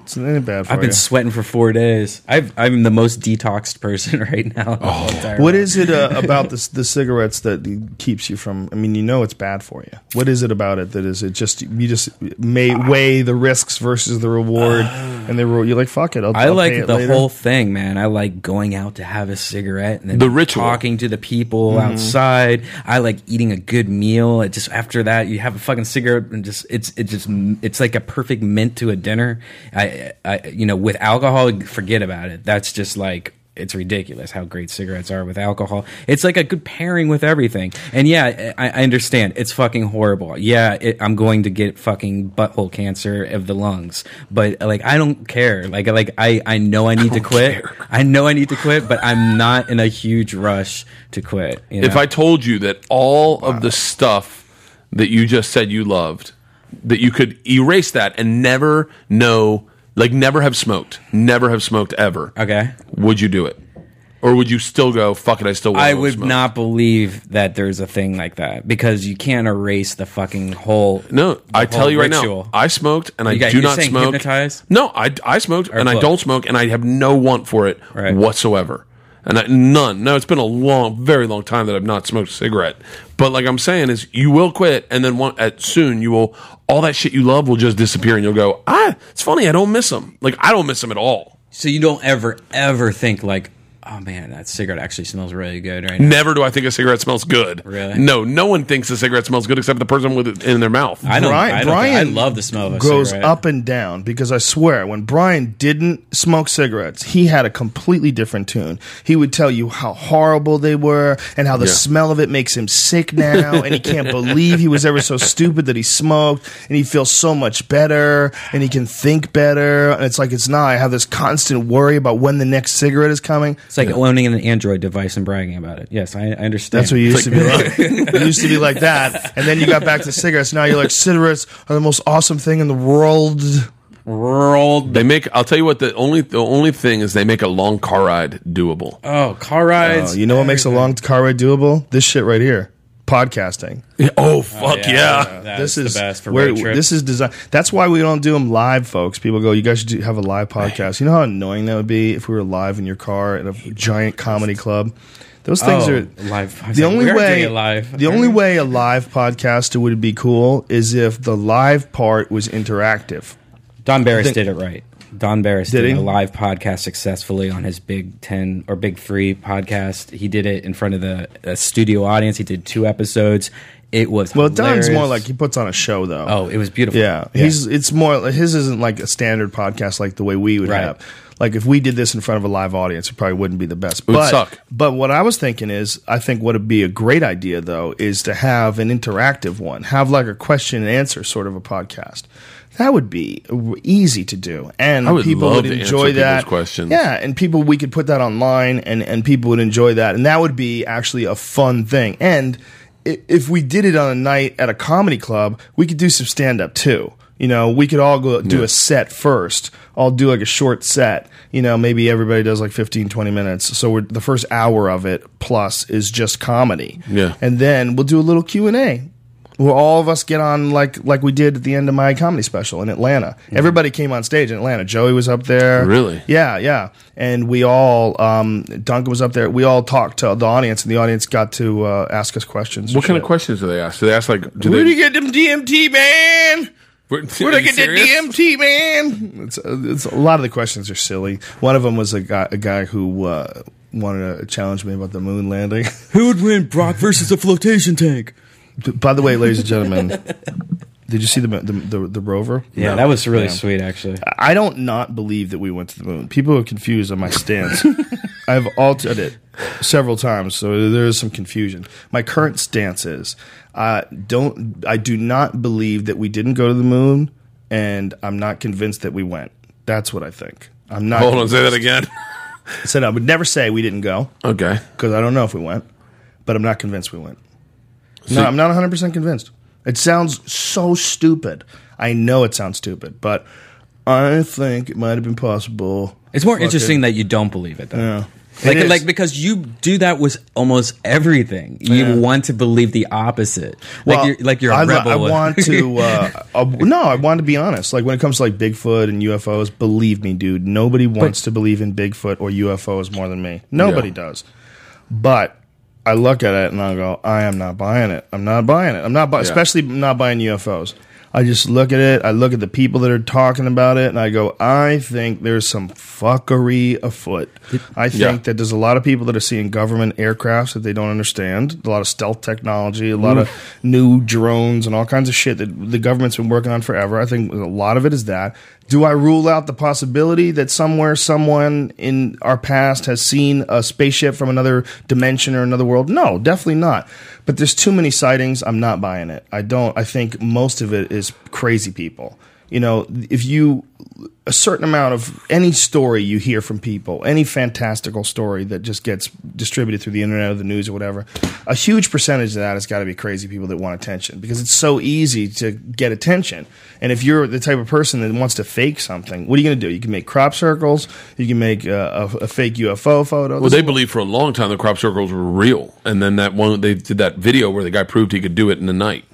Speaker 1: It's not bad for
Speaker 2: I've been
Speaker 1: you.
Speaker 2: sweating for four days. I've, I'm the most detoxed person right now. Oh,
Speaker 1: What is it uh, about this, the cigarettes that keeps you from? I mean, you know it's bad for you. What is it about it that is it just you just may weigh the risks versus the reward, and the reward you're like fuck it. I'll,
Speaker 2: I
Speaker 1: I'll pay
Speaker 2: like
Speaker 1: it
Speaker 2: the
Speaker 1: later.
Speaker 2: whole thing, man. I like going out to have a cigarette and then
Speaker 3: The ritual.
Speaker 2: talking to the people
Speaker 1: Mm-hmm.
Speaker 2: outside. I like eating a good meal. It just after that, you have a fucking cigarette and just it's it just it's like a perfect mint to a dinner. I, I you know with alcohol, forget about it. That's just like it's ridiculous how great cigarettes are with alcohol. It's like a good pairing with everything. And yeah, I, I understand. It's fucking horrible. Yeah, it, I'm going to get fucking butthole cancer of the lungs. But like, I don't care. Like, like I, I know I need to quit. I know I need to quit, but I'm not in a huge rush to quit. you
Speaker 3: If
Speaker 2: know?
Speaker 3: I told you that all of the stuff that you just said you loved, that you could erase that and never know, like never have smoked, never have smoked ever.
Speaker 2: Okay.
Speaker 3: Would you do it? Or would you still go, fuck it, I still want
Speaker 2: I
Speaker 3: to
Speaker 2: would
Speaker 3: smoke?
Speaker 2: not believe that there's a thing like that because you can't erase the fucking whole.
Speaker 3: No,
Speaker 2: the
Speaker 3: I tell
Speaker 2: whole
Speaker 3: you right
Speaker 2: ritual.
Speaker 3: now, I smoked and I
Speaker 2: You got-
Speaker 3: do
Speaker 2: you're
Speaker 3: not
Speaker 2: saying
Speaker 3: smoke.
Speaker 2: hypnotized?
Speaker 3: No, I, I smoked and I
Speaker 2: book.
Speaker 3: don't smoke and I have no want for it
Speaker 2: Right.
Speaker 3: whatsoever. And I, none. No, it's been a long, very long time that I've not smoked a cigarette. But like I'm saying is you will quit and then one, at soon you will, all that shit you love will just disappear and you'll go, ah, it's funny. I don't miss them. Like I don't miss them at all.
Speaker 2: so you don't ever ever think like, oh man, that cigarette actually smells really good right now.
Speaker 3: Never do I think a cigarette smells good.
Speaker 2: Really?
Speaker 3: No, no one thinks a cigarette smells good except the person with it in their mouth.
Speaker 2: I don't.
Speaker 1: Brian,
Speaker 2: I, don't think- I
Speaker 1: Brian
Speaker 2: love the smell of a
Speaker 1: goes
Speaker 2: cigarette.
Speaker 1: up and down because I swear when Brian didn't smoke cigarettes, he had a completely different tune. He would tell you how horrible they were and how the
Speaker 3: Yeah.
Speaker 1: smell of it makes him sick now and he can't believe he was ever so stupid that he smoked and he feels so much better and he can think better and it's like it's not I have this constant worry about when the next cigarette is coming.
Speaker 2: It's like owning an Android device and bragging about it. Yes, I, I understand.
Speaker 1: That's what you used to be like. you used to be like that, and then you got back to cigarettes. Now you're like, cigarettes are the most awesome thing in the world.
Speaker 2: Rolled.
Speaker 3: They make. I'll tell you what. The only the only thing is they make a long car ride doable.
Speaker 2: Oh, car rides.
Speaker 1: Oh, you know what makes a long car ride doable? This shit right here. Podcasting.
Speaker 3: oh fuck yeah!
Speaker 1: this is
Speaker 2: the best for
Speaker 1: where-
Speaker 2: road trips.
Speaker 1: this is design. That's why we don't do them live, folks. People go, "You guys should do, have a live podcast." You know how annoying that would be if we were live in your car at a giant comedy club. Those things
Speaker 2: Oh,
Speaker 1: are
Speaker 2: live. I was
Speaker 1: The
Speaker 2: like,
Speaker 1: only
Speaker 2: we are doing
Speaker 1: way
Speaker 2: it live.
Speaker 1: the only way a live podcaster would be cool is if the live part was interactive.
Speaker 2: Don Barris
Speaker 1: think-
Speaker 2: did it right. Don Barris
Speaker 1: Did
Speaker 2: did,
Speaker 1: he?
Speaker 2: a live podcast successfully on his Big Ten or Big Three podcast. He did it in front of the uh, studio audience. He did two episodes. It was
Speaker 1: Well, Don's more
Speaker 2: hilarious.
Speaker 1: like he puts on a show, though.
Speaker 2: oh, it was beautiful.
Speaker 1: Yeah, he's it's more his isn't like a standard podcast like the way we would
Speaker 2: Right.
Speaker 1: have. Like if we did this in front of a live audience, it probably wouldn't be the best. It
Speaker 3: would suck.
Speaker 1: But what I was thinking is, I think what would be a great idea though is to have an interactive one, have like a question and answer sort of a podcast. That would be easy to do, and
Speaker 3: I would
Speaker 1: people
Speaker 3: love
Speaker 1: would
Speaker 3: to answer
Speaker 1: enjoy
Speaker 3: people's
Speaker 1: that.
Speaker 3: questions.
Speaker 1: Yeah, and people we could put that online, and and people would enjoy that, and that would be actually a fun thing. And i- if we did it on a night at a comedy club, we could do some stand up too. You know, we could all go do a set first. I'll do like a short set. You know, maybe everybody does like 15, 20 minutes. So we're, the first hour of it plus is just comedy.
Speaker 3: Yeah.
Speaker 1: And then we'll do a little Q&A where all of us get on like like we did at the end of my comedy special in Atlanta. Everybody came on stage in Atlanta. Joey was up there.
Speaker 3: Mm-hmm. Really?
Speaker 1: Yeah, yeah. And we all, um, Duncan was up there. We all talked to the audience, and the audience got to uh, ask us questions.
Speaker 3: What kind of questions do they ask? Do they ask like, do
Speaker 1: Where do
Speaker 3: they,
Speaker 1: you get them DMT, man?
Speaker 3: Where,
Speaker 1: Where do I get that DMT, man? It's, uh, it's a lot of the questions are silly. One of them was a guy, a guy who uh, wanted to challenge me about the moon landing.
Speaker 2: Who would win, Brock versus a flotation tank?
Speaker 1: By the way, ladies and gentlemen, did you see the the, the, the rover?
Speaker 2: Yeah, that was really sweet, actually.
Speaker 1: I don't not believe that we went to the moon. People are confused on my stance. I've altered it several times, so there is some confusion. My current stance is uh, don't I do not believe that we didn't go to the moon, and I'm not convinced that we went. That's what I think. I'm not.
Speaker 3: Hold on, say that again.
Speaker 1: I said I would never say we didn't go
Speaker 3: okay,
Speaker 1: because I don't know if we went, but I'm not convinced we went. No, I'm not 100% convinced. It sounds so stupid. I know it sounds stupid, but I think it might have been possible.
Speaker 2: It's more
Speaker 1: Fuck
Speaker 2: interesting that you don't believe it, though.
Speaker 1: Yeah. It
Speaker 2: Like,
Speaker 1: is.
Speaker 2: like because you do that with almost everything. You
Speaker 1: Yeah.
Speaker 2: want to believe the opposite.
Speaker 1: Well,
Speaker 2: like you're like you're a
Speaker 1: I, li-
Speaker 2: rebel.
Speaker 1: I
Speaker 2: with-
Speaker 1: want to. Uh, uh, no, I want to be honest. Like when it comes to like Bigfoot and UFOs, believe me, dude. Nobody wants to believe in Bigfoot or UFOs more than me. Nobody
Speaker 3: Yeah.
Speaker 1: does. But I look at it and I go, I am not buying it. I'm not buying it. I'm not, bu- especially not buying UFOs. I just look at it. I look at the people that are talking about it, and I go, I think there's some fuckery afoot. I think
Speaker 3: Yeah.
Speaker 1: that there's a lot of people that are seeing government aircrafts that they don't understand. A lot of stealth technology, a lot of new drones, and all kinds of shit that the government's been working on forever. I think a lot of it is that. Do I rule out the possibility that somewhere someone in our past has seen a spaceship from another dimension or another world? No, definitely not. But there's too many sightings. I'm not buying it. I don't. I think most of it is crazy people. You know, if you a certain amount of any story you hear from people, any fantastical story that just gets distributed through the internet or the news or whatever, a huge percentage of that has got to be crazy people that want attention because it's so easy to get attention. And if you're the type of person that wants to fake something, what are you going to do? You can make crop circles, you can make uh, a, a fake UFO photo.
Speaker 3: Well, they believed for a long time the crop circles were real, and then that one they did that video where the guy proved he could do it in a night.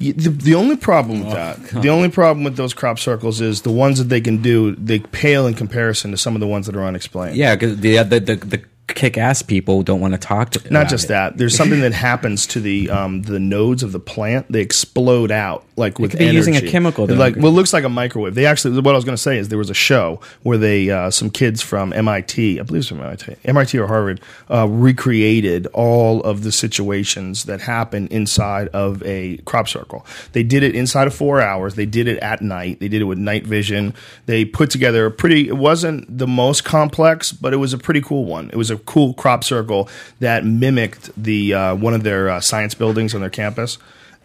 Speaker 1: Y- The, the only problem
Speaker 3: Oh,
Speaker 1: with that, the only problem with those crop circles is the ones that they can do, they pale in comparison to some of the ones that are unexplained.
Speaker 2: Yeah, 'cause the the the, the kick ass people don't want to talk to.
Speaker 1: Not
Speaker 2: about
Speaker 1: just
Speaker 2: it.
Speaker 1: that. There's something that happens to the um, the nodes of the plant. They explode out like with
Speaker 2: could be using a
Speaker 1: energy.
Speaker 2: chemical, though.
Speaker 1: Like well, it looks like a microwave. They actually. What I was going to say is there was a show where they uh, some kids from MIT, I believe it's from MIT, MIT or Harvard, uh, recreated all of the situations that happen inside of a crop circle. They did it inside of four hours. They did it at night. They did it with night vision. They put together a pretty. It wasn't the most complex, but it was a pretty cool one. It was a cool crop circle that mimicked the uh, one of their uh, science buildings on their campus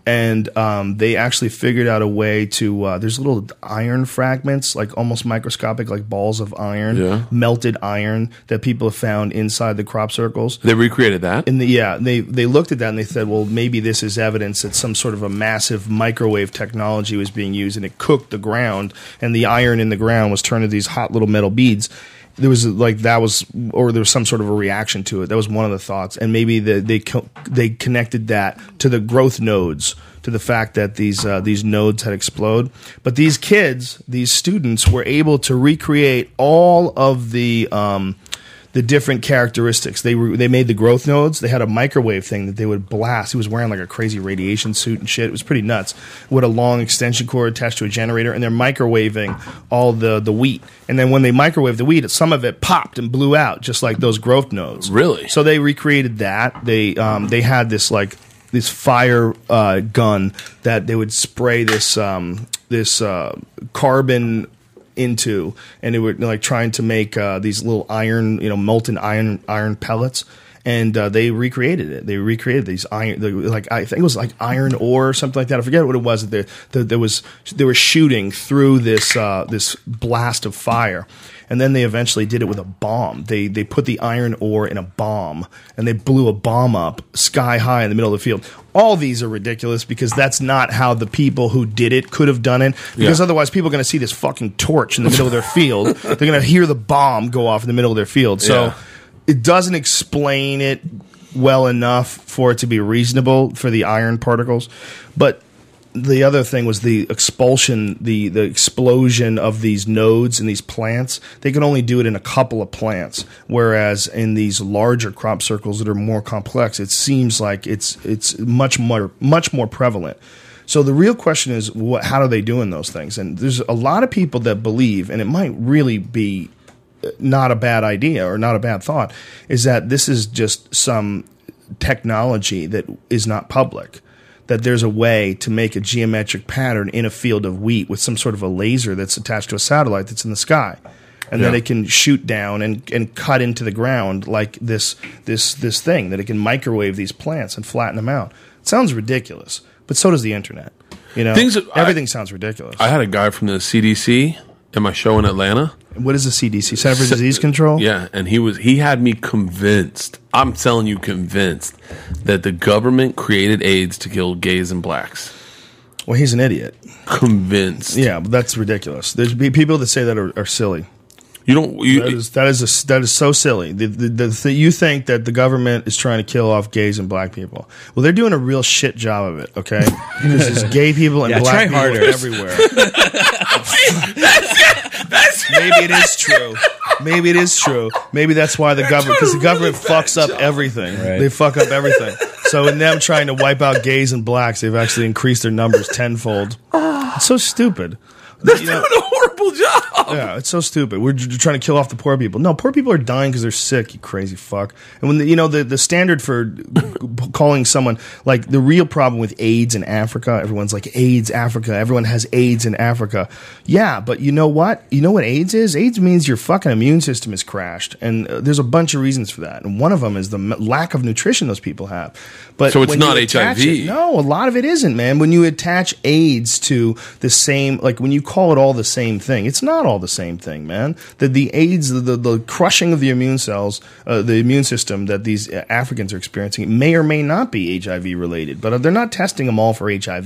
Speaker 1: and um, they actually figured out a way to uh, there's little iron fragments like almost microscopic like balls of iron
Speaker 3: Yeah.
Speaker 1: melted iron that people have found inside the crop circles
Speaker 3: They recreated that.
Speaker 1: and the, yeah they, they looked at that and they said well maybe this is evidence that some sort of a massive microwave technology was being used and it cooked the ground and the iron in the ground was turned into these hot little metal beads there was like that was or there was some sort of a reaction to it that was one of the thoughts and maybe the, they co- they connected that to the growth nodes to the fact that these uh, these nodes had exploded. But these kids, these students, were able to recreate all of the um, the different characteristics. They were they made the growth nodes. They had a microwave thing that they would blast. He was wearing like a crazy radiation suit and shit. It was pretty nuts. With a long extension cord attached to a generator, and they're microwaving all the the wheat. And then when they microwave the wheat, some of it popped and blew out, just like those growth nodes.
Speaker 3: Really?
Speaker 1: So they recreated that. They um, they had this like this fire uh, gun that they would spray this um, this uh, carbon into, and they were like trying to make uh, these little iron, you know, molten iron iron pellets. And uh, they recreated it. They recreated these iron, the- like I think it was like iron ore or something like that. I forget what it was. That there, there was they were shooting through this uh, this blast of fire, and then they eventually did it with a bomb. They they put the iron ore in a bomb and they blew a bomb up sky high in the middle of the field. All these are ridiculous because that's not how the people who did it could have done it. Because
Speaker 3: Yeah.
Speaker 1: otherwise, people are going to see this fucking torch in the middle of their field. They're going to hear the bomb go off in the middle of their field. So
Speaker 3: Yeah.
Speaker 1: it doesn't explain it well enough for it to be reasonable for the iron particles. But the other thing was the expulsion, the the explosion of these nodes in these plants. They can only do it in a couple of plants, whereas in these larger crop circles that are more complex, it seems like it's it's much more much more prevalent. So the real question is, what, how are they doing those things? And there's a lot of people that believe, and it might really be not a bad idea or not a bad thought is that this is just some technology that is not public that there's a way to make a geometric pattern in a field of wheat with some sort of a laser that's attached to a satellite that's in the sky and then
Speaker 3: Yeah.
Speaker 1: it can shoot down and, and cut into the ground like this this this thing that it can microwave these plants and flatten them out it sounds ridiculous but so does the internet you know
Speaker 3: Things that I-
Speaker 1: everything sounds ridiculous
Speaker 3: I had a guy from the CDC in my show in Atlanta.
Speaker 1: what is the cdc center for disease control
Speaker 3: Yeah, and he was he had me convinced. I'm telling you, convinced that the government created AIDS to kill gays and blacks.
Speaker 1: well he's an idiot
Speaker 3: Convinced.
Speaker 1: Yeah, but that's ridiculous. There's be people that say that are, are silly.
Speaker 3: You don't. You,
Speaker 1: That is that is a s that is so silly. The, the, the th- you think that the government is trying to kill off gays and black people? Well, they're doing a real shit job of it. Okay, there's just gay people and
Speaker 2: Yeah, try
Speaker 1: black people
Speaker 2: harder.
Speaker 1: everywhere. Maybe it is true. Maybe it is true. Maybe that's why the government because the government fucks up everything.
Speaker 2: Right.
Speaker 1: They fuck up everything. So in them trying to wipe out gays and blacks, they've actually increased their numbers tenfold. It's so stupid.
Speaker 3: That's doing a horrible job.
Speaker 1: Yeah, it's so stupid. We're j- trying to kill off the poor people. No, poor people are dying because they're sick. You crazy fuck. And when the, you know the the standard for p- calling someone like the real problem with AIDS in Africa, everyone's like AIDS Africa. Everyone has AIDS in Africa. Yeah, but you know what? You know what AIDS is? AIDS means your fucking immune system is crashed, and uh, there's a bunch of reasons for that. And one of them is the m- lack of nutrition those people have. But
Speaker 3: So it's
Speaker 1: when
Speaker 3: not
Speaker 1: you attach
Speaker 3: HIV.
Speaker 1: it- no, no, a lot of it isn't, man. When you attach AIDS to the same, like when you call it all the same thing, it's not all the same thing, man. The the AIDS, the the, the crushing of the immune cells, uh, the immune system that these uh, Africans are experiencing may or may not be HIV related, but uh, they're not testing them all for HIV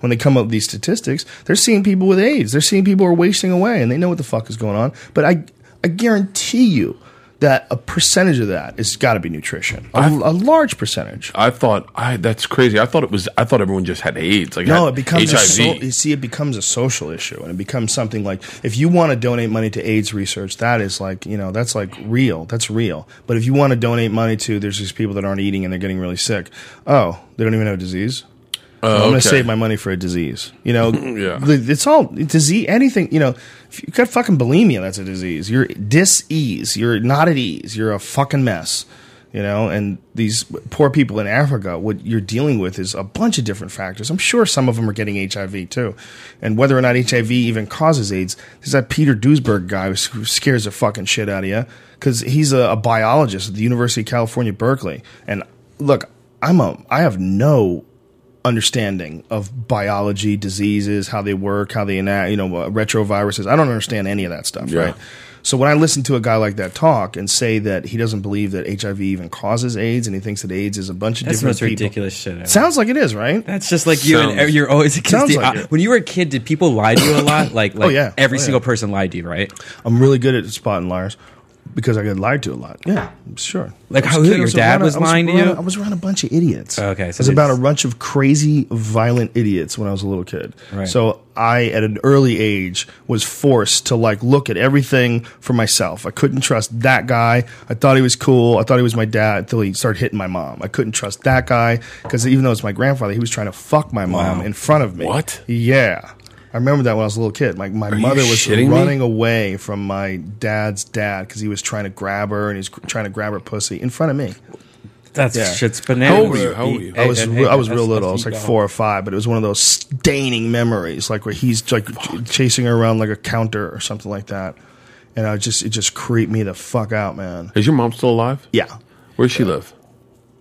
Speaker 1: when they come up with these statistics. They're seeing people with AIDS. They're seeing people who are wasting away, and they know what the fuck is going on. But I I guarantee you. That a percentage of that has got to be nutrition, a, a large percentage.
Speaker 3: I thought I that's crazy. I thought it was I thought everyone just had AIDS. Like
Speaker 1: No, it
Speaker 3: had
Speaker 1: becomes A
Speaker 3: HIV.
Speaker 1: so, you see, it becomes a social issue, and it becomes something like if you want to donate money to AIDS research, that is like you know that's like real, that's real. But if you want to donate money to, there's these people that aren't eating and they're getting really sick. Oh, they don't even have a disease. I'm going
Speaker 3: Oh, okay.
Speaker 1: to save my money for a disease. You know,
Speaker 3: Yeah.
Speaker 1: the- it's all disease. Anything you know, if you got fucking bulimia, that's a disease. You're dis-ease. You're not at ease. You're a fucking mess. You know, and these poor people in Africa, what you're dealing with is a bunch of different factors. I'm sure some of them are getting HIV too, and whether or not HIV even causes AIDS, there's that Peter Duisberg guy who sc- scares the fucking shit out of you because he's a, a biologist at the University of California, Berkeley. And look, I'm a I have no understanding of biology, diseases, how they work, how they enact, you know, uh, retroviruses. I don't understand any of that stuff,
Speaker 3: Yeah.
Speaker 1: right? So when I listen to a guy like that talk and say that he doesn't believe that HIV even causes AIDS and he thinks that AIDS is a bunch of
Speaker 2: That's the
Speaker 1: different
Speaker 2: most
Speaker 1: people-
Speaker 2: ridiculous shit. Ever.
Speaker 1: Sounds like it is, right?
Speaker 2: That's just like you and
Speaker 3: Sounds-
Speaker 2: you're always against
Speaker 1: Sounds
Speaker 2: the
Speaker 1: like it.
Speaker 2: when you were a kid. Did people lie to you a lot? Like, like
Speaker 1: yeah.
Speaker 2: every
Speaker 1: Oh, yeah.
Speaker 2: single person lied to you, right?
Speaker 1: I'm really good at spotting liars because I get lied to a lot. Yeah, sure.
Speaker 2: Like,
Speaker 1: I was
Speaker 2: how-
Speaker 1: a kid,
Speaker 2: your
Speaker 1: I a
Speaker 2: dad
Speaker 1: runner-
Speaker 2: was
Speaker 1: I
Speaker 2: lying to
Speaker 1: runner-
Speaker 2: you?
Speaker 1: I was around a bunch of idiots.
Speaker 2: Okay, so
Speaker 1: I was about a
Speaker 2: it's-
Speaker 1: bunch of crazy, violent idiots when I was a little kid.
Speaker 2: Right.
Speaker 1: So I, at an early age, was forced to like look at everything for myself. I couldn't trust that guy. I thought he was cool. I thought he was my dad until he started hitting my mom. I couldn't trust that guy because even though it's my grandfather, he was trying to fuck my mom
Speaker 2: Wow.
Speaker 1: in front of me.
Speaker 3: What?
Speaker 1: Yeah. I remember that when I was a little kid. My, my
Speaker 3: you
Speaker 1: mother was
Speaker 3: shitting me?
Speaker 1: running away from my dad's dad because he was trying to grab her and he was cr- trying to grab her pussy in front of me.
Speaker 2: That's
Speaker 1: Yeah.
Speaker 2: shit's bananas.
Speaker 3: How old were you? How old were you?
Speaker 1: I was re- I was real little. I was like four or five, but it was one of those staining memories, like where he's like ch- chasing her around like a counter or something like that. And I just it just creeped me the fuck out, man.
Speaker 3: Is your mom still alive?
Speaker 1: Yeah,
Speaker 3: Where's she live?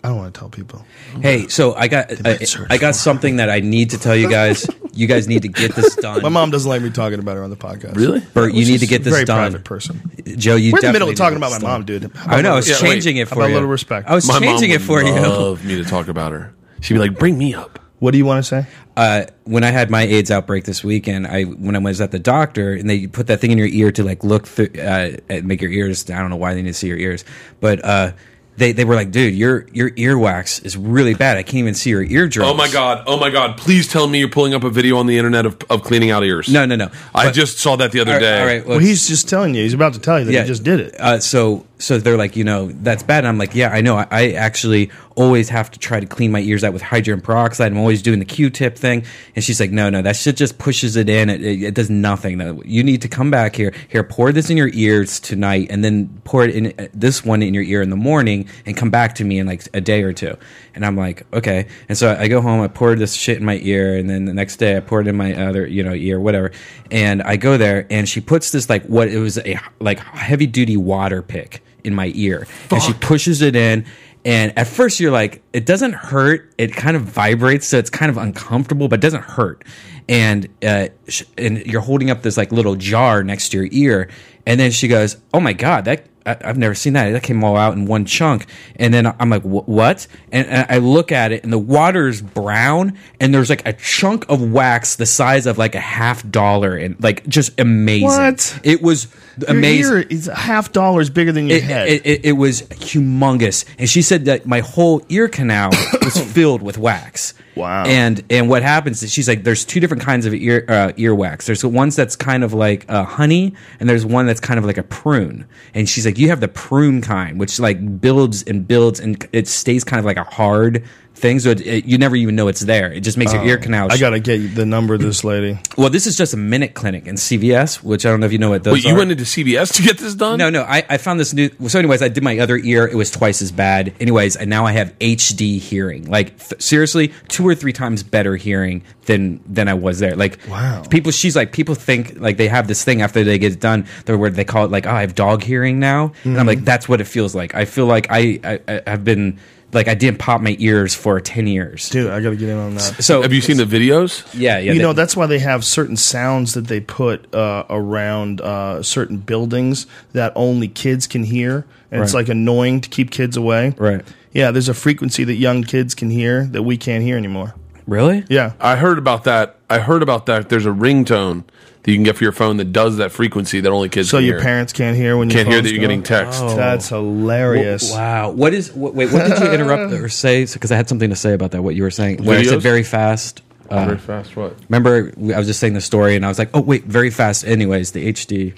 Speaker 1: I don't want to tell people.
Speaker 2: Hey, so I got I,
Speaker 1: might search
Speaker 2: I
Speaker 1: for
Speaker 2: got
Speaker 1: her.
Speaker 2: something that I need to tell you guys. you guys need to get this done.
Speaker 1: My mom doesn't like me talking about her on the podcast.
Speaker 3: Really?
Speaker 2: Bert, you
Speaker 1: She's
Speaker 2: need to get
Speaker 1: a
Speaker 2: this
Speaker 1: very
Speaker 2: done.
Speaker 1: Private person.
Speaker 2: Joe, you
Speaker 1: We're in the middle
Speaker 2: definitely
Speaker 1: of
Speaker 2: need
Speaker 1: talking
Speaker 2: to
Speaker 1: about
Speaker 2: get
Speaker 1: my
Speaker 2: this
Speaker 1: mom,
Speaker 2: done.
Speaker 1: dude. How
Speaker 2: I know. I
Speaker 1: about-
Speaker 2: was
Speaker 3: Yeah, wait.
Speaker 2: changing it
Speaker 1: How
Speaker 2: for
Speaker 1: about a
Speaker 2: you.
Speaker 1: little respect?
Speaker 2: I was
Speaker 3: My mom
Speaker 2: changing it
Speaker 3: would
Speaker 2: for you.
Speaker 3: love me to talk about her. She'd be like, "Bring me up."
Speaker 1: What do you want to say?
Speaker 2: uh, when I had my AIDS outbreak this weekend, I when I was at the doctor and they put that thing in your ear to like look through, uh, and make your ears. I don't know why they need to see your ears, but uh, they they were like, dude, your your earwax is really bad. I can't even see your eardrums.
Speaker 3: Oh my god! Oh my god! Please tell me you're pulling up a video on the internet of, of cleaning out ears.
Speaker 2: No, no, no.
Speaker 3: I
Speaker 2: But-
Speaker 3: just saw that the other
Speaker 2: All right,
Speaker 3: day.
Speaker 2: all right,
Speaker 1: Well,
Speaker 2: let's-
Speaker 1: he's just telling you. He's about to tell you that he just did it.
Speaker 2: Uh, so so they're like, you know, that's bad. And I'm like, yeah, I know. I, I actually always have to try to clean my ears out with hydrogen peroxide. I'm always doing the Q-tip thing. And she's like, no, no, that shit just pushes it in. It, it, it does nothing. No, You need to come back here. Here, pour this in your ears tonight, and then pour it in uh, this one in your ear in the morning, and come back to me in like a day or two. And I'm like, okay. And so I go home. I pour this shit in my ear, and then the next day I pour it in my other, you know, ear, whatever. And I go there, and she puts this like what it was a like heavy duty water pick in my ear, and she pushes it in. And at first you're like, it doesn't hurt. It kind of vibrates, so it's kind of uncomfortable, but it doesn't hurt. And uh, sh- and you're holding up this like little jar next to your ear, and then she goes, "Oh my god, that I, I've never seen that. That came all out in one chunk. And then I'm like, "Wh- what? And, and I look at it, and the water is brown, and there's like a chunk of wax the size of like a half dollar, and like just amazing.
Speaker 1: What?
Speaker 2: It was amazing.
Speaker 1: Your ear is half dollars bigger than your
Speaker 2: It,
Speaker 1: head.
Speaker 2: it, it, it was humongous, and she said that my whole ear canal was filled with wax.
Speaker 1: Wow.
Speaker 2: And and what happens is she's like, there's two different kinds of ear uh, ear wax. There's ones that's kind of like uh, honey, and there's one that's kind of like a prune. And she's like, you have the prune kind, which like builds and builds, and it stays kind of like a hard things. So it, it- you never even know it's there. It just makes your ear canal.
Speaker 1: Oh, I gotta get the number of this lady.
Speaker 2: well, this is just a minute clinic in CVS, which I don't know if you know what those
Speaker 3: Wait, you
Speaker 2: are.
Speaker 3: went into CVS to get this done?
Speaker 2: No, no. I, I found this new. So, anyways, I did my other ear. It was twice as bad. Anyways, and now I have HD hearing. Like th- seriously, two or three times better hearing than than I was there. Like
Speaker 1: Wow.
Speaker 2: People, she's like, people think like they have this thing after they get it done. They're where they call it like, oh, I have dog hearing now, and I'm
Speaker 1: Mm-hmm.
Speaker 2: like, that's what it feels like. I feel like I I, I have been like I didn't pop my ears for ten years.
Speaker 1: Dude, I gotta get in on that.
Speaker 2: So
Speaker 3: Have you seen the videos?
Speaker 2: Yeah, yeah.
Speaker 1: you know
Speaker 2: that-
Speaker 1: that's why they have certain sounds that they put uh, around uh, certain buildings that only kids can hear and it's
Speaker 2: Right.
Speaker 1: like annoying to keep kids away
Speaker 2: Right.
Speaker 1: yeah there's a frequency that young kids can hear that we can't hear anymore
Speaker 2: really.
Speaker 1: yeah
Speaker 3: I heard about that. I heard about that. There's a ringtone that you can get for your phone that does that frequency that only kids
Speaker 1: so
Speaker 3: can
Speaker 1: your
Speaker 3: hear.
Speaker 1: parents can't hear when
Speaker 3: can't
Speaker 1: your
Speaker 3: hear
Speaker 1: phone's
Speaker 3: that you're getting
Speaker 1: going?
Speaker 3: text.
Speaker 1: that's hilarious
Speaker 2: Wow. What is? What, wait. What did you interrupt or say? Because I had something to say about that. What you were saying. When I said
Speaker 3: Videos?
Speaker 2: very fast. uh,
Speaker 3: Very fast. What?
Speaker 2: remember, we- I was just saying the story, and I was like, "Oh wait, very fast." Anyways, the HD.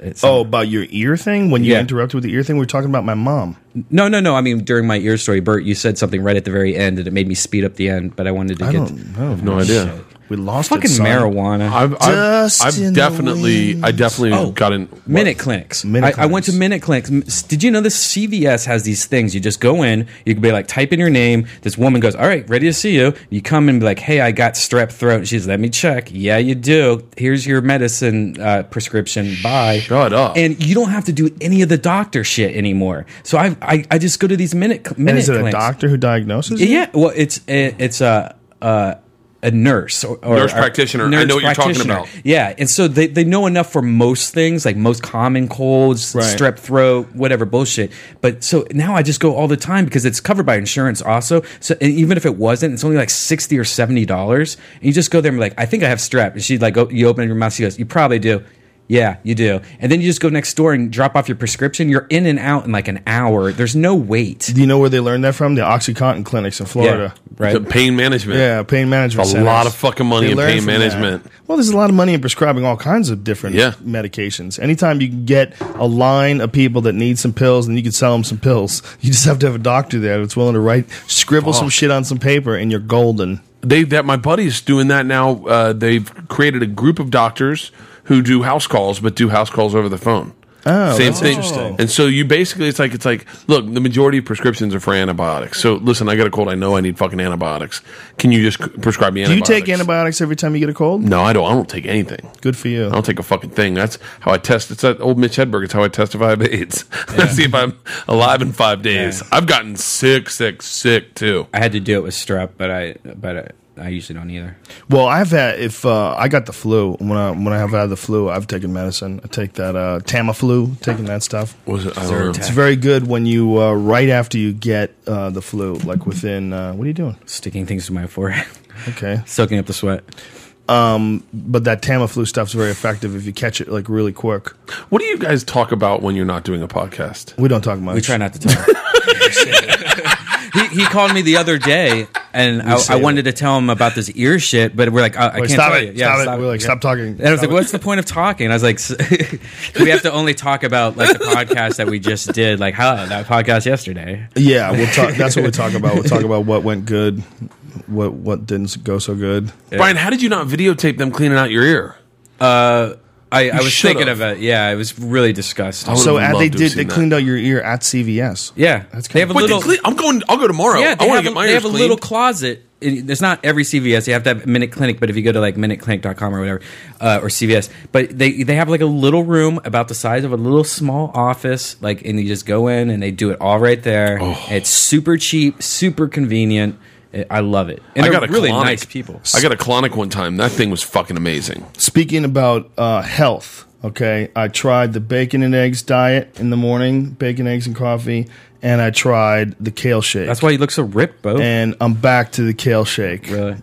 Speaker 2: It's,
Speaker 1: oh about your ear thing when you
Speaker 2: Yeah.
Speaker 1: interrupted with the ear thing we were talking about my mom
Speaker 2: no, no, no. I mean, during my ear story, Bert, you said something right at the very end, and it made me speed up the end. But I wanted to
Speaker 1: i
Speaker 2: get
Speaker 1: don't know
Speaker 3: No idea.
Speaker 1: we lost
Speaker 2: fucking
Speaker 1: it, son.
Speaker 2: marijuana.
Speaker 3: I've, I've,
Speaker 1: Dust in
Speaker 3: I've
Speaker 1: the
Speaker 3: definitely, I
Speaker 1: wind.
Speaker 3: definitely got in what?
Speaker 2: Minute clinics.
Speaker 1: Minute
Speaker 2: I, I went
Speaker 1: clinics.
Speaker 2: to minute clinics. M- s- Did you know this CVS has these things? You just go in, you can be like, type in your name. This woman goes, All right, ready to see you. You come and be like, Hey, I got strep throat. And she's, Let me check. Yeah, you do. Here's your medicine uh, prescription. Bye.
Speaker 3: Shut up.
Speaker 2: And you don't have to do any of the doctor shit anymore. So I I, I just go to these minute, cl-
Speaker 1: and
Speaker 2: minute
Speaker 1: is it a
Speaker 2: clinics.
Speaker 1: doctor who diagnoses you?
Speaker 2: Yeah, well, it's it, it's a uh, a nurse or, or-
Speaker 3: Nurse
Speaker 2: or-
Speaker 3: practitioner. I know what you're talking about.
Speaker 2: Yeah, and so they, they know enough for most things, like most common colds,
Speaker 1: Right.
Speaker 2: strep throat, whatever bullshit. But so now I just go all the time because it's covered by insurance also. So and even if it wasn't, it's only like sixty or seventy dollars, and you just go there and be like, I think I have strep, and she like go, you open your mouth, she goes, you probably do. Yeah, you do. And then you just go next door and drop off your prescription. You're in and out in like an hour. There's no wait.
Speaker 1: Do you know where they learned that from? The OxyContin clinics in Florida.
Speaker 2: Yeah, right.
Speaker 3: The pain management.
Speaker 1: Yeah, pain management.
Speaker 3: A
Speaker 1: centers.
Speaker 3: lot of fucking money in
Speaker 1: learn
Speaker 3: pain
Speaker 1: from that.
Speaker 3: management.
Speaker 1: Well, there's a lot of money in prescribing all kinds of different
Speaker 3: Yeah.
Speaker 1: medications. Anytime you can get a line of people that need some pills and you can sell them some pills, you just have to have a doctor there that's willing to write, scribble some shit on some paper, and you're golden.
Speaker 3: They that my buddy's doing that now. Uh, they've created a group of doctors who do house calls, but do house calls over the phone.
Speaker 1: Oh, that's interesting.
Speaker 3: And so you basically, it's like it's like, look, the majority of prescriptions are for antibiotics. So listen, I got a cold. I know I need fucking antibiotics. Can you just c- prescribe me
Speaker 1: Do you
Speaker 3: antibiotics?
Speaker 1: take antibiotics every time you get a cold?
Speaker 3: No, I don't. I don't take anything.
Speaker 1: Good for you.
Speaker 3: I don't take a fucking thing. That's how I test. It's that old Mitch Hedberg. It's how I test if I have AIDS. See if I'm alive in five days. I've gotten sick, sick, sick too.
Speaker 2: I had to do it with strep, but I but I, I usually don't either.
Speaker 1: Well, I've had if uh, I got the flu when I when I have had the flu, I've taken medicine. I take that uh, Tamiflu, taking that stuff.
Speaker 3: Was it? I don't know.
Speaker 1: It's very good when you uh, right after you get uh, the flu, like within. Uh, what are you doing?
Speaker 2: Sticking things to my forehead,
Speaker 1: Okay,
Speaker 2: soaking up the sweat.
Speaker 1: but that Tamiflu stuff's very effective if you catch it like really quick.
Speaker 3: What do you guys talk about when you're not doing a podcast?
Speaker 1: We don't talk much.
Speaker 2: We try not to talk. he, he called me the other day, and I, I
Speaker 1: save
Speaker 2: wanted to tell him about this ear shit, but we're like, "Uh, I, I
Speaker 1: Like,
Speaker 2: can't
Speaker 1: stop
Speaker 2: tell
Speaker 1: it!
Speaker 2: you. Yeah,
Speaker 1: stop it! We're like,
Speaker 2: yeah.
Speaker 1: stop talking.
Speaker 2: And I was
Speaker 1: Stop
Speaker 2: like,
Speaker 1: it.
Speaker 2: "What's the point of talking?" And I was like, "S- "We have to only talk about like the podcast that we just did, like huh, that podcast yesterday."
Speaker 1: Yeah, we'll talk. That's what we talk about. We'll talk about what went good, what what didn't go so good.
Speaker 3: Brian, how did you not videotape them cleaning out your ear?
Speaker 2: I, I was
Speaker 3: should've.
Speaker 2: thinking of it. Yeah, it was really disgusting.
Speaker 3: I would've
Speaker 1: So uh,
Speaker 3: loved
Speaker 1: they
Speaker 3: to have
Speaker 1: did.
Speaker 3: seen
Speaker 1: They
Speaker 3: that.
Speaker 1: cleaned out your ear at CVS.
Speaker 2: Yeah,
Speaker 1: That's kinda-
Speaker 2: they have a
Speaker 3: Wait,
Speaker 2: little.
Speaker 3: they clean, I'm going. I'll go tomorrow.
Speaker 2: Yeah,
Speaker 3: Oh, I
Speaker 2: they
Speaker 3: want to
Speaker 2: have,
Speaker 3: get
Speaker 2: a,
Speaker 3: my
Speaker 2: they
Speaker 3: ears
Speaker 2: have a little
Speaker 3: cleaned.
Speaker 2: closet. It- It's not every CVS. You have to have Minute Clinic, but if you go to like minuteclinic.com or whatever, uh, or CVS, but they they have like a little room about the size of a little small office, like, and you just go in and they do it all right there.
Speaker 3: Oh.
Speaker 2: It's super cheap, super convenient. I- I love it. And
Speaker 3: I
Speaker 2: they're
Speaker 3: got a
Speaker 2: really
Speaker 3: colonic.
Speaker 2: nice people.
Speaker 3: I got a colonic one time. That thing was fucking amazing.
Speaker 1: Speaking about uh, health, okay, I tried the bacon and eggs diet in the morning, bacon, eggs, and coffee, and I tried the kale shake.
Speaker 2: That's why you look so ripped, Bo.
Speaker 1: and I'm back to the kale shake.
Speaker 2: Really?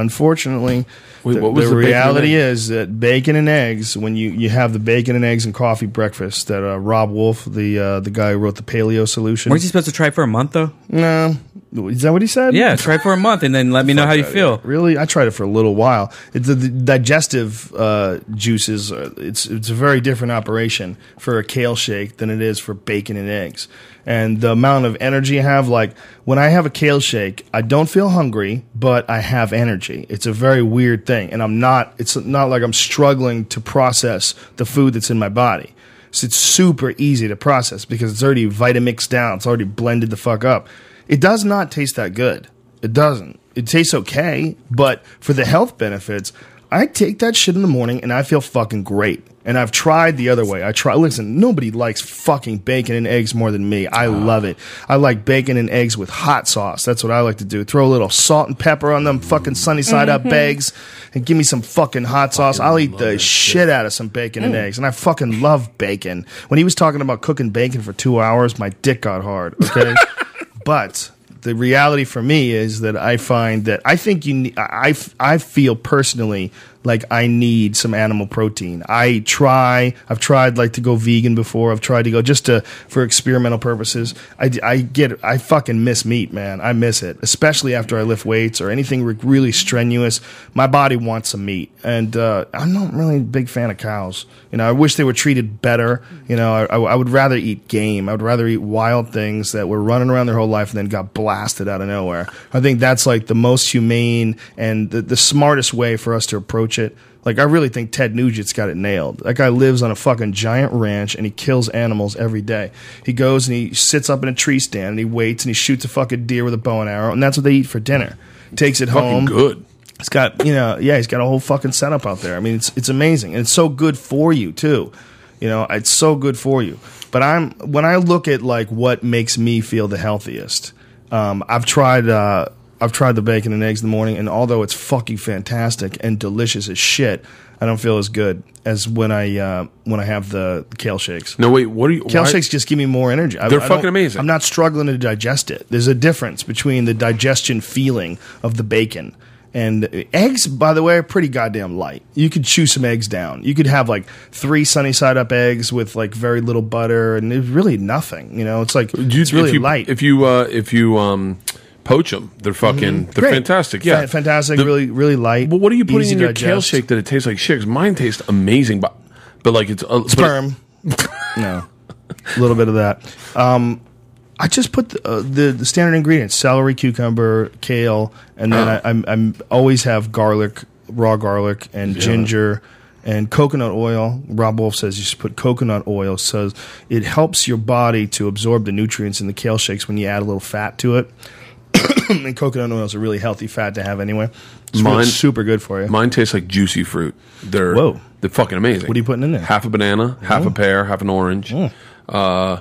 Speaker 1: Unfortunately,
Speaker 3: Wait,
Speaker 1: the,
Speaker 3: what was
Speaker 1: the
Speaker 3: the bacon and
Speaker 1: reality is that bacon and eggs. When you, you have the bacon and eggs and coffee breakfast that uh, Rob Wolf, the uh, the guy who wrote the Paleo Solution,
Speaker 2: Weren't you supposed to try for a month though?
Speaker 1: No, is that what he said?
Speaker 2: Yeah, try for a month and then let me know how you feel.
Speaker 1: Really, I tried it for a little while. It's the, the digestive uh, juices. uh, It's it's a very different operation for a kale shake than it is for bacon and eggs. And the amount of energy I have, like when I have a kale shake, I don't feel hungry, but I have energy. It's a very weird thing, and I'm not. It's not like I'm struggling to process the food that's in my body. So it's super easy to process because it's already Vitamix down. It's already blended the fuck up. It does not taste that good. It doesn't. It tastes okay, but for the health benefits, I take that shit in the morning and I feel fucking great. And I've tried the other way. I try. Listen, nobody likes fucking bacon and eggs more than me. I love it. I like bacon and eggs with hot sauce. That's what I like to do. Throw a little salt and pepper on them fucking sunny side up eggs and give me some fucking hot sauce. I'll eat the shit out of some bacon and eggs. And I fucking love bacon. When he was talking about cooking bacon for two hours, my dick got hard. Okay. but the reality for me is that I find that I think you need, I, I I feel personally like I need some animal protein. I try I've tried like to go vegan before. I've tried to go just to for experimental purposes. I, d- I get I fucking miss meat, man. I miss it, especially after I lift weights or anything re- really strenuous. My body wants some meat, and uh, I'm not really a big fan of cows. You know, I wish they were treated better. You know, I, I, I would rather eat game. I would rather eat wild things that were running around their whole life and then got blasted out of nowhere. I think that's like the most humane and the, the smartest way for us to approach it. Like, I really think Ted Nugent's got it nailed. That guy lives on a fucking giant ranch and he kills animals every day. He goes and he sits up in a tree stand and he waits and he shoots a fucking deer with a bow and arrow, and that's what they eat for dinner. Takes it
Speaker 3: Fucking
Speaker 1: home.
Speaker 3: good.
Speaker 1: It's got you know, yeah, he's got a whole fucking setup out there. I mean, it's it's amazing, and it's so good for you too. You know, it's so good for you. But I'm when I look at like what makes me feel the healthiest, um, I've tried uh, I've tried the bacon and eggs in the morning, and although it's fucking fantastic and delicious as shit, I don't feel as good as when I uh, when I have the kale shakes.
Speaker 3: No, wait. What are you?
Speaker 1: Kale
Speaker 3: why-
Speaker 1: shakes just give me more energy. I-
Speaker 3: They're
Speaker 1: I don't-
Speaker 3: fucking amazing.
Speaker 1: I'm not struggling to digest it. There's a difference between the digestion feeling of the bacon and eggs. By the way, are pretty goddamn light. You could chew some eggs down. You could have like three sunny side up eggs with like very little butter and it's really nothing. You know, it's like
Speaker 3: You-
Speaker 1: it's really
Speaker 3: if you,
Speaker 1: light.
Speaker 3: If you uh, if you um, poach them, they're
Speaker 2: Mm-hmm.
Speaker 3: fucking they're
Speaker 1: Great.
Speaker 3: fantastic.
Speaker 1: Fa-
Speaker 3: Yeah,
Speaker 1: fantastic.
Speaker 3: The-
Speaker 1: really, really light.
Speaker 3: Well, what are you putting
Speaker 1: easy
Speaker 3: in
Speaker 1: to
Speaker 3: your kale
Speaker 1: digest.
Speaker 3: shake that it tastes like shit? 'Cause mine tastes amazing, but but like it's uh,
Speaker 1: sperm. no, a little bit of that. Um, I just put the, uh, the the standard ingredients: celery, cucumber, kale, and then
Speaker 3: Oh.
Speaker 1: I, I'm I'm always have garlic, raw garlic, and ginger. And coconut oil, Rob Wolf says you should put coconut oil. Says it helps your body to absorb the nutrients in the kale shakes when you add a little fat to it. and coconut oil is a really healthy fat to have anyway. It's really
Speaker 3: Mine-
Speaker 1: super good for you.
Speaker 3: Mine tastes like juicy fruit. They're
Speaker 1: Whoa.
Speaker 3: they're fucking amazing.
Speaker 1: What are you putting in there? Mm.
Speaker 3: Half a banana, half a pear, half an orange, uh,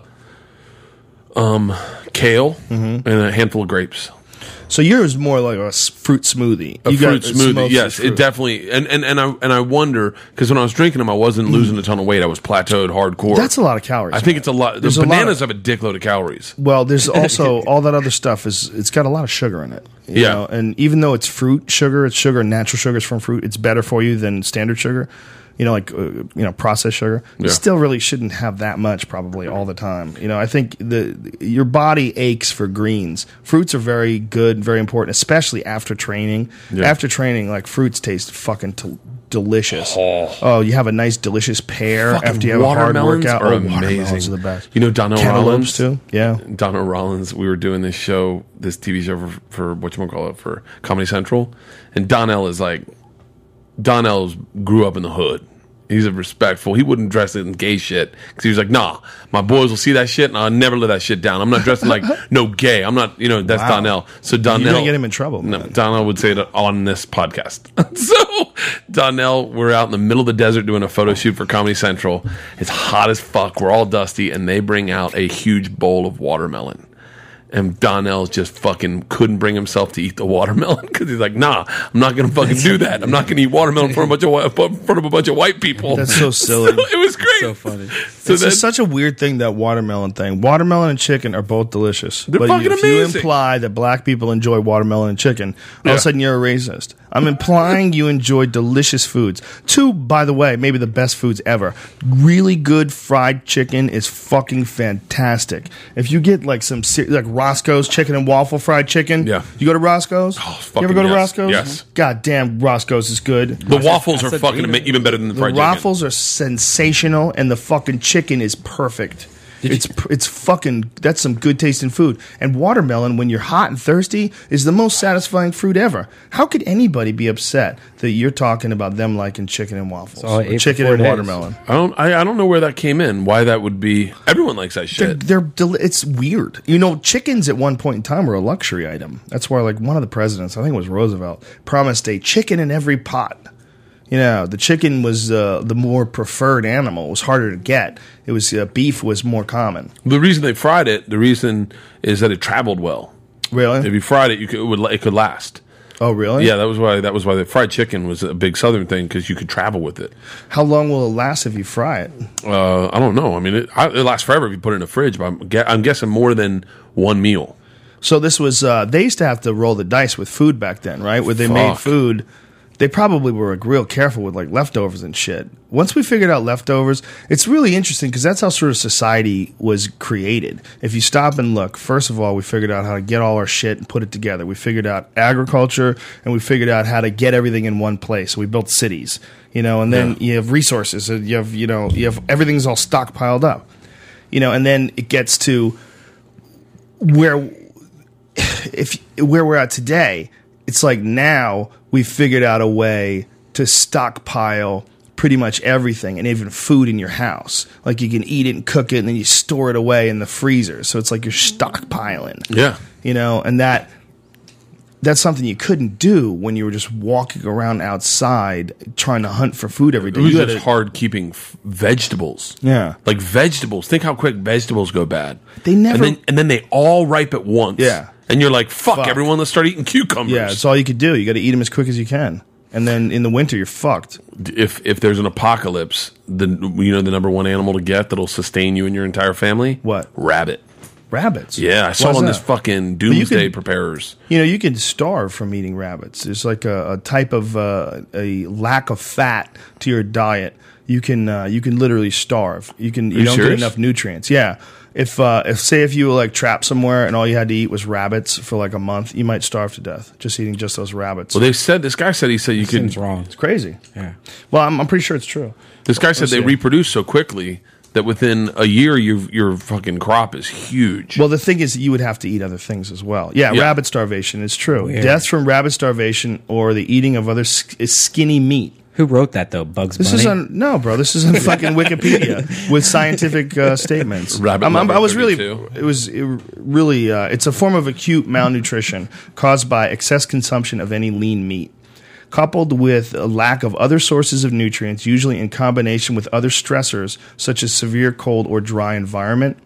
Speaker 3: um, kale,
Speaker 1: Mm-hmm.
Speaker 3: and a handful of grapes.
Speaker 1: so yours is more like a s- fruit smoothie.
Speaker 3: A
Speaker 1: You got
Speaker 3: fruit smoothie.
Speaker 1: smoked
Speaker 3: Yes,
Speaker 1: fruit.
Speaker 3: it definitely. And, and and I and I wonder because when I was drinking them, I wasn't losing a ton of weight. I was plateaued hardcore.
Speaker 1: Mm. That's a lot of calories.
Speaker 3: I
Speaker 1: man.
Speaker 3: think it's a lot. The
Speaker 1: There's a lot
Speaker 3: bananas
Speaker 1: of-
Speaker 3: have a dickload of calories.
Speaker 1: Well, there's also all that other stuff is it's got a lot of sugar in it. you
Speaker 3: Yeah.
Speaker 1: know, and even though it's fruit sugar, it's sugar, natural sugars from fruit. It's better for you than standard sugar. You know, like uh, you know, processed sugar. You
Speaker 3: Yeah.
Speaker 1: still really shouldn't have that much, probably all the time. You know, I think the your body aches for greens. Fruits are very good, very important, especially after training.
Speaker 3: Yeah.
Speaker 1: After training, like fruits taste fucking t- delicious. Oh. you have a nice, delicious pear
Speaker 3: Fucking
Speaker 1: after you have a hard
Speaker 3: watermelons
Speaker 1: workout.
Speaker 3: are
Speaker 1: oh, watermelons
Speaker 3: amazing.
Speaker 1: are the best.
Speaker 3: You know Donnell
Speaker 1: Cantaloupes, too.
Speaker 3: Rollins?
Speaker 1: Yeah.
Speaker 3: Donna Rollins, we were doing this show, this TV show for, for what you call it for Comedy Central, and Donnell is like, Donnell's grew up in the hood. He's a respectful. He wouldn't dress in gay shit because he was like, "Nah, my boys will see that shit, and I'll never let that shit down. I'm not dressing like no gay. I'm not, you know, that's
Speaker 1: Wow.
Speaker 3: Donnell." So Donnell,
Speaker 1: get him in trouble,
Speaker 3: No,
Speaker 1: man.
Speaker 3: Donnell would say that on this podcast. so Donnell, we're out in the middle of the desert doing a photo shoot for Comedy Central. It's hot as fuck. We're all dusty, and they bring out a huge bowl of watermelon. And Donnell just fucking couldn't bring himself to eat the watermelon because he's like, nah, I'm not gonna fucking do that. I'm not gonna eat watermelon in front of a bunch of whi- in front of a bunch of white people.
Speaker 1: That's so silly.
Speaker 3: it was great.
Speaker 2: So funny.
Speaker 3: So
Speaker 1: it's
Speaker 3: that's
Speaker 1: just such a weird thing that watermelon thing. Watermelon and chicken are both delicious.
Speaker 3: They're
Speaker 1: but
Speaker 3: fucking
Speaker 1: if you
Speaker 3: amazing.
Speaker 1: imply that black people enjoy watermelon and chicken, all
Speaker 3: Yeah.
Speaker 1: of a sudden you're a racist. I'm implying you enjoy delicious foods. Two, by the way, maybe the best foods ever. Really good fried chicken is fucking fantastic. If you get like some ser- like Roscoe's chicken and waffle fried chicken,
Speaker 3: Yeah.
Speaker 1: You go to Roscoe's.
Speaker 3: Oh,
Speaker 1: you ever
Speaker 3: fucking
Speaker 1: go to
Speaker 3: yes.
Speaker 1: Roscoe's?
Speaker 3: Yes.
Speaker 1: God damn, Roscoe's is good.
Speaker 3: The waffles are fucking ama- even better than the,
Speaker 1: The
Speaker 3: fried
Speaker 1: waffles are sensational, and the fucking chicken is perfect. it's pr- it's fucking that's some good tasting food. And watermelon, when you're hot and thirsty, is the most satisfying fruit ever. How could anybody be upset that you're talking about them liking chicken and waffles,
Speaker 2: all I ate
Speaker 1: or
Speaker 2: for
Speaker 1: chicken
Speaker 2: four
Speaker 1: and
Speaker 2: days.
Speaker 1: watermelon?
Speaker 3: chicken. I don't. I, I don't know where that came in. Why that would be. Everyone likes that
Speaker 1: They're,
Speaker 3: shit.
Speaker 1: they're deli- it's weird. You know, chickens at one point in time were a luxury item. That's why, like, one of the presidents, I think it was Roosevelt, promised a chicken in every pot. You know, the chicken was uh, the more preferred animal. It was harder to get. It was uh, beef was more common.
Speaker 3: the reason they fried it. The reason is that it traveled well. If
Speaker 1: Really?
Speaker 3: you fried it, you could it would it could last.
Speaker 1: Oh, really?
Speaker 3: Yeah, that was why that was why the fried chicken was a big Southern thing because you could travel with it.
Speaker 1: How long will it last if you fry it?
Speaker 3: Uh, I don't know. I mean, it, I, it lasts forever if you put it in a fridge, but I'm, gue- I'm guessing more than one meal.
Speaker 1: So this was uh, they used to have to roll the dice with food back then, right? Where they made
Speaker 3: Fuck.
Speaker 1: food, they probably were like, real careful with like leftovers and shit. Once we figured out leftovers, it's really interesting because that's how sort of society was created. If you stop and look, first of all, we figured out how to get all our shit and put it together. We figured out agriculture and we figured out how to get everything in one place. We built cities, you know, and then you have resources. and You have you know you have everything's all stockpiled up, you know, and then it gets to where if where we're at today, it's like now we've figured out a way to stockpile pretty much everything and even food in your house. Like you can eat it and cook it and then you store it away in the freezer. So it's like you're stockpiling.
Speaker 3: Yeah.
Speaker 1: You know, and that that's something you couldn't do when you were just walking around outside trying to hunt for food every day.
Speaker 3: It was
Speaker 1: You had
Speaker 3: just
Speaker 1: to-
Speaker 3: hard keeping f- vegetables.
Speaker 1: Yeah.
Speaker 3: Like vegetables. Think how quick vegetables go bad.
Speaker 1: They never-
Speaker 3: And then, and then they all ripe at once.
Speaker 1: Yeah.
Speaker 3: And you're like, fuck,
Speaker 1: Fuck.
Speaker 3: everyone, let's start eating cucumbers.
Speaker 1: yeah, it's all you could do. You got to eat them as quick as you can. And then in the winter you're fucked.
Speaker 3: if if there's an apocalypse, the you know the number one animal to get that'll sustain you and your entire family.
Speaker 1: What?
Speaker 3: Rabbit.
Speaker 1: Rabbits.
Speaker 3: Yeah, I saw
Speaker 1: Why's
Speaker 3: on this
Speaker 1: that?
Speaker 3: fucking
Speaker 1: you
Speaker 3: doomsday
Speaker 1: could-
Speaker 3: preparers.
Speaker 1: You know, you can starve from eating rabbits. It's like a, a type of uh, a lack of fat to your diet. You can uh, you can literally starve. You can you,
Speaker 3: you
Speaker 1: don't
Speaker 3: serious?
Speaker 1: get enough nutrients. Yeah. If uh, if say if you were like trapped somewhere and all you had to eat was rabbits for like a month, you might starve to death just eating just those rabbits.
Speaker 3: Well, they said this guy said he said you
Speaker 2: Seems
Speaker 3: could.
Speaker 2: wrong.
Speaker 1: it's crazy.
Speaker 2: Yeah.
Speaker 1: Well, I'm, I'm pretty sure it's true.
Speaker 3: This guy said they
Speaker 1: see.
Speaker 3: reproduce so quickly that within a year your your fucking crop is huge.
Speaker 1: Well, the thing is, you would have to eat other things as well. Yeah,
Speaker 3: Yeah.
Speaker 1: rabbit starvation is true. Deaths from rabbit starvation or the eating of other sk- skinny meat.
Speaker 2: Who wrote that though? Bugs
Speaker 1: This
Speaker 2: Bunny.
Speaker 1: is on no, bro. This is on fucking Wikipedia with scientific uh, statements.
Speaker 3: Rabbit
Speaker 1: I'm- I'm-
Speaker 3: lover
Speaker 1: I was really,
Speaker 3: 32.
Speaker 1: it was it really. Uh, it's a form of acute malnutrition caused by excess consumption of any lean meat, coupled with a lack of other sources of nutrients, usually in combination with other stressors such as severe cold or dry environment.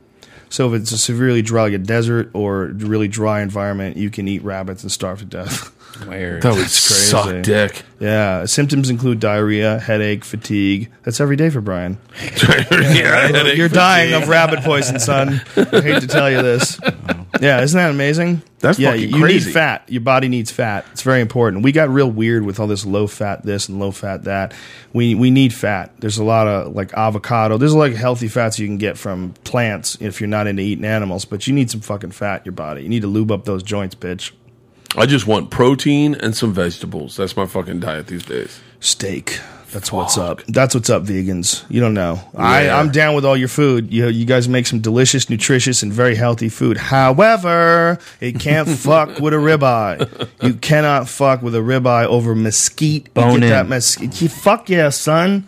Speaker 1: So if it's a severely dry, like a desert or really dry environment, you can eat rabbits and starve to death.
Speaker 2: Weird.
Speaker 3: that would Oh, suck, dick.
Speaker 1: Yeah, symptoms include diarrhea, headache, fatigue. That's every day for Brian.
Speaker 3: yeah,
Speaker 1: You're dying of rabbit poison, son. I hate to tell you this. Yeah, isn't that amazing?
Speaker 3: That's
Speaker 1: yeah,
Speaker 3: fucking
Speaker 1: you
Speaker 3: crazy.
Speaker 1: need fat. Your body needs fat. It's very important. We got real weird with all this low fat this and low fat that. We we need fat. There's a lot of like avocado. There's like healthy fats you can get from plants if you're not into eating animals, but you need some fucking fat in your body. You need to lube up those joints, bitch.
Speaker 3: I just want protein and some vegetables. That's my fucking diet these days.
Speaker 1: steak. That's what's up. That's what's up, vegans. You don't know. I,
Speaker 3: Yeah.
Speaker 1: I'm down with all your food. You you guys make some delicious, nutritious, and very healthy food. However, it can't fuck with a ribeye. You cannot fuck with a ribeye over mesquite. you
Speaker 2: Bone in.
Speaker 1: that mesquite. You- Fuck yeah, son.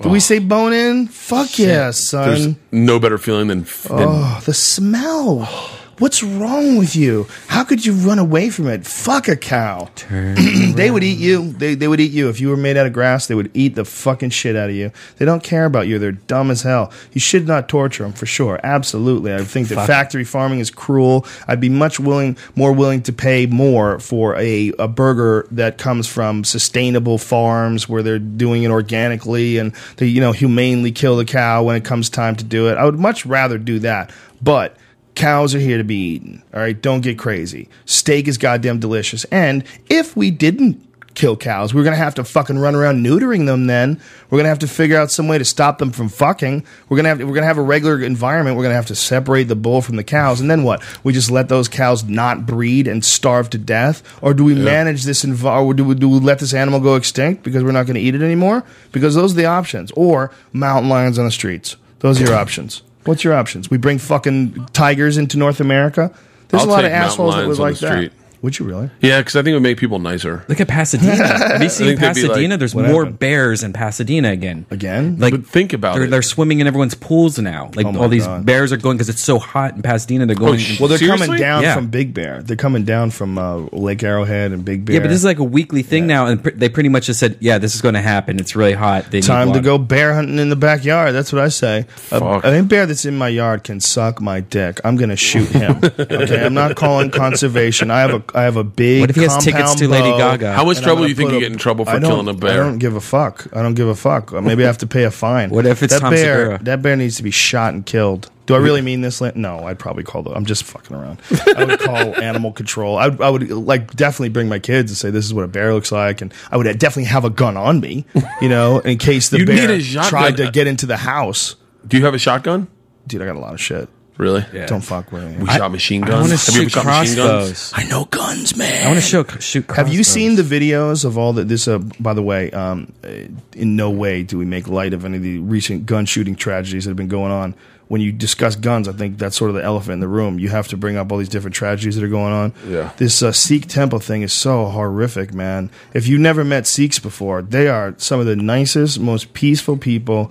Speaker 1: Do we say bone in? Fuck yeah, son.
Speaker 3: There's no better feeling than, than
Speaker 1: Oh, the smell. What's wrong with you? How could you run away from it? Fuck a cow. they would eat you. They, they would eat you. If you were made out of grass, they would eat the fucking shit out of you. They don't care about you. They're dumb as hell. You should not torture them for sure. Absolutely. I think that factory farming is cruel. I'd be much willing, more willing to pay more for a, a burger that comes from sustainable farms where they're doing it organically and they, you know, humanely kill the cow when it comes time to do it. I would much rather do that. But Cows are here to be eaten. All right, don't get crazy. Steak is goddamn delicious. And if we didn't kill cows. We're going to have to fucking run around neutering them then. We're going to have to figure out some way to stop them from fucking. We're going to have we're going to have a regular environment. We're going to have to separate the bull from the cows. And then what? We just let those cows not breed and starve to death or do we manage this envi- or do we, do we let this animal go extinct because we're not going to eat it anymore? Because those are the options. Or mountain lions on the streets. Those are your options. What's your options? We bring fucking tigers into North America. There's
Speaker 3: I'll
Speaker 1: a lot of
Speaker 3: take mountain
Speaker 1: assholes that would
Speaker 3: lions on the
Speaker 1: like that.
Speaker 3: street.
Speaker 1: Would you really?
Speaker 3: Yeah, because I think it would make people nicer.
Speaker 2: Look at Pasadena. Have you seen
Speaker 3: think they'd be like,
Speaker 2: Pasadena? There's
Speaker 1: "What
Speaker 2: more
Speaker 1: happened?"
Speaker 2: bears in Pasadena again.
Speaker 1: Again?
Speaker 2: Like
Speaker 3: But think about
Speaker 2: they're,
Speaker 3: it.
Speaker 2: They're swimming in everyone's pools now. Like
Speaker 1: Oh my
Speaker 2: all these
Speaker 1: God. Oh,
Speaker 2: bears are going because it's so hot in Pasadena. They're going.
Speaker 3: sh-
Speaker 1: Well, they're
Speaker 3: Seriously?
Speaker 1: coming down
Speaker 2: Yeah.
Speaker 1: from Big Bear. They're coming down from uh, Lake Arrowhead and Big Bear.
Speaker 2: yeah, but this is like a weekly thing now, and pr- they pretty much just said, "Yeah, this is going to happen. It's really hot. They need
Speaker 1: time to
Speaker 2: water."
Speaker 1: go bear hunting in the backyard. That's what I say. A,
Speaker 3: Fuck.
Speaker 1: a bear that's in my yard can suck my dick. I'm gonna shoot him. okay, I'm not calling conservation. I have a I have a big.
Speaker 2: What if he has tickets
Speaker 1: compound
Speaker 2: to Lady
Speaker 1: bow,
Speaker 2: Gaga?
Speaker 3: How much
Speaker 1: and I'm
Speaker 3: trouble
Speaker 1: gonna
Speaker 3: do you think
Speaker 1: put
Speaker 3: you
Speaker 1: a-
Speaker 3: get in trouble for
Speaker 1: I don't-
Speaker 3: killing a
Speaker 1: I
Speaker 3: bear?
Speaker 1: don't give a fuck. I don't give a fuck. Maybe I have to pay a fine.
Speaker 2: What if it's
Speaker 1: that
Speaker 2: Tom
Speaker 1: bear?
Speaker 2: Segura?
Speaker 1: That bear needs to be shot and killed. Do I really mean this? Lan- No, I'd probably call the. I'm just fucking around. I would call animal control. I, would- I would like definitely bring my kids and say this is what a bear looks like, and I would definitely have a gun on me, you know, in case the
Speaker 3: You need
Speaker 1: bear
Speaker 3: a shotgun.
Speaker 1: tried to get into the house.
Speaker 3: Do you have a shotgun?
Speaker 1: Dude, I got a lot of shit.
Speaker 3: Really?
Speaker 1: Don't fuck with me.
Speaker 3: We shot machine
Speaker 2: I
Speaker 3: guns.
Speaker 2: want to
Speaker 3: Have you ever
Speaker 2: shoot
Speaker 3: shot machine guns?
Speaker 2: crossbows.
Speaker 3: I know guns, man.
Speaker 2: I want to show shoot.
Speaker 1: Have you
Speaker 2: crossbows.
Speaker 1: seen the videos of all the, this? Uh, by the way, um, uh, in no way do we make light of any of the recent gun shooting tragedies that have been going on. When you discuss guns, I think that's sort of the elephant in the room. You have to bring up all these different tragedies that are going on.
Speaker 3: Yeah.
Speaker 1: This uh, Sikh temple thing is so horrific, man. If you've never met Sikhs before, they are some of the nicest, most peaceful people.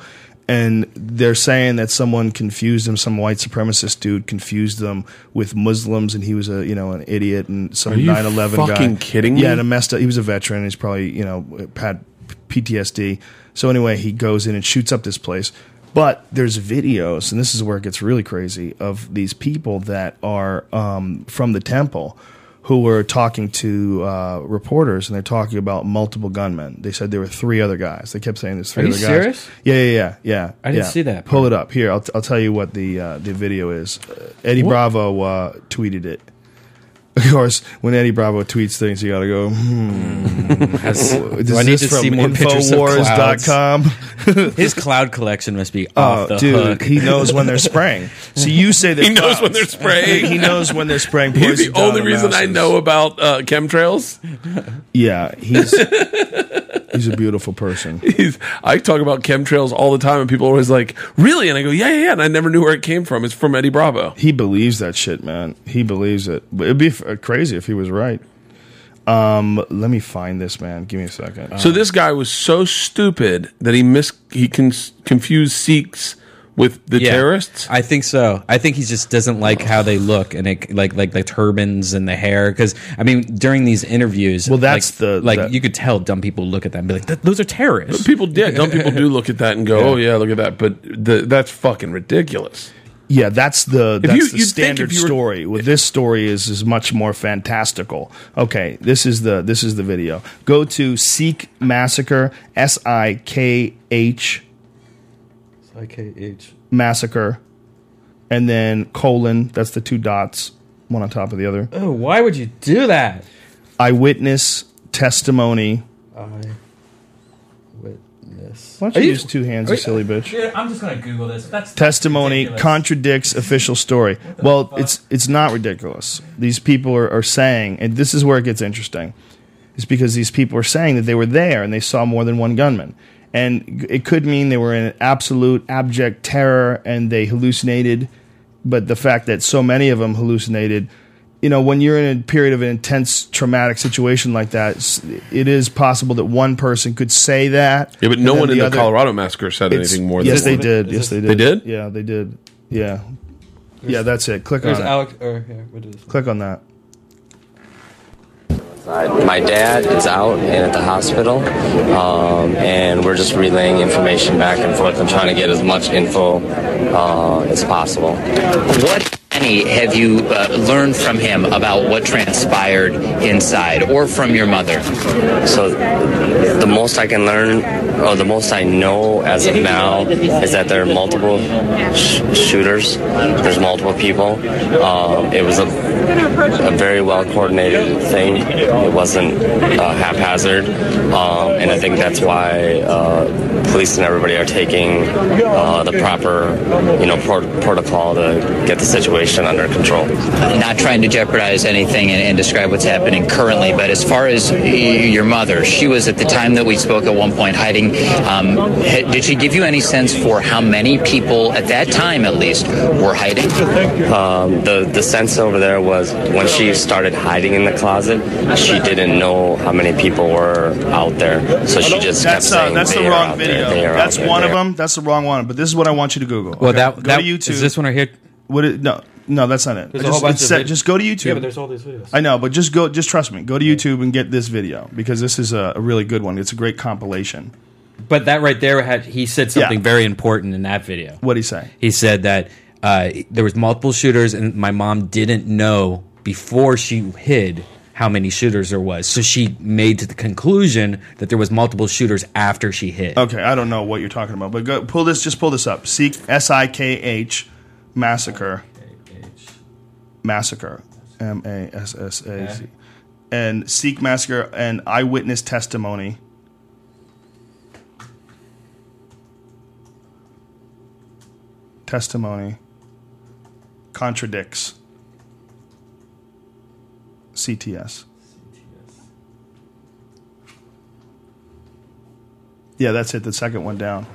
Speaker 1: And they're saying that someone confused them, some white supremacist dude confused them with Muslims, and he was a you know an idiot and some
Speaker 3: Are you
Speaker 1: 9/11 guy.
Speaker 3: fucking kidding me?
Speaker 1: Yeah, and a messed up. He was a veteran. He's probably you know had PTSD. So anyway, he goes in and shoots up this place. But there's videos, and this is where it gets really crazy, of these people that are um, from the temple who were talking to uh, reporters, and they're talking about multiple gunmen. They said there were three other guys. They kept saying there's three
Speaker 2: Are you
Speaker 1: other guys.
Speaker 2: serious?
Speaker 1: Yeah, yeah, yeah, yeah.
Speaker 2: I didn't
Speaker 1: yeah.
Speaker 2: see that
Speaker 1: Pull it up here. I'll, t- I'll tell you what the uh, the video is. Uh, Eddie Bravo uh, tweeted it. Of course, when Eddie Bravo tweets things, you got to go. Hmm.
Speaker 2: Has-
Speaker 1: Oh, Is
Speaker 2: do I need
Speaker 1: this
Speaker 2: to
Speaker 1: from
Speaker 2: see more pictures of
Speaker 1: Infowars.com?
Speaker 2: clouds? His cloud collection must be off
Speaker 1: Oh,
Speaker 2: the
Speaker 1: dude,
Speaker 2: hook.
Speaker 1: he knows when they're spraying. So you say that
Speaker 3: He knows when they're spraying.
Speaker 1: He knows when they're spraying.
Speaker 3: Here's the
Speaker 1: poison down
Speaker 3: only
Speaker 1: on
Speaker 3: reason I
Speaker 1: mouses.
Speaker 3: know about uh, chemtrails.
Speaker 1: Yeah, he's he's a beautiful person.
Speaker 3: He's, I talk about chemtrails all the time, and people are always like, "Really?" And I go, "Yeah, yeah." yeah. And I never knew where it came from. It's from Eddie Bravo.
Speaker 1: He believes that shit, man. He believes it. But It'd be f- uh, crazy if he was right. Um, let me find this man. Give me a second.
Speaker 3: So this guy was so stupid that he mis he con- confused Sikhs with the
Speaker 2: Yeah.
Speaker 3: terrorists.
Speaker 2: I think so. I think he just doesn't like how they look and it, like like the turbans and the hair. Because I mean, during these interviews,
Speaker 1: Well, that's
Speaker 2: like,
Speaker 1: the-
Speaker 2: like
Speaker 1: that-
Speaker 2: you could tell dumb people look at that and be like, "Th- those are terrorists.
Speaker 3: people, yeah, dumb people do look at that and go, "Oh yeah, look at that." But the, that's fucking ridiculous.
Speaker 1: Yeah, that's the that's
Speaker 3: you-
Speaker 1: the
Speaker 3: you'd think
Speaker 1: standard
Speaker 3: if you were-
Speaker 1: story. With this story is is much more fantastical. Okay, this is the this is the video. Go to Sikh Massacre S I K H Massacre, and then colon. That's the two dots, one on top of the other.
Speaker 2: Oh, why would you do that?
Speaker 1: Eyewitness testimony. Why don't you, use two hands, you silly bitch?
Speaker 2: I'm just gonna Google this. That's
Speaker 1: testimony contradicts official story. Well, it's it's not ridiculous. These people are, are saying, and this is where it gets interesting, is because these people are saying that they were there and they saw more than one gunman. And it could mean they were in absolute abject terror and they hallucinated, but the fact that so many of them hallucinated, you know, when you're in a period of an intense traumatic situation like that, s- it is possible that one person could say that.
Speaker 3: Yeah, but
Speaker 1: and
Speaker 3: no
Speaker 1: then
Speaker 3: one in the
Speaker 1: other-
Speaker 3: Colorado massacre said
Speaker 1: it's-
Speaker 3: anything more.
Speaker 1: Yes,
Speaker 3: than
Speaker 1: they
Speaker 3: one.
Speaker 1: did. Yes, they did.
Speaker 3: They did?
Speaker 1: Yeah, they did. Yeah, yeah. That's it. Click on it.
Speaker 4: or here, what is
Speaker 1: Click on that.
Speaker 9: My dad is out and at the hospital, um, and we're just relaying information back and forth and trying to get as much info uh, as possible.
Speaker 10: What, any, have you uh, learned from him about what transpired inside or from your mother?
Speaker 9: So, the most I can learn or the most I know as of now is that there are multiple sh- shooters. There's multiple people. Um, it was a, a very well coordinated thing. It wasn't uh, haphazard, um, and I think that's why uh, police and everybody are taking uh, the proper, you know, pro- protocol to get the situation under control.
Speaker 10: Not trying to jeopardize anything and, and describe what's happening currently, but as far as y- your mother, she was at the time that we spoke at one point hiding. Um, ha- did she give you any sense for how many people at that time, at least, were hiding?
Speaker 9: Um, the the sense over there was when she started hiding in the closet, she didn't know how many people were out there, so she just kept
Speaker 1: That's uh,
Speaker 9: saying
Speaker 1: that's the
Speaker 9: they are
Speaker 1: wrong
Speaker 9: out
Speaker 1: video.
Speaker 9: there, they are out
Speaker 1: that's
Speaker 9: there,
Speaker 1: one
Speaker 9: they
Speaker 1: of
Speaker 9: are
Speaker 1: them. That's the wrong one. But this is what I want you to Google.
Speaker 2: Well,
Speaker 1: okay?
Speaker 2: that
Speaker 1: go
Speaker 2: that
Speaker 1: to YouTube.
Speaker 2: is this one right here.
Speaker 1: What? Is, no, no, that's not it.
Speaker 2: There's a
Speaker 1: I
Speaker 2: whole bunch
Speaker 1: it
Speaker 2: of
Speaker 1: said-
Speaker 2: vid-
Speaker 1: just go to YouTube.
Speaker 2: all these videos.
Speaker 1: I know, but just go. Just trust me. Go to YouTube and get this video because this is a, a really good one. It's a great compilation.
Speaker 2: But that right there had he said something
Speaker 1: Yeah.
Speaker 2: very important in that video.
Speaker 1: What do you say?
Speaker 2: He said that uh, there was multiple shooters, and my mom didn't know before she hid how many shooters there was. So she made to the conclusion that there was multiple shooters after she hid.
Speaker 1: Okay, I don't know what you're talking about, but go pull this. Just pull this up. Seek S I K H massacre. Massacre. M A S S A C. And seek massacre and eyewitness testimony. Testimony contradicts CTS. Yeah, that's it. The second one down.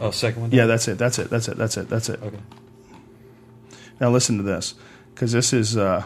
Speaker 2: Oh, second one.
Speaker 1: Yeah, that's it. That's it. That's it. That's it. That's it. Okay. Now listen to this, because this is uh,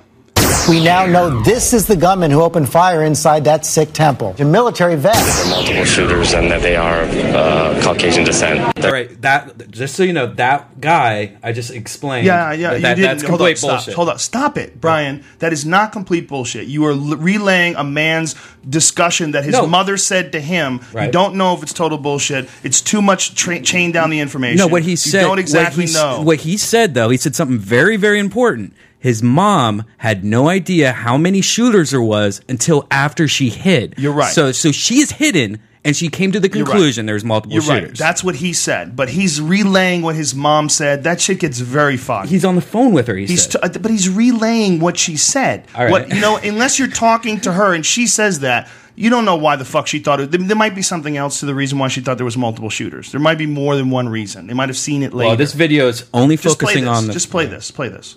Speaker 5: We now know this is the gunman who opened fire inside that sick temple. A military vet.
Speaker 9: There are multiple shooters and that they are of uh, Caucasian descent.
Speaker 2: All right, that just so you know, that guy I just explained.
Speaker 1: yeah, yeah.
Speaker 2: that-
Speaker 1: you
Speaker 2: that-
Speaker 1: didn't.
Speaker 2: that's
Speaker 1: hold
Speaker 2: complete
Speaker 1: on, stop,
Speaker 2: bullshit.
Speaker 1: Hold on. Stop it, Brian. That is not complete bullshit. You are l- relaying a man's discussion that his
Speaker 2: No.
Speaker 1: mother said to him. You
Speaker 2: Right.
Speaker 1: don't know if it's total bullshit. It's too much tra- chain down the information.
Speaker 2: No, what he
Speaker 1: You
Speaker 2: said.
Speaker 1: don't exactly
Speaker 2: what he, s-
Speaker 1: know.
Speaker 2: What he said, though, he said something very, very important. His mom had no idea how many shooters there was until after she hid.
Speaker 1: You're right.
Speaker 2: So, so she is hidden, and she came to the
Speaker 1: You're right.
Speaker 2: conclusion there was multiple
Speaker 1: You're right.
Speaker 2: shooters.
Speaker 1: That's what he said. But he's relaying what his mom said. That shit gets very foggy.
Speaker 2: he's on the phone with her. He
Speaker 1: He's
Speaker 2: said.
Speaker 1: t- uh, but he's relaying what she said.
Speaker 2: All right.
Speaker 1: What you know, unless you're talking to her and she says that, you don't know why the fuck she thought it. There, there might be something else to the reason why she thought there was multiple shooters. There might be more than one reason. They might have seen it later.
Speaker 2: well, this video is only
Speaker 1: just play
Speaker 2: focusing
Speaker 1: this.
Speaker 2: on the.
Speaker 1: just play this. Play this.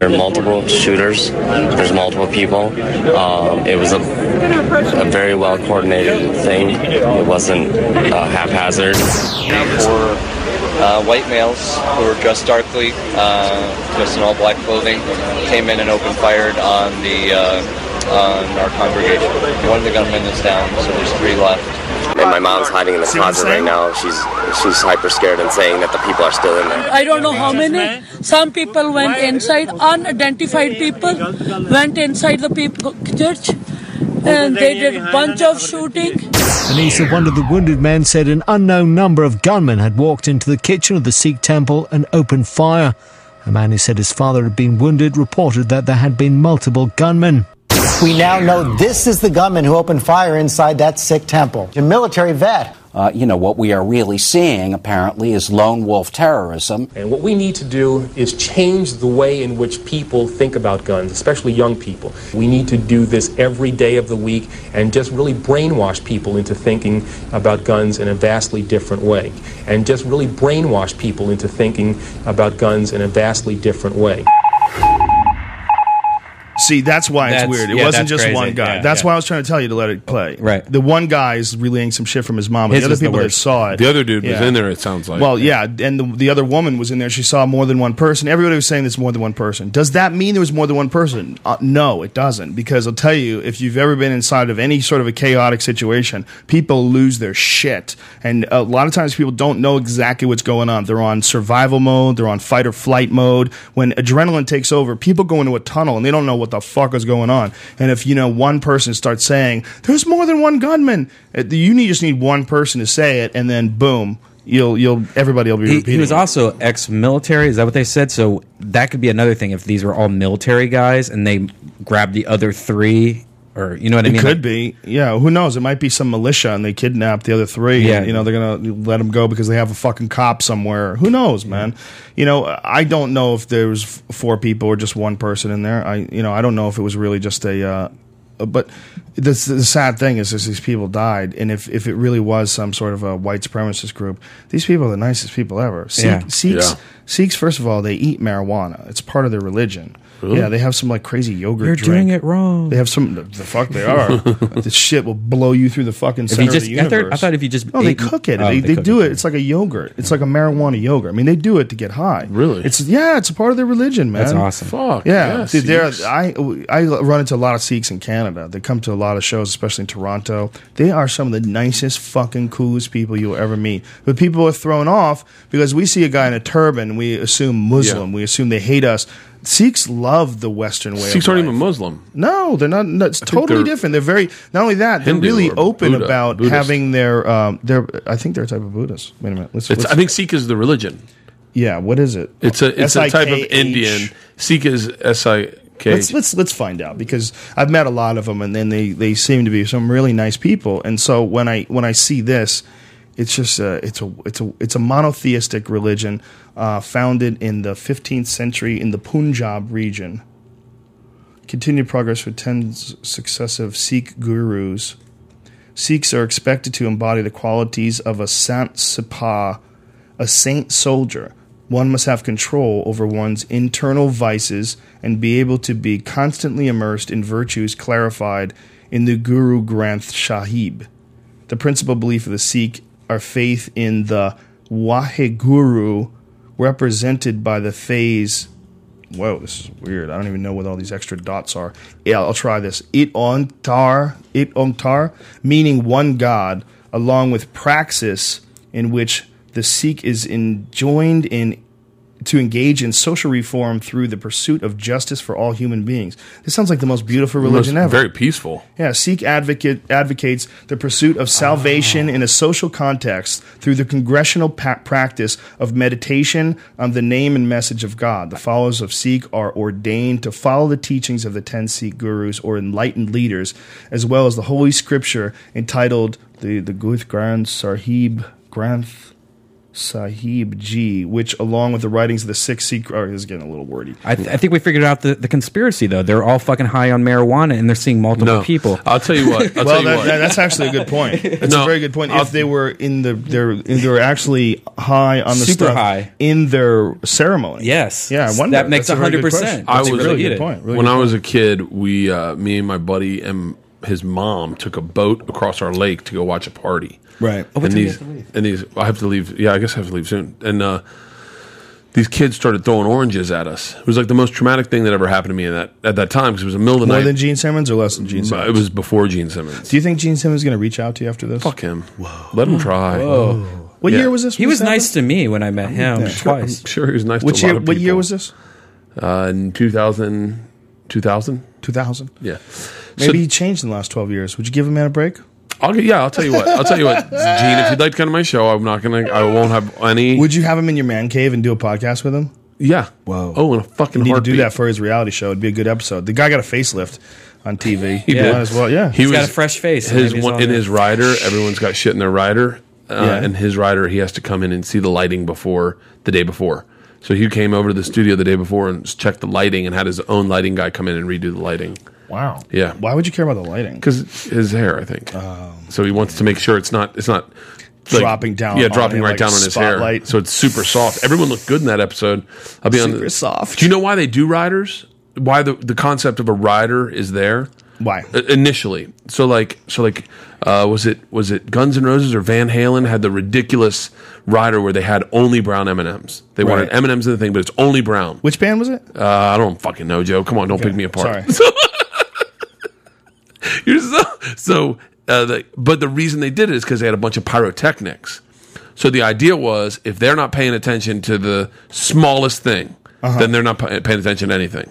Speaker 9: There are multiple shooters. There's multiple people. Um, it was a, a very well coordinated thing. It wasn't uh, haphazard.
Speaker 11: were uh, white males who were dressed darkly, uh, dressed in all black clothing, came in and opened fired on the uh, on our congregation. One of the gunmen is down, so there's three left.
Speaker 9: And my mom's hiding in the
Speaker 1: See what I'm
Speaker 9: closet right
Speaker 1: saying?
Speaker 9: now. She's she's hyper scared and saying that the people are still in there.
Speaker 12: I don't know how many. Some people went inside, unidentified people went inside the people, church, and they did a bunch of shooting.
Speaker 5: The niece of one of the wounded men said an unknown number of gunmen had walked into the kitchen of the Sikh temple and opened fire. A man who said his father had been wounded reported that there had been multiple gunmen. We now know this is the gunman who opened fire inside that Sikh temple. A military vet.
Speaker 13: Uh, you know, what we are really seeing, apparently, is lone wolf terrorism.
Speaker 14: And what we need to do is change the way in which people think about guns, especially young people. We need to do this every day of the week and just really brainwash people into thinking about guns in a vastly different way. And just really brainwash people into thinking about guns in a vastly different way.
Speaker 1: See, that's why it's
Speaker 2: That's-
Speaker 1: weird. It
Speaker 2: yeah,
Speaker 1: wasn't
Speaker 2: that's
Speaker 1: just
Speaker 2: crazy.
Speaker 1: one guy.
Speaker 2: Yeah,
Speaker 1: that's
Speaker 2: yeah.
Speaker 1: why I was trying to tell you to let it play.
Speaker 2: Right.
Speaker 1: The one guy is relaying some shit from his mom. but
Speaker 2: His
Speaker 1: the other
Speaker 2: is the
Speaker 1: people that
Speaker 2: worst.
Speaker 1: saw it.
Speaker 3: The other dude was in there, it sounds like.
Speaker 1: Well, yeah, and the, the other woman was in there. She saw more than one person. Everybody was saying there's more than one person. Does that mean there was more than one person? Uh, no, it doesn't. Because I'll tell you, if you've ever been inside of any sort of a chaotic situation, people lose their shit, and a lot of times people don't know exactly what's going on. They're on survival mode. They're on fight or flight mode. When adrenaline takes over, people go into a tunnel and they don't know what the fuck is going on. And if you know one person starts saying there's more than one gunman, uh, you need just need one person to say it, and then boom you'll you'll everybody will be
Speaker 2: He,
Speaker 1: repeating.
Speaker 2: he was
Speaker 1: it.
Speaker 2: also ex-military. Is that what they said? So that could be another thing. If these were all military guys and they grabbed the other three or you know what I mean?
Speaker 1: It could
Speaker 2: Like,
Speaker 1: be. Yeah, who knows? It might be some militia and they kidnap the other three.
Speaker 2: Yeah.
Speaker 1: And, you know, they're going to let them go because they have a fucking cop somewhere. Who knows, man? You know, I don't know if there was f- four people or just one person in there. I, you know, I don't know if it was really just a, uh, uh, but the, the sad thing is, is these people died, and if, if it really was some sort of a white supremacist group, these people are the nicest people ever. Sikh,
Speaker 2: Yeah.
Speaker 1: Sikhs,
Speaker 2: Yeah.
Speaker 1: Sikhs, first of all, they eat marijuana. It's part of their religion.
Speaker 2: Really?
Speaker 1: Yeah, they have some like crazy yogurt.
Speaker 2: You're
Speaker 1: drink.
Speaker 2: doing it wrong.
Speaker 1: They have some. The, the fuck they are. this shit will blow you through the fucking
Speaker 2: If
Speaker 1: center
Speaker 2: you just-
Speaker 1: of the
Speaker 2: I thought-
Speaker 1: universe.
Speaker 2: I thought if you just
Speaker 1: no, they
Speaker 2: ate-
Speaker 1: cook it.
Speaker 2: Oh,
Speaker 1: they
Speaker 2: they
Speaker 1: they,
Speaker 2: cook
Speaker 1: do it. It's like a yogurt. It's like a marijuana yogurt. I mean, they do it to get high. Really? It's yeah. It's a part of their religion, man.
Speaker 2: That's awesome.
Speaker 3: Fuck,
Speaker 1: Yeah,
Speaker 3: yeah,
Speaker 1: Dude, there-
Speaker 3: Sikhs.
Speaker 1: I I run into a lot of Sikhs in Canada. They come to a lot of shows, especially in Toronto. They are some of the nicest, fucking coolest people you'll ever meet. But people are thrown off because we see a guy in a turban, we assume Muslim, we assume they hate us. Sikhs love the Western way.
Speaker 3: Sikhs
Speaker 1: of
Speaker 3: aren't
Speaker 1: life.
Speaker 3: even Muslim.
Speaker 1: No, they're not. No, it's totally
Speaker 3: they're
Speaker 1: different. They're very. Not only that, they're
Speaker 3: Hindu
Speaker 1: really
Speaker 3: or
Speaker 1: open
Speaker 3: Buddha-
Speaker 1: about
Speaker 3: Buddhist.
Speaker 1: having their. Um, their. I think they're a type of Buddhist. Wait a minute. Let's.
Speaker 3: It's,
Speaker 1: let's-
Speaker 3: I think Sikh is the religion.
Speaker 1: yeah. What is it?
Speaker 3: It's a it's a type of
Speaker 1: S-I-K-H.
Speaker 3: Indian. Sikh is S I K.
Speaker 1: Let's let's let's find out because I've met a lot of them and then they they seem to be some really nice people. And so when I when I see this, it's just a, it's a it's a it's a monotheistic religion uh, founded in the 15th century in the Punjab region. Continued progress for 10 s- successive Sikh gurus. Sikhs are expected to embody the qualities of a Sant Sipah, a saint soldier. One must have control over one's internal vices and be able to be constantly immersed in virtues clarified in the Guru Granth Sahib. The principal belief of the Sikh are faith in the Waheguru, represented by the phase Whoa, this is weird. I don't even know what all these extra dots are. Yeah, I'll try this. It on tar, it on tar, meaning one God, along with praxis, in which the Sikh is enjoined in to engage in social reform through the pursuit of justice for all human beings. This sounds like the most beautiful religion
Speaker 3: Most-
Speaker 1: ever.
Speaker 3: Very peaceful.
Speaker 1: Yeah, Sikh advocate advocates the pursuit of salvation in a social context through the congressional pa- practice of meditation on the name and message of God. The followers of Sikh are ordained to follow the teachings of the ten Sikh gurus or enlightened leaders, as well as the holy scripture entitled the the Guth Granth Sahib Granth. Sahib Ji, which, along with the writings of the six Sikh, oh, this is getting a little wordy.
Speaker 2: I, th- I think we figured out the, the conspiracy though. They're all fucking high on marijuana and they're seeing multiple
Speaker 3: No.
Speaker 2: people.
Speaker 1: Uh,
Speaker 3: I'll tell you what. I'll
Speaker 1: well,
Speaker 3: tell you
Speaker 1: that,
Speaker 3: what.
Speaker 1: that- that's actually a good point. That's
Speaker 3: No,
Speaker 1: a very good point.
Speaker 3: I'll-
Speaker 1: if they were in the, they're if they were actually high on the
Speaker 2: Super
Speaker 1: stuff
Speaker 2: high.
Speaker 1: in their ceremony.
Speaker 2: Yes.
Speaker 1: yeah, I wonder.
Speaker 2: That makes
Speaker 1: That's a very good
Speaker 2: 100%.
Speaker 1: question.
Speaker 3: I
Speaker 1: That's
Speaker 3: was
Speaker 1: a really good
Speaker 2: it.
Speaker 1: point. Really
Speaker 3: when
Speaker 1: good
Speaker 3: I was
Speaker 1: point.
Speaker 3: a kid, we, uh, me and my buddy and his mom took a boat across our lake to go watch a party.
Speaker 1: Right. Oh, what
Speaker 3: and
Speaker 1: time do you
Speaker 3: these,
Speaker 1: have to leave?
Speaker 3: and these, I have to leave. Yeah, I guess I have to leave soon. And uh, these kids started throwing oranges at us. It was like the most traumatic thing that ever happened to me in that at that time because it was the middle of the
Speaker 1: more
Speaker 3: night.
Speaker 1: than Gene Simmons or less than Gene Simmons.
Speaker 3: it was before Gene Simmons.
Speaker 1: Do you think Gene Simmons is going to reach out to you after this?
Speaker 3: Fuck him. Let him try.
Speaker 2: Whoa.
Speaker 1: What year was this?
Speaker 2: He
Speaker 1: when
Speaker 2: was
Speaker 1: happened?
Speaker 2: nice to me when I met him
Speaker 1: Yeah.
Speaker 2: twice.
Speaker 3: I'm sure he was nice
Speaker 1: Which
Speaker 3: to a
Speaker 1: year?
Speaker 3: lot of
Speaker 1: What year
Speaker 3: people.
Speaker 1: was this?
Speaker 3: Uh, in 2000, 2000?
Speaker 1: 2000.
Speaker 3: Yeah.
Speaker 1: Maybe he changed in the last 12 years. Would you give a man a break?
Speaker 3: I'll, g- yeah, I'll tell you what. I'll tell you what, Gene. If you'd like to come to my show, I'm not gonna. I won't have any.
Speaker 1: Would you have him in your man cave and do a podcast with him?
Speaker 3: yeah.
Speaker 1: Whoa.
Speaker 3: Oh, in a fucking
Speaker 1: You need to
Speaker 3: heartbeat.
Speaker 1: do that for his reality show. It'd be a good episode. The guy got a facelift on TV.
Speaker 3: He
Speaker 1: yeah.
Speaker 3: did.
Speaker 1: Might as well. Yeah.
Speaker 3: He
Speaker 2: He's
Speaker 3: was
Speaker 2: got a fresh face, so
Speaker 3: His
Speaker 2: maybe he's
Speaker 3: one
Speaker 2: on
Speaker 3: in
Speaker 2: there.
Speaker 3: his rider. Everyone's got shit in their rider. Uh,
Speaker 1: Yeah.
Speaker 3: And his rider, he has to come in and see the lighting before the day before. So he came over to the studio the day before and checked the lighting and had his own lighting guy come in and redo the lighting.
Speaker 1: Wow.
Speaker 3: Yeah.
Speaker 1: Why would you care about the lighting?
Speaker 3: because his hair, I think. so he wants to make sure it's not it's not
Speaker 1: Dropping down
Speaker 3: Yeah,
Speaker 1: on
Speaker 3: dropping
Speaker 1: it,
Speaker 3: right
Speaker 1: like
Speaker 3: down on his hair.
Speaker 1: spotlight.
Speaker 3: So it's super soft. Everyone looked good in that episode. I'll be on
Speaker 1: Super soft.
Speaker 3: Do you know why they do riders? Why the the concept of a rider is there?
Speaker 1: Why?
Speaker 3: I- initially. So like so like uh, was it was it Guns N' Roses or Van Halen had the ridiculous rider where they had only brown M and M's. They wanted
Speaker 1: Right.
Speaker 3: M and M's in the thing, but it's only brown.
Speaker 1: Which band was it?
Speaker 3: Uh, I don't fucking know, Joe. Come on, don't pick me apart.
Speaker 1: Sorry.
Speaker 3: You're so so. Uh, the, but the reason they did it is because they had a bunch of pyrotechnics. So the idea was, if they're not paying attention to the smallest thing, then they're not pay- paying attention to anything.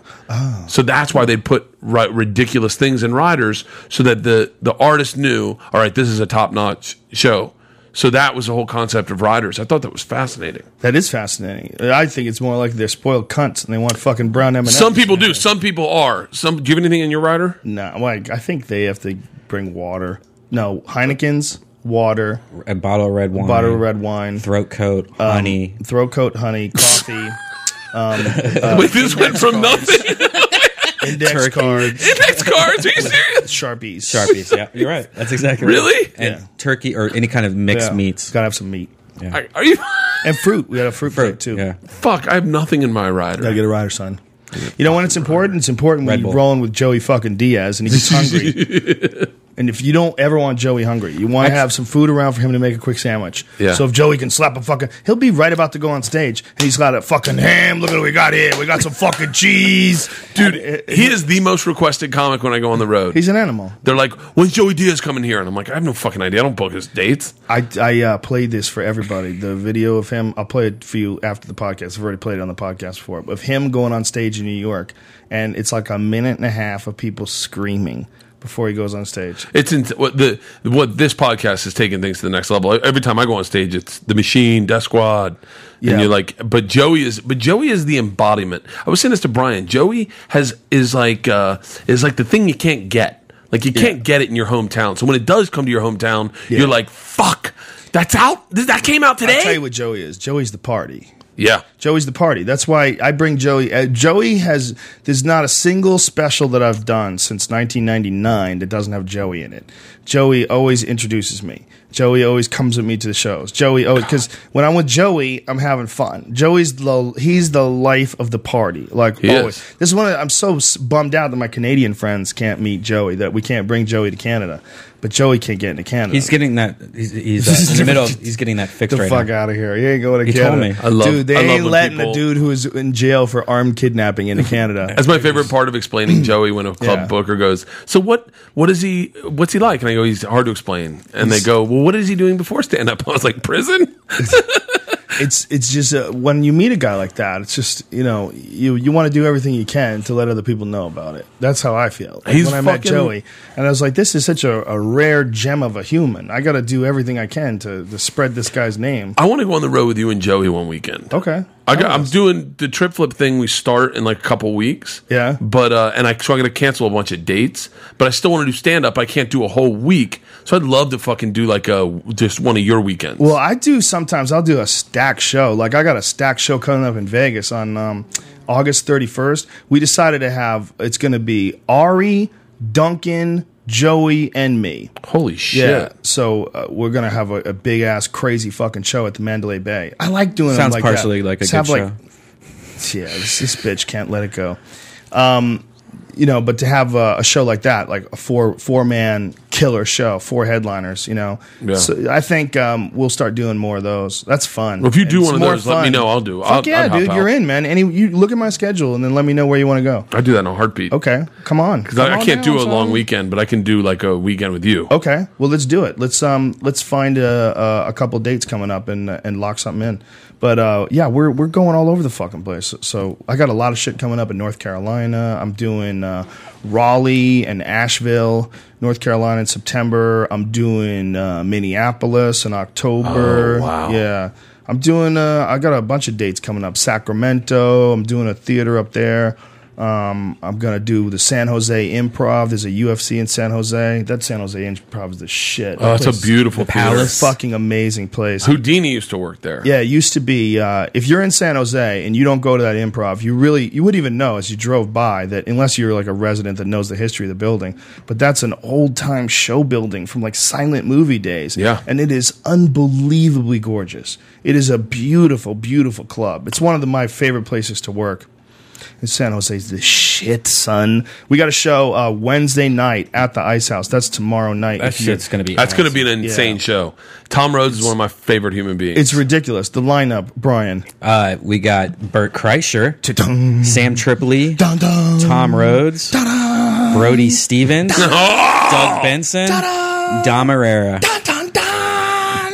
Speaker 3: So that's why they put ri- ridiculous things in riders, so that the the artist knew, all right, this is a top notch show. So that was the whole concept of riders. I thought that was fascinating.
Speaker 1: That is fascinating. I think it's more like they're spoiled cunts and they want fucking brown M&Ms.
Speaker 3: Some people do. Some people are. Some. Do you have anything in your rider?
Speaker 1: No, like I think they have to bring water. No, Heineken's water,
Speaker 2: a bottle of red wine,
Speaker 1: bottle of red Um, wine,
Speaker 2: throat coat, honey,
Speaker 1: throat coat, honey, coffee. um,
Speaker 3: Wait, this went from nothing.
Speaker 1: index cards,
Speaker 3: Index cards. Are you serious?
Speaker 1: sharpies,
Speaker 2: sharpies. Yeah, you're right. That's exactly
Speaker 3: Really?
Speaker 2: Right. And turkey or any kind of mixed
Speaker 1: Yeah.
Speaker 2: meats.
Speaker 1: Gotta have some meat
Speaker 2: Yeah.
Speaker 3: Are you?
Speaker 1: and fruit. We got a fruit, plate too.
Speaker 2: Yeah.
Speaker 3: Fuck! I have nothing in my rider.
Speaker 1: Gotta get a rider, son. You know when it's important? It's important
Speaker 2: Red
Speaker 1: when you're
Speaker 2: Bull.
Speaker 1: rolling with Joey fucking Diaz and he gets hungry. and if you don't ever want Joey hungry, you want to have some food around for him to make a quick sandwich.
Speaker 3: Yeah.
Speaker 1: So if Joey can slap a fucking, he'll be right about to go on stage and he's got a fucking ham. Look at what we got here. We got some fucking cheese, uh,
Speaker 3: Dude, he is the most requested comic when I go on the road.
Speaker 1: He's an animal.
Speaker 3: They're like, "When's Joey Diaz coming here?" And I'm like, "I have no fucking idea. I don't book his dates."
Speaker 1: I, I uh, played this for everybody. The video of him, I'll play it for you after the podcast. I've already played it on the podcast before. Of him going on stage in New York, and it's like a minute and a half of people screaming before he goes on stage.
Speaker 3: It's in, what the what this podcast has taken things to the next level. Every time I go on stage, it's the Machine, Death Squad,
Speaker 1: Yeah.
Speaker 3: and you're like, but Joey is, but Joey is the embodiment. I was saying this to Brian. Joey has is like uh, is like the thing you can't get. Like you can't get it in your hometown. So when it does come to your hometown,
Speaker 1: Yeah.
Speaker 3: you're like, fuck, that's out. Th- That came out
Speaker 1: I'll tell
Speaker 3: today.
Speaker 1: you what Joey is. Joey's the party.
Speaker 3: yeah.
Speaker 1: Joey's the party. That's why I bring Joey. Uh, Joey has there's not a single special that I've done since 1999 that doesn't have Joey in it. Joey always introduces me. Joey always comes with me to the shows. Joey always because when I'm with Joey, I'm having fun. Joey's the he's the life of the party. Like
Speaker 3: He
Speaker 1: always,
Speaker 3: is.
Speaker 1: this is one. Of, I'm so s- bummed out that my Canadian friends can't meet Joey. That we can't bring Joey to Canada, but Joey can't get into Canada.
Speaker 2: He's getting that. He's, he's uh, in the middle. Of, he's getting that fixed
Speaker 1: the
Speaker 2: right
Speaker 1: fuck
Speaker 2: now.
Speaker 1: out of here. You ain't going to
Speaker 2: He told
Speaker 1: Canada.
Speaker 2: me.
Speaker 3: I love-
Speaker 1: dude, they
Speaker 3: I love
Speaker 1: ain't
Speaker 3: when
Speaker 1: letting
Speaker 3: people-
Speaker 1: a dude who is in jail for armed kidnapping into Canada.
Speaker 3: That's my favorite part of explaining Joey when a club
Speaker 1: Yeah.
Speaker 3: booker goes, "So what? What is he? What's he like?" And I go, "He's hard to explain." And they go, "Well, what is he doing before stand up?" I was like, "Prison."
Speaker 1: it's it's just uh, when you meet a guy like that, it's just you know you you want to do everything you can to let other people know about it. That's how I feel. Like,
Speaker 3: He's
Speaker 1: when I met
Speaker 3: fucking-
Speaker 1: Joey, and I was like, this is such a, a rare gem of a human. I got to do everything I can to, to spread this guy's name.
Speaker 3: I want to go on the road with you and Joey one weekend.
Speaker 1: Okay, Oh,
Speaker 3: I got, I'm doing the trip flip thing. We start in like a couple weeks.
Speaker 1: Yeah.
Speaker 3: But uh, and I so I'm gonna cancel a bunch of dates. But I still want to do stand up. I can't do a whole week. So I'd love to fucking do like a just one of your weekends.
Speaker 1: Well, I do sometimes. I'll do a stack show. Like I got a stack show coming up in Vegas on um, August 31st. We decided to have it's going to be Ari, Duncan, Joey, and me.
Speaker 3: Holy shit!
Speaker 1: Yeah. So uh, we're gonna have a, a big ass crazy fucking show at the Mandalay Bay. I like doing them
Speaker 2: Sounds
Speaker 1: like
Speaker 2: partially
Speaker 1: that.
Speaker 2: like a
Speaker 1: Let's
Speaker 2: good
Speaker 1: have,
Speaker 2: show.
Speaker 1: yeah, this, this bitch can't let it go. Um, you know, but to have a, a show like that, like a four four man killer show, four headliners, you know,
Speaker 3: Yeah.
Speaker 1: so I think um, we'll start doing more of those. That's fun.
Speaker 3: Well, if you do
Speaker 1: It's
Speaker 3: one of
Speaker 1: more
Speaker 3: those, let me know. I'll do.
Speaker 1: Fuck
Speaker 3: I'll-
Speaker 1: yeah,
Speaker 3: I'd hop
Speaker 1: dude,
Speaker 3: out.
Speaker 1: you're in, man. Any, you look at my schedule and then let me know where you want to go.
Speaker 3: I do that in a heartbeat.
Speaker 1: Okay, come on.
Speaker 3: Because I, I can't do a long
Speaker 1: week.
Speaker 3: weekend, but I can do like a weekend with you.
Speaker 1: Okay, well let's do it. Let's um let's find a a, a couple dates coming up and and lock something in. But uh, yeah, we're we're going all over the fucking place. So I got a lot of shit coming up in North Carolina. I'm doing uh, Raleigh and Asheville, North Carolina in September. I'm doing uh, Minneapolis in October.
Speaker 3: Oh, wow.
Speaker 1: Yeah. I'm doing. Uh, I got a bunch of dates coming up. Sacramento. I'm doing a theater up there. Um, I'm gonna do the San Jose Improv. There's a UFC in San Jose. That San Jose Improv is the shit.
Speaker 3: Oh, it's a beautiful
Speaker 1: palace.
Speaker 3: theater.
Speaker 1: Fucking amazing place.
Speaker 3: Houdini used to work there.
Speaker 1: Yeah, it used to be. Uh, if you're in San Jose and you don't go to that improv, you really you wouldn't even know as you drove by that unless you're like a resident that knows the history of the building. But that's an old time show building from like silent movie days.
Speaker 3: Yeah.
Speaker 1: and it is unbelievably gorgeous. It is a beautiful, beautiful club. It's one of the, my favorite places to work. And San Jose's the shit, son. We got a show uh, Wednesday night at the Ice House. That's tomorrow night.
Speaker 2: That
Speaker 1: if you-
Speaker 2: shit's gonna be.
Speaker 3: That's going to
Speaker 2: awesome.
Speaker 3: be an insane
Speaker 1: Yeah.
Speaker 3: show. Tom Rhodes is one of my favorite human beings.
Speaker 1: It's ridiculous. The lineup, Brian.
Speaker 2: Uh, we got Bert Kreischer,
Speaker 1: Ta-dum.
Speaker 2: Sam Tripoli,
Speaker 1: Dun dun.
Speaker 2: Tom Rhodes, Brody
Speaker 3: Oh!
Speaker 2: Stevens, Doug Benson, Dom Herrera.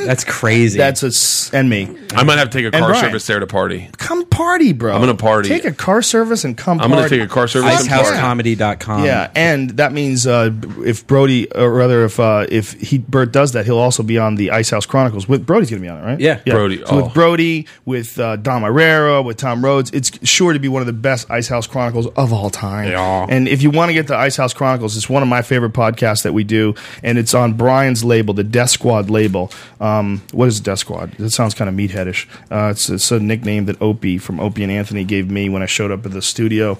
Speaker 2: That's crazy.
Speaker 1: That's a and me.
Speaker 3: I might have to take a
Speaker 1: And
Speaker 3: car
Speaker 1: Brian.
Speaker 3: service there to party.
Speaker 1: Come party, bro.
Speaker 3: I'm gonna party.
Speaker 1: Take a car service and come.
Speaker 3: I'm
Speaker 1: party.
Speaker 3: gonna take a car service and party.
Speaker 2: IcehouseComedy.com.
Speaker 1: Yeah, and that means uh, if Brody, or rather, if uh, if he Bert does that, he'll also be on the Ice House Chronicles. With Brody's going to be on it, right?
Speaker 2: Yeah. Brody,
Speaker 1: So
Speaker 2: oh.
Speaker 1: with Brody, with uh, Dom Herrera, with Tom Rhodes, it's sure to be one of the best Ice House Chronicles of all time.
Speaker 3: Yeah.
Speaker 1: And if you want to get the Ice House Chronicles, it's one of my favorite podcasts that we do, and it's on Brian's label, the Death Squad label. Um, what is Death Squad? That sounds kind of meatheadish. Uh, it's, it's a nickname that Opie from Opie and Anthony gave me when I showed up at the studio.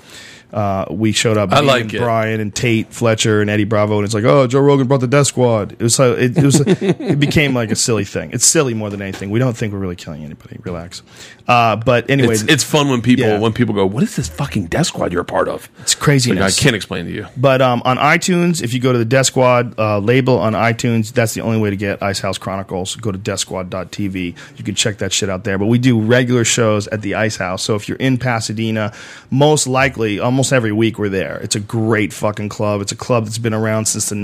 Speaker 1: Uh, we showed up.
Speaker 3: I
Speaker 1: me
Speaker 3: like
Speaker 1: and
Speaker 3: it.
Speaker 1: Brian and Tate Fletcher and Eddie Bravo, and it's like, oh, Joe Rogan brought the Death Squad. It was so it, it was it became like a silly thing. It's silly more than anything. We don't think we're really killing anybody. Relax. Uh, but anyway,
Speaker 3: it's, it's fun when people
Speaker 1: Yeah.
Speaker 3: when people go, "What is this fucking death squad you're a part of?" It's
Speaker 1: craziness.
Speaker 3: I can't explain to you.
Speaker 1: But um, on iTunes, if you go to the Death Squad uh, label on iTunes, that's the only way to get Ice House Chronicles. Go to deathsquad.tv. You can check that shit out there. But we do regular shows at the Ice House. So if you're in Pasadena, most likely, almost every week we're there. It's a great fucking club. It's a club that's been around since the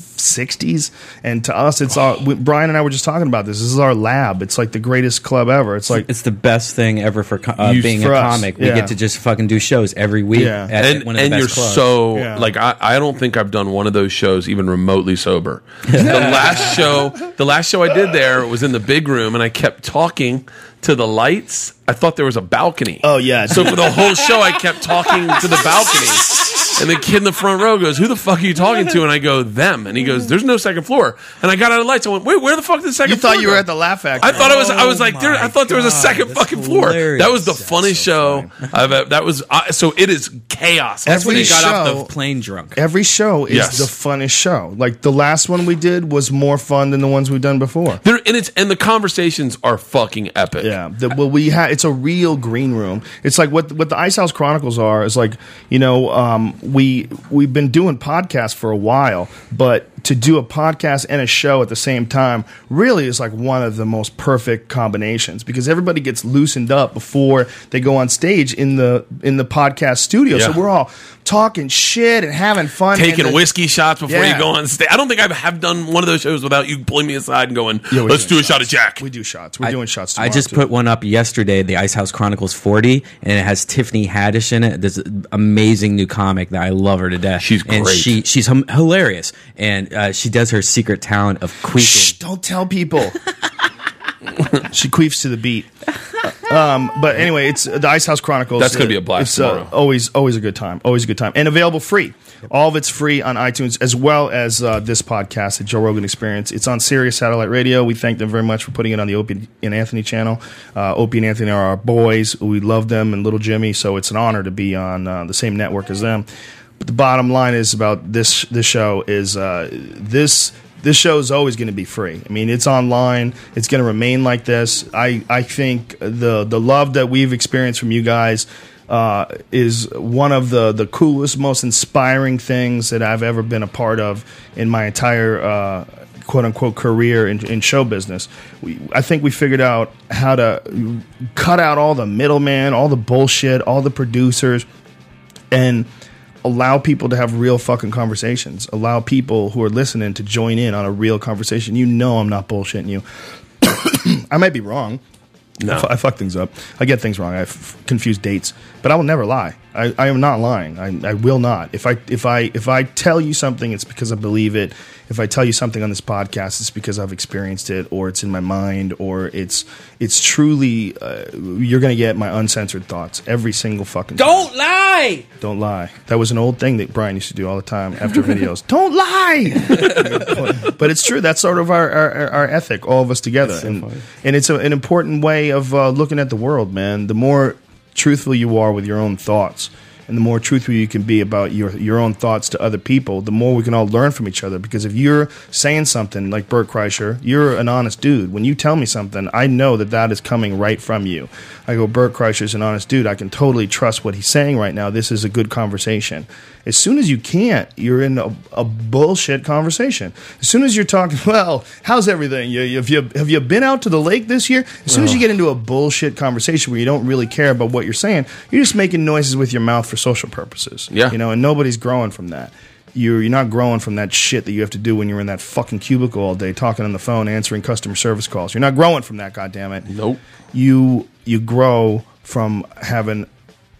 Speaker 1: 1960s. And to us, it's our, we- Brian and I were just talking about this. This is our lab. It's like the greatest club ever. It's like,
Speaker 2: It's the best thing ever for co- uh,
Speaker 1: You-
Speaker 2: being
Speaker 1: for
Speaker 2: a
Speaker 1: us,
Speaker 2: comic.
Speaker 1: yeah.
Speaker 2: We get to just fucking do shows every week. At
Speaker 3: and
Speaker 2: one of the
Speaker 3: and
Speaker 2: best
Speaker 3: you're
Speaker 2: clubs.
Speaker 3: so
Speaker 2: Yeah.
Speaker 3: like I, I don't think I've done one of those shows even remotely sober. the last show, the last show I did there was in the big room, and I kept talking to the lights. I thought there was a balcony.
Speaker 1: oh, yeah.
Speaker 3: So for the whole show, I kept talking to the balcony. And the kid in the front row goes, Who the fuck are you talking to? And I go, Them. And he goes, There's no second floor. And I got out of the lights. I went, Wait, where the fuck did the second
Speaker 1: you
Speaker 3: floor?
Speaker 1: thought you
Speaker 3: go?"
Speaker 1: were at the Laugh Factory.
Speaker 3: I thought I was. I was
Speaker 1: Oh
Speaker 3: like, there,
Speaker 1: my
Speaker 3: I thought there was a
Speaker 1: God,
Speaker 3: second
Speaker 1: that's
Speaker 3: fucking floor.
Speaker 1: hilarious.
Speaker 3: That was the funniest show I've ever. That was I so. It is chaos.
Speaker 1: That's when
Speaker 3: Every
Speaker 1: they got off
Speaker 3: show-
Speaker 1: the
Speaker 2: plane drunk.
Speaker 1: Every show is
Speaker 3: Yes.
Speaker 1: the funnest show. Like the last one we did was more fun than the ones we've done before.
Speaker 3: There and it's and the conversations are fucking epic.
Speaker 1: Yeah, the, well, we ha- it's a real green room. It's like what what the Ice House Chronicles are is like you know um, we we've been doing podcasts for a while, but to do a podcast and a show at the same time really is like one of the most perfect combinations because everybody gets loosened up before they go on stage in the in the podcast studio.
Speaker 3: Yeah.
Speaker 1: So we're all talking shit and having fun, and
Speaker 3: Taking
Speaker 1: the-
Speaker 3: whiskey shots before
Speaker 1: Yeah.
Speaker 3: you go on stage. I don't think I have done one of those shows without you pulling me aside and going,
Speaker 1: we're
Speaker 3: "Let's do
Speaker 1: doing
Speaker 3: a shot of Jack."
Speaker 1: We do shots. We're doing shots.
Speaker 2: I
Speaker 1: Tomorrow
Speaker 2: just
Speaker 1: too.
Speaker 2: put one up yesterday, the Ice House Chronicles 40, and it has Tiffany Haddish in it. This amazing new comic that I love her to death. She's and
Speaker 1: great.
Speaker 2: She, she's hum- hilarious, and uh, she does her secret talent of queefing.
Speaker 1: Don't tell people. she queefs to the beat. Um, but anyway, it's uh, the Ice House Chronicles.
Speaker 3: That's gonna be a blast
Speaker 1: It's uh,
Speaker 3: tomorrow.
Speaker 1: always, always a good time. Always a good time, and available free. All of it's free on iTunes as well as uh, this podcast, the Joe Rogan Experience. It's on Sirius Satellite Radio. We thank them very much for putting it on the Opie and Anthony channel. Uh, Opie and Anthony are our boys. We love them and Little Jimmy, so it's an honor to be on uh, the same network as them. But the bottom line is about this this show is uh, this this show is always going to be free. I mean, it's online. It's going to remain like this. I I think the the love that we've experienced from you guys uh, is one of the the coolest, most inspiring things that I've ever been a part of in my entire. Uh, "Quote unquote career in, in show business." We, I think we figured out how to cut out all the middleman, all the bullshit, all the producers, and allow people to have real fucking conversations. Allow people who are listening to join in on a real conversation. You know, I'm not bullshitting you. I might be wrong.
Speaker 3: No.
Speaker 1: I fu- I fuck things up. I get things wrong. I f- confuse dates, but I will never lie. I, I am not lying. I, I will not. If I if I if I tell you something, it's because I believe it. If I tell you something on this podcast, it's because I've experienced it, or it's in my mind, or it's it's truly. Uh, you're gonna get my uncensored thoughts every single fucking. time.
Speaker 4: Don't lie.
Speaker 1: Don't lie. That was an old thing that Brian used to do all the time after videos. Don't lie. but it's true. That's sort of our our, our ethic, all of us together, and and it's a, an important way of uh, looking at the world, man. The more truthful you are with your own thoughts, and the more truthful you can be about your your own thoughts to other people, the more we can all learn from each other. Because if you're saying something like Bert Kreischer, you're an honest dude. When you tell me something, I know that that is coming right from you. I go, Bert Kreischer's an honest dude. I can totally trust what he's saying right now. This is a good conversation. As soon as you can't, you're in a, a bullshit conversation. As soon as you're talking, well, how's everything? You, you- have you have you been out to the lake this year? As soon as you get into a bullshit conversation where you don't really care about what you're saying, you're just making noises with your mouth for social purposes.
Speaker 3: Yeah.
Speaker 1: you know, and nobody's growing from that. You're you're not growing from that shit that you have to do when you're in that fucking cubicle all day talking on the phone, answering customer service calls. You're not growing from that, goddammit.
Speaker 3: Nope.
Speaker 1: You you grow from having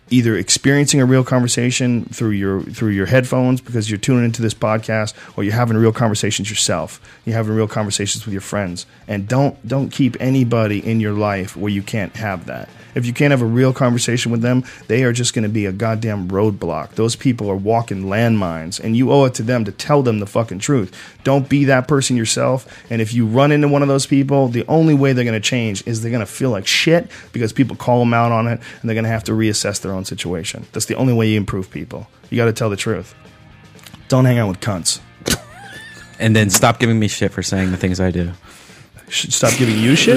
Speaker 1: either experiencing a real conversation through your through your headphones because you're tuning into this podcast or you're having real conversations yourself you're having real conversations with your friends and don't don't keep anybody in your life where you can't have that if you can't have a real conversation with them they are just going to be a goddamn roadblock those people are walking landmines and you owe it to them to tell them the fucking truth don't be that person yourself and if you run into one of those people the only way they're going to change is they're going to feel like shit because people call them out on it and they're going to have to reassess their own situation that's the only way you improve people you got to tell the truth don't hang out with cunts
Speaker 2: and then stop giving me shit for saying the things I do.
Speaker 1: Should stop giving you shit.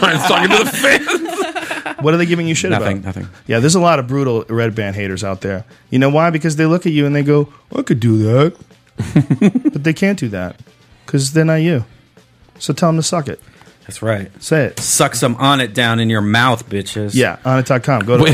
Speaker 3: Brian's talking to the
Speaker 1: fans. What are they giving you shit
Speaker 2: Nothing,
Speaker 1: about?
Speaker 2: nothing.
Speaker 1: Yeah, there's a lot of brutal red band haters out there. You know why? Because they look at you and they go, "I could do that," but they can't do that because they're not you. So tell them to suck it.
Speaker 2: That's right.
Speaker 1: Say it.
Speaker 2: Suck some on it down in your mouth, bitches.
Speaker 1: Yeah, on it.com. Go to.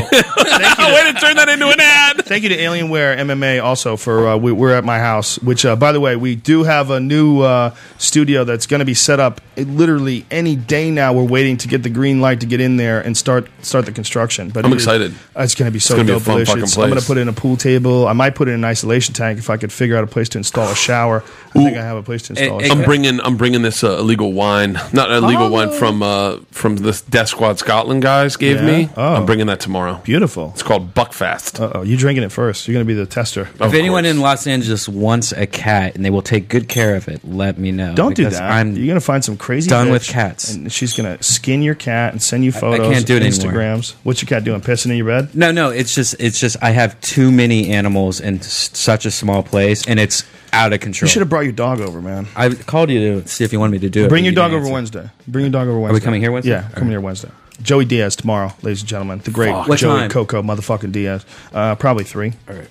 Speaker 3: Way to turn that into an ad.
Speaker 1: Thank you to Alienware MMA also for uh, we, we're at my house. Which, uh, by the way, we do have a new uh, studio that's going to be set up it- literally any day now. We're waiting to get the green light to get in there and start start the construction. But
Speaker 3: I'm
Speaker 1: it is- uh,
Speaker 3: excited.
Speaker 1: it's going to be so
Speaker 3: gonna
Speaker 1: dope.
Speaker 3: be a fun
Speaker 1: delicious.
Speaker 3: fucking place.
Speaker 1: I'm going to put in a pool table. I might put in an isolation tank if I could figure out a place to install a shower. I think I have a place to install. a shower.
Speaker 3: I'm bringing I'm bringing this uh, illegal wine, not illegal wine from uh, from this Death Squad Scotland guys gave
Speaker 1: Yeah?
Speaker 3: me.
Speaker 1: Oh.
Speaker 3: I'm bringing that tomorrow.
Speaker 1: Beautiful.
Speaker 3: It's called Buckfast.
Speaker 1: Uh oh, you're drinking it first. You're going to be the tester.
Speaker 2: If anyone in Los Angeles wants a cat and they will take good care of it, let me know.
Speaker 1: Don't do
Speaker 2: because
Speaker 1: that.
Speaker 2: I'm
Speaker 1: You're gonna find some crazy.
Speaker 2: done
Speaker 1: bitch,
Speaker 2: with cats.
Speaker 1: And she's gonna skin your cat and send you
Speaker 2: I
Speaker 1: photos.
Speaker 2: can't do it anymore.
Speaker 1: Instagrams. What's your cat doing? Pissing in your bed?
Speaker 2: No, no, it's just it's just I have too many animals in s- such a small place, and it's out of control.
Speaker 1: You should have brought your dog over, man.
Speaker 2: I called you to see if you wanted me to do it.
Speaker 1: Bring
Speaker 2: but
Speaker 1: your
Speaker 2: you
Speaker 1: dog
Speaker 2: didn't
Speaker 1: over
Speaker 2: answer.
Speaker 1: Wednesday. Bring your dog over Wednesday.
Speaker 2: coming here Wednesday?
Speaker 1: Yeah, coming here Wednesday. Joey Diaz tomorrow, ladies and gentlemen. The great
Speaker 2: Fuck. What
Speaker 1: Joey
Speaker 2: time?
Speaker 1: Coco, motherfucking Diaz. Uh, probably three. All right.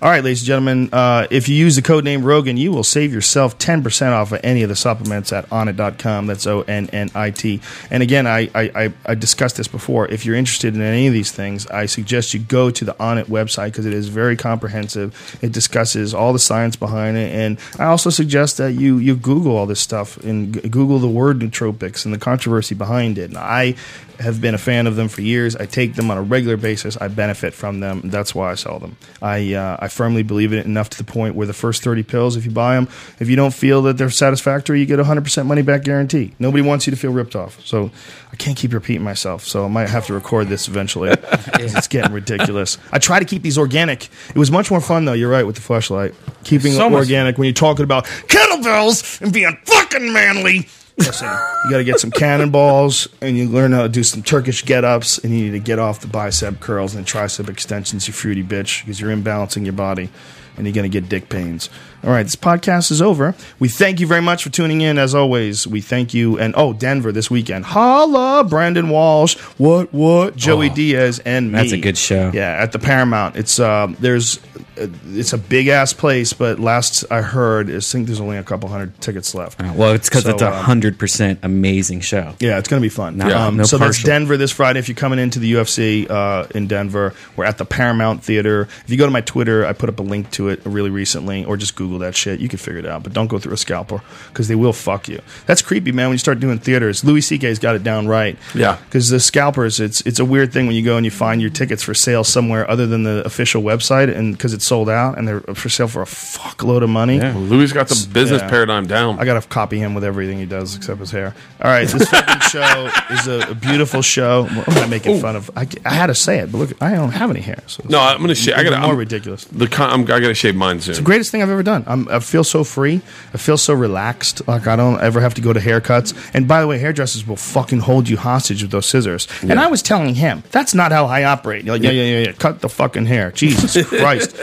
Speaker 1: All right, ladies and gentlemen. Uh, if you use the code name Rogan, you will save yourself ten percent off of any of the supplements at onit.com. That's O N N I T. And again, I, I I I discussed this before. If you're interested in any of these things, I suggest you go to the Onit website because it is very comprehensive. It discusses all the science behind it, and I also suggest that you you Google all this stuff and g- Google the word nootropics and the controversy behind it. And I have been a fan of them for years. I take them on a regular basis. I benefit from them. and That's why I sell them. I uh, I firmly believe in it enough to the point where the first 30 pills, if you buy them, if you don't feel that they're satisfactory, you get a 100% money back guarantee. Nobody wants you to feel ripped off. So I can't keep repeating myself. So I might have to record this eventually. 'cause it's getting ridiculous. I try to keep these organic. It was much more fun though. You're right with the flashlight. Keeping
Speaker 15: So much-
Speaker 1: organic when you're talking about kettlebells and being fucking manly. Listen, you got to get some cannonballs, and you learn how to do some Turkish get-ups, and you need to get off the bicep curls and tricep extensions, you fruity bitch, because you're imbalancing your body, and you're gonna get dick pains. All right, this podcast is over. We thank you very much for tuning in. As always, we thank you, and oh, Denver this weekend, holla, Brandon Walsh, what, what, Joey Diaz, and me.
Speaker 2: Oh, That's a good show.
Speaker 1: Yeah, at the Paramount. It's uh, there's uh, it's a big ass place, but last I heard, I think there's only a couple hundred tickets left.
Speaker 2: Uh, Well, it's because
Speaker 1: So,
Speaker 2: it's a
Speaker 1: um,
Speaker 2: hundred percent amazing show.
Speaker 1: yeah, it's going to be fun. Um,
Speaker 2: No, no
Speaker 1: so that's
Speaker 2: partial.
Speaker 1: Denver this Friday. If you're coming into the UFC uh, in Denver, we're at the Paramount Theater. If you go to my Twitter, I put up a link to it really recently, or just Google that shit. You can figure it out, but don't go through a scalper because they will fuck you. That's creepy, man. When you start doing theaters, Louis C.K.'s got it down right.
Speaker 3: Yeah.
Speaker 1: because the scalpers, it's it's a weird thing when you go and you find your tickets for sale somewhere other than the official website, and because it's sold out and they're for sale for a fuckload of money.
Speaker 3: Yeah. Louis got the business paradigm down.
Speaker 1: I gotta copy him with everything he does except his hair. All right, this fucking show is a, a beautiful show. Well, I'm not making fun of. I, I had to say it, but look, I don't have any hair. So
Speaker 3: No, I'm gonna shave. I gotta.
Speaker 1: Even more
Speaker 3: I'm-
Speaker 1: ridiculous.
Speaker 3: The con- I'm, I gotta shave mine soon.
Speaker 1: It's the greatest thing I've ever done. I'm, I feel so free. I feel so relaxed. Like I don't ever have to go to haircuts. And by the way, hairdressers will fucking hold you hostage with those scissors. And
Speaker 3: Yeah.
Speaker 1: I was telling him that's not how I operate. You're like, yeah, yeah, yeah, yeah. Cut the fucking hair. Jesus Christ,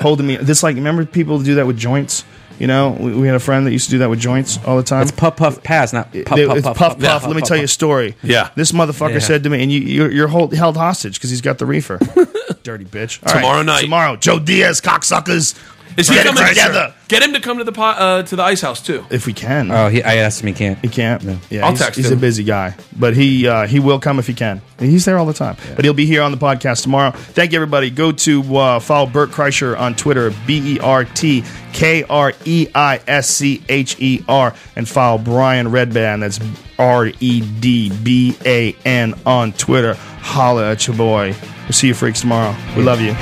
Speaker 1: holding me. This like remember people do that with joints. You know, we, we had a friend that used to do that with joints all the time. It's
Speaker 2: puff puff pass, not puff
Speaker 1: They-
Speaker 2: puff
Speaker 1: it's
Speaker 2: puff,
Speaker 1: puff,
Speaker 2: puff, puff,
Speaker 1: Let me
Speaker 2: puff,
Speaker 1: tell you a
Speaker 2: puff.
Speaker 1: story.
Speaker 3: Yeah.
Speaker 1: this motherfucker
Speaker 2: Yeah.
Speaker 1: said to me, and you, you're, you're hold, held hostage because he's got the reefer. Dirty bitch. All right,
Speaker 3: Tomorrow night.
Speaker 1: Tomorrow, Joe Diaz, cocksuckers.
Speaker 3: Is he
Speaker 1: Brandon
Speaker 3: coming
Speaker 1: Fraser.
Speaker 3: together? Get him to come to the po- uh, to the ice house too.
Speaker 1: if we can.
Speaker 2: Oh, he, I asked him. He can't.
Speaker 1: He can't. Yeah,
Speaker 3: I'll
Speaker 1: he's,
Speaker 3: text
Speaker 1: he's
Speaker 3: him.
Speaker 1: a busy guy, but he uh, he will come if he can. And He's there all the time, but he'll be here on the podcast tomorrow. Thank you, everybody. Go to uh, follow Bert Kreischer on Twitter, B E R T K R E I S C H E R, and follow Brian Redband. That's R E D B A N on Twitter. Holla at your boy. We'll see you freaks tomorrow. We love you.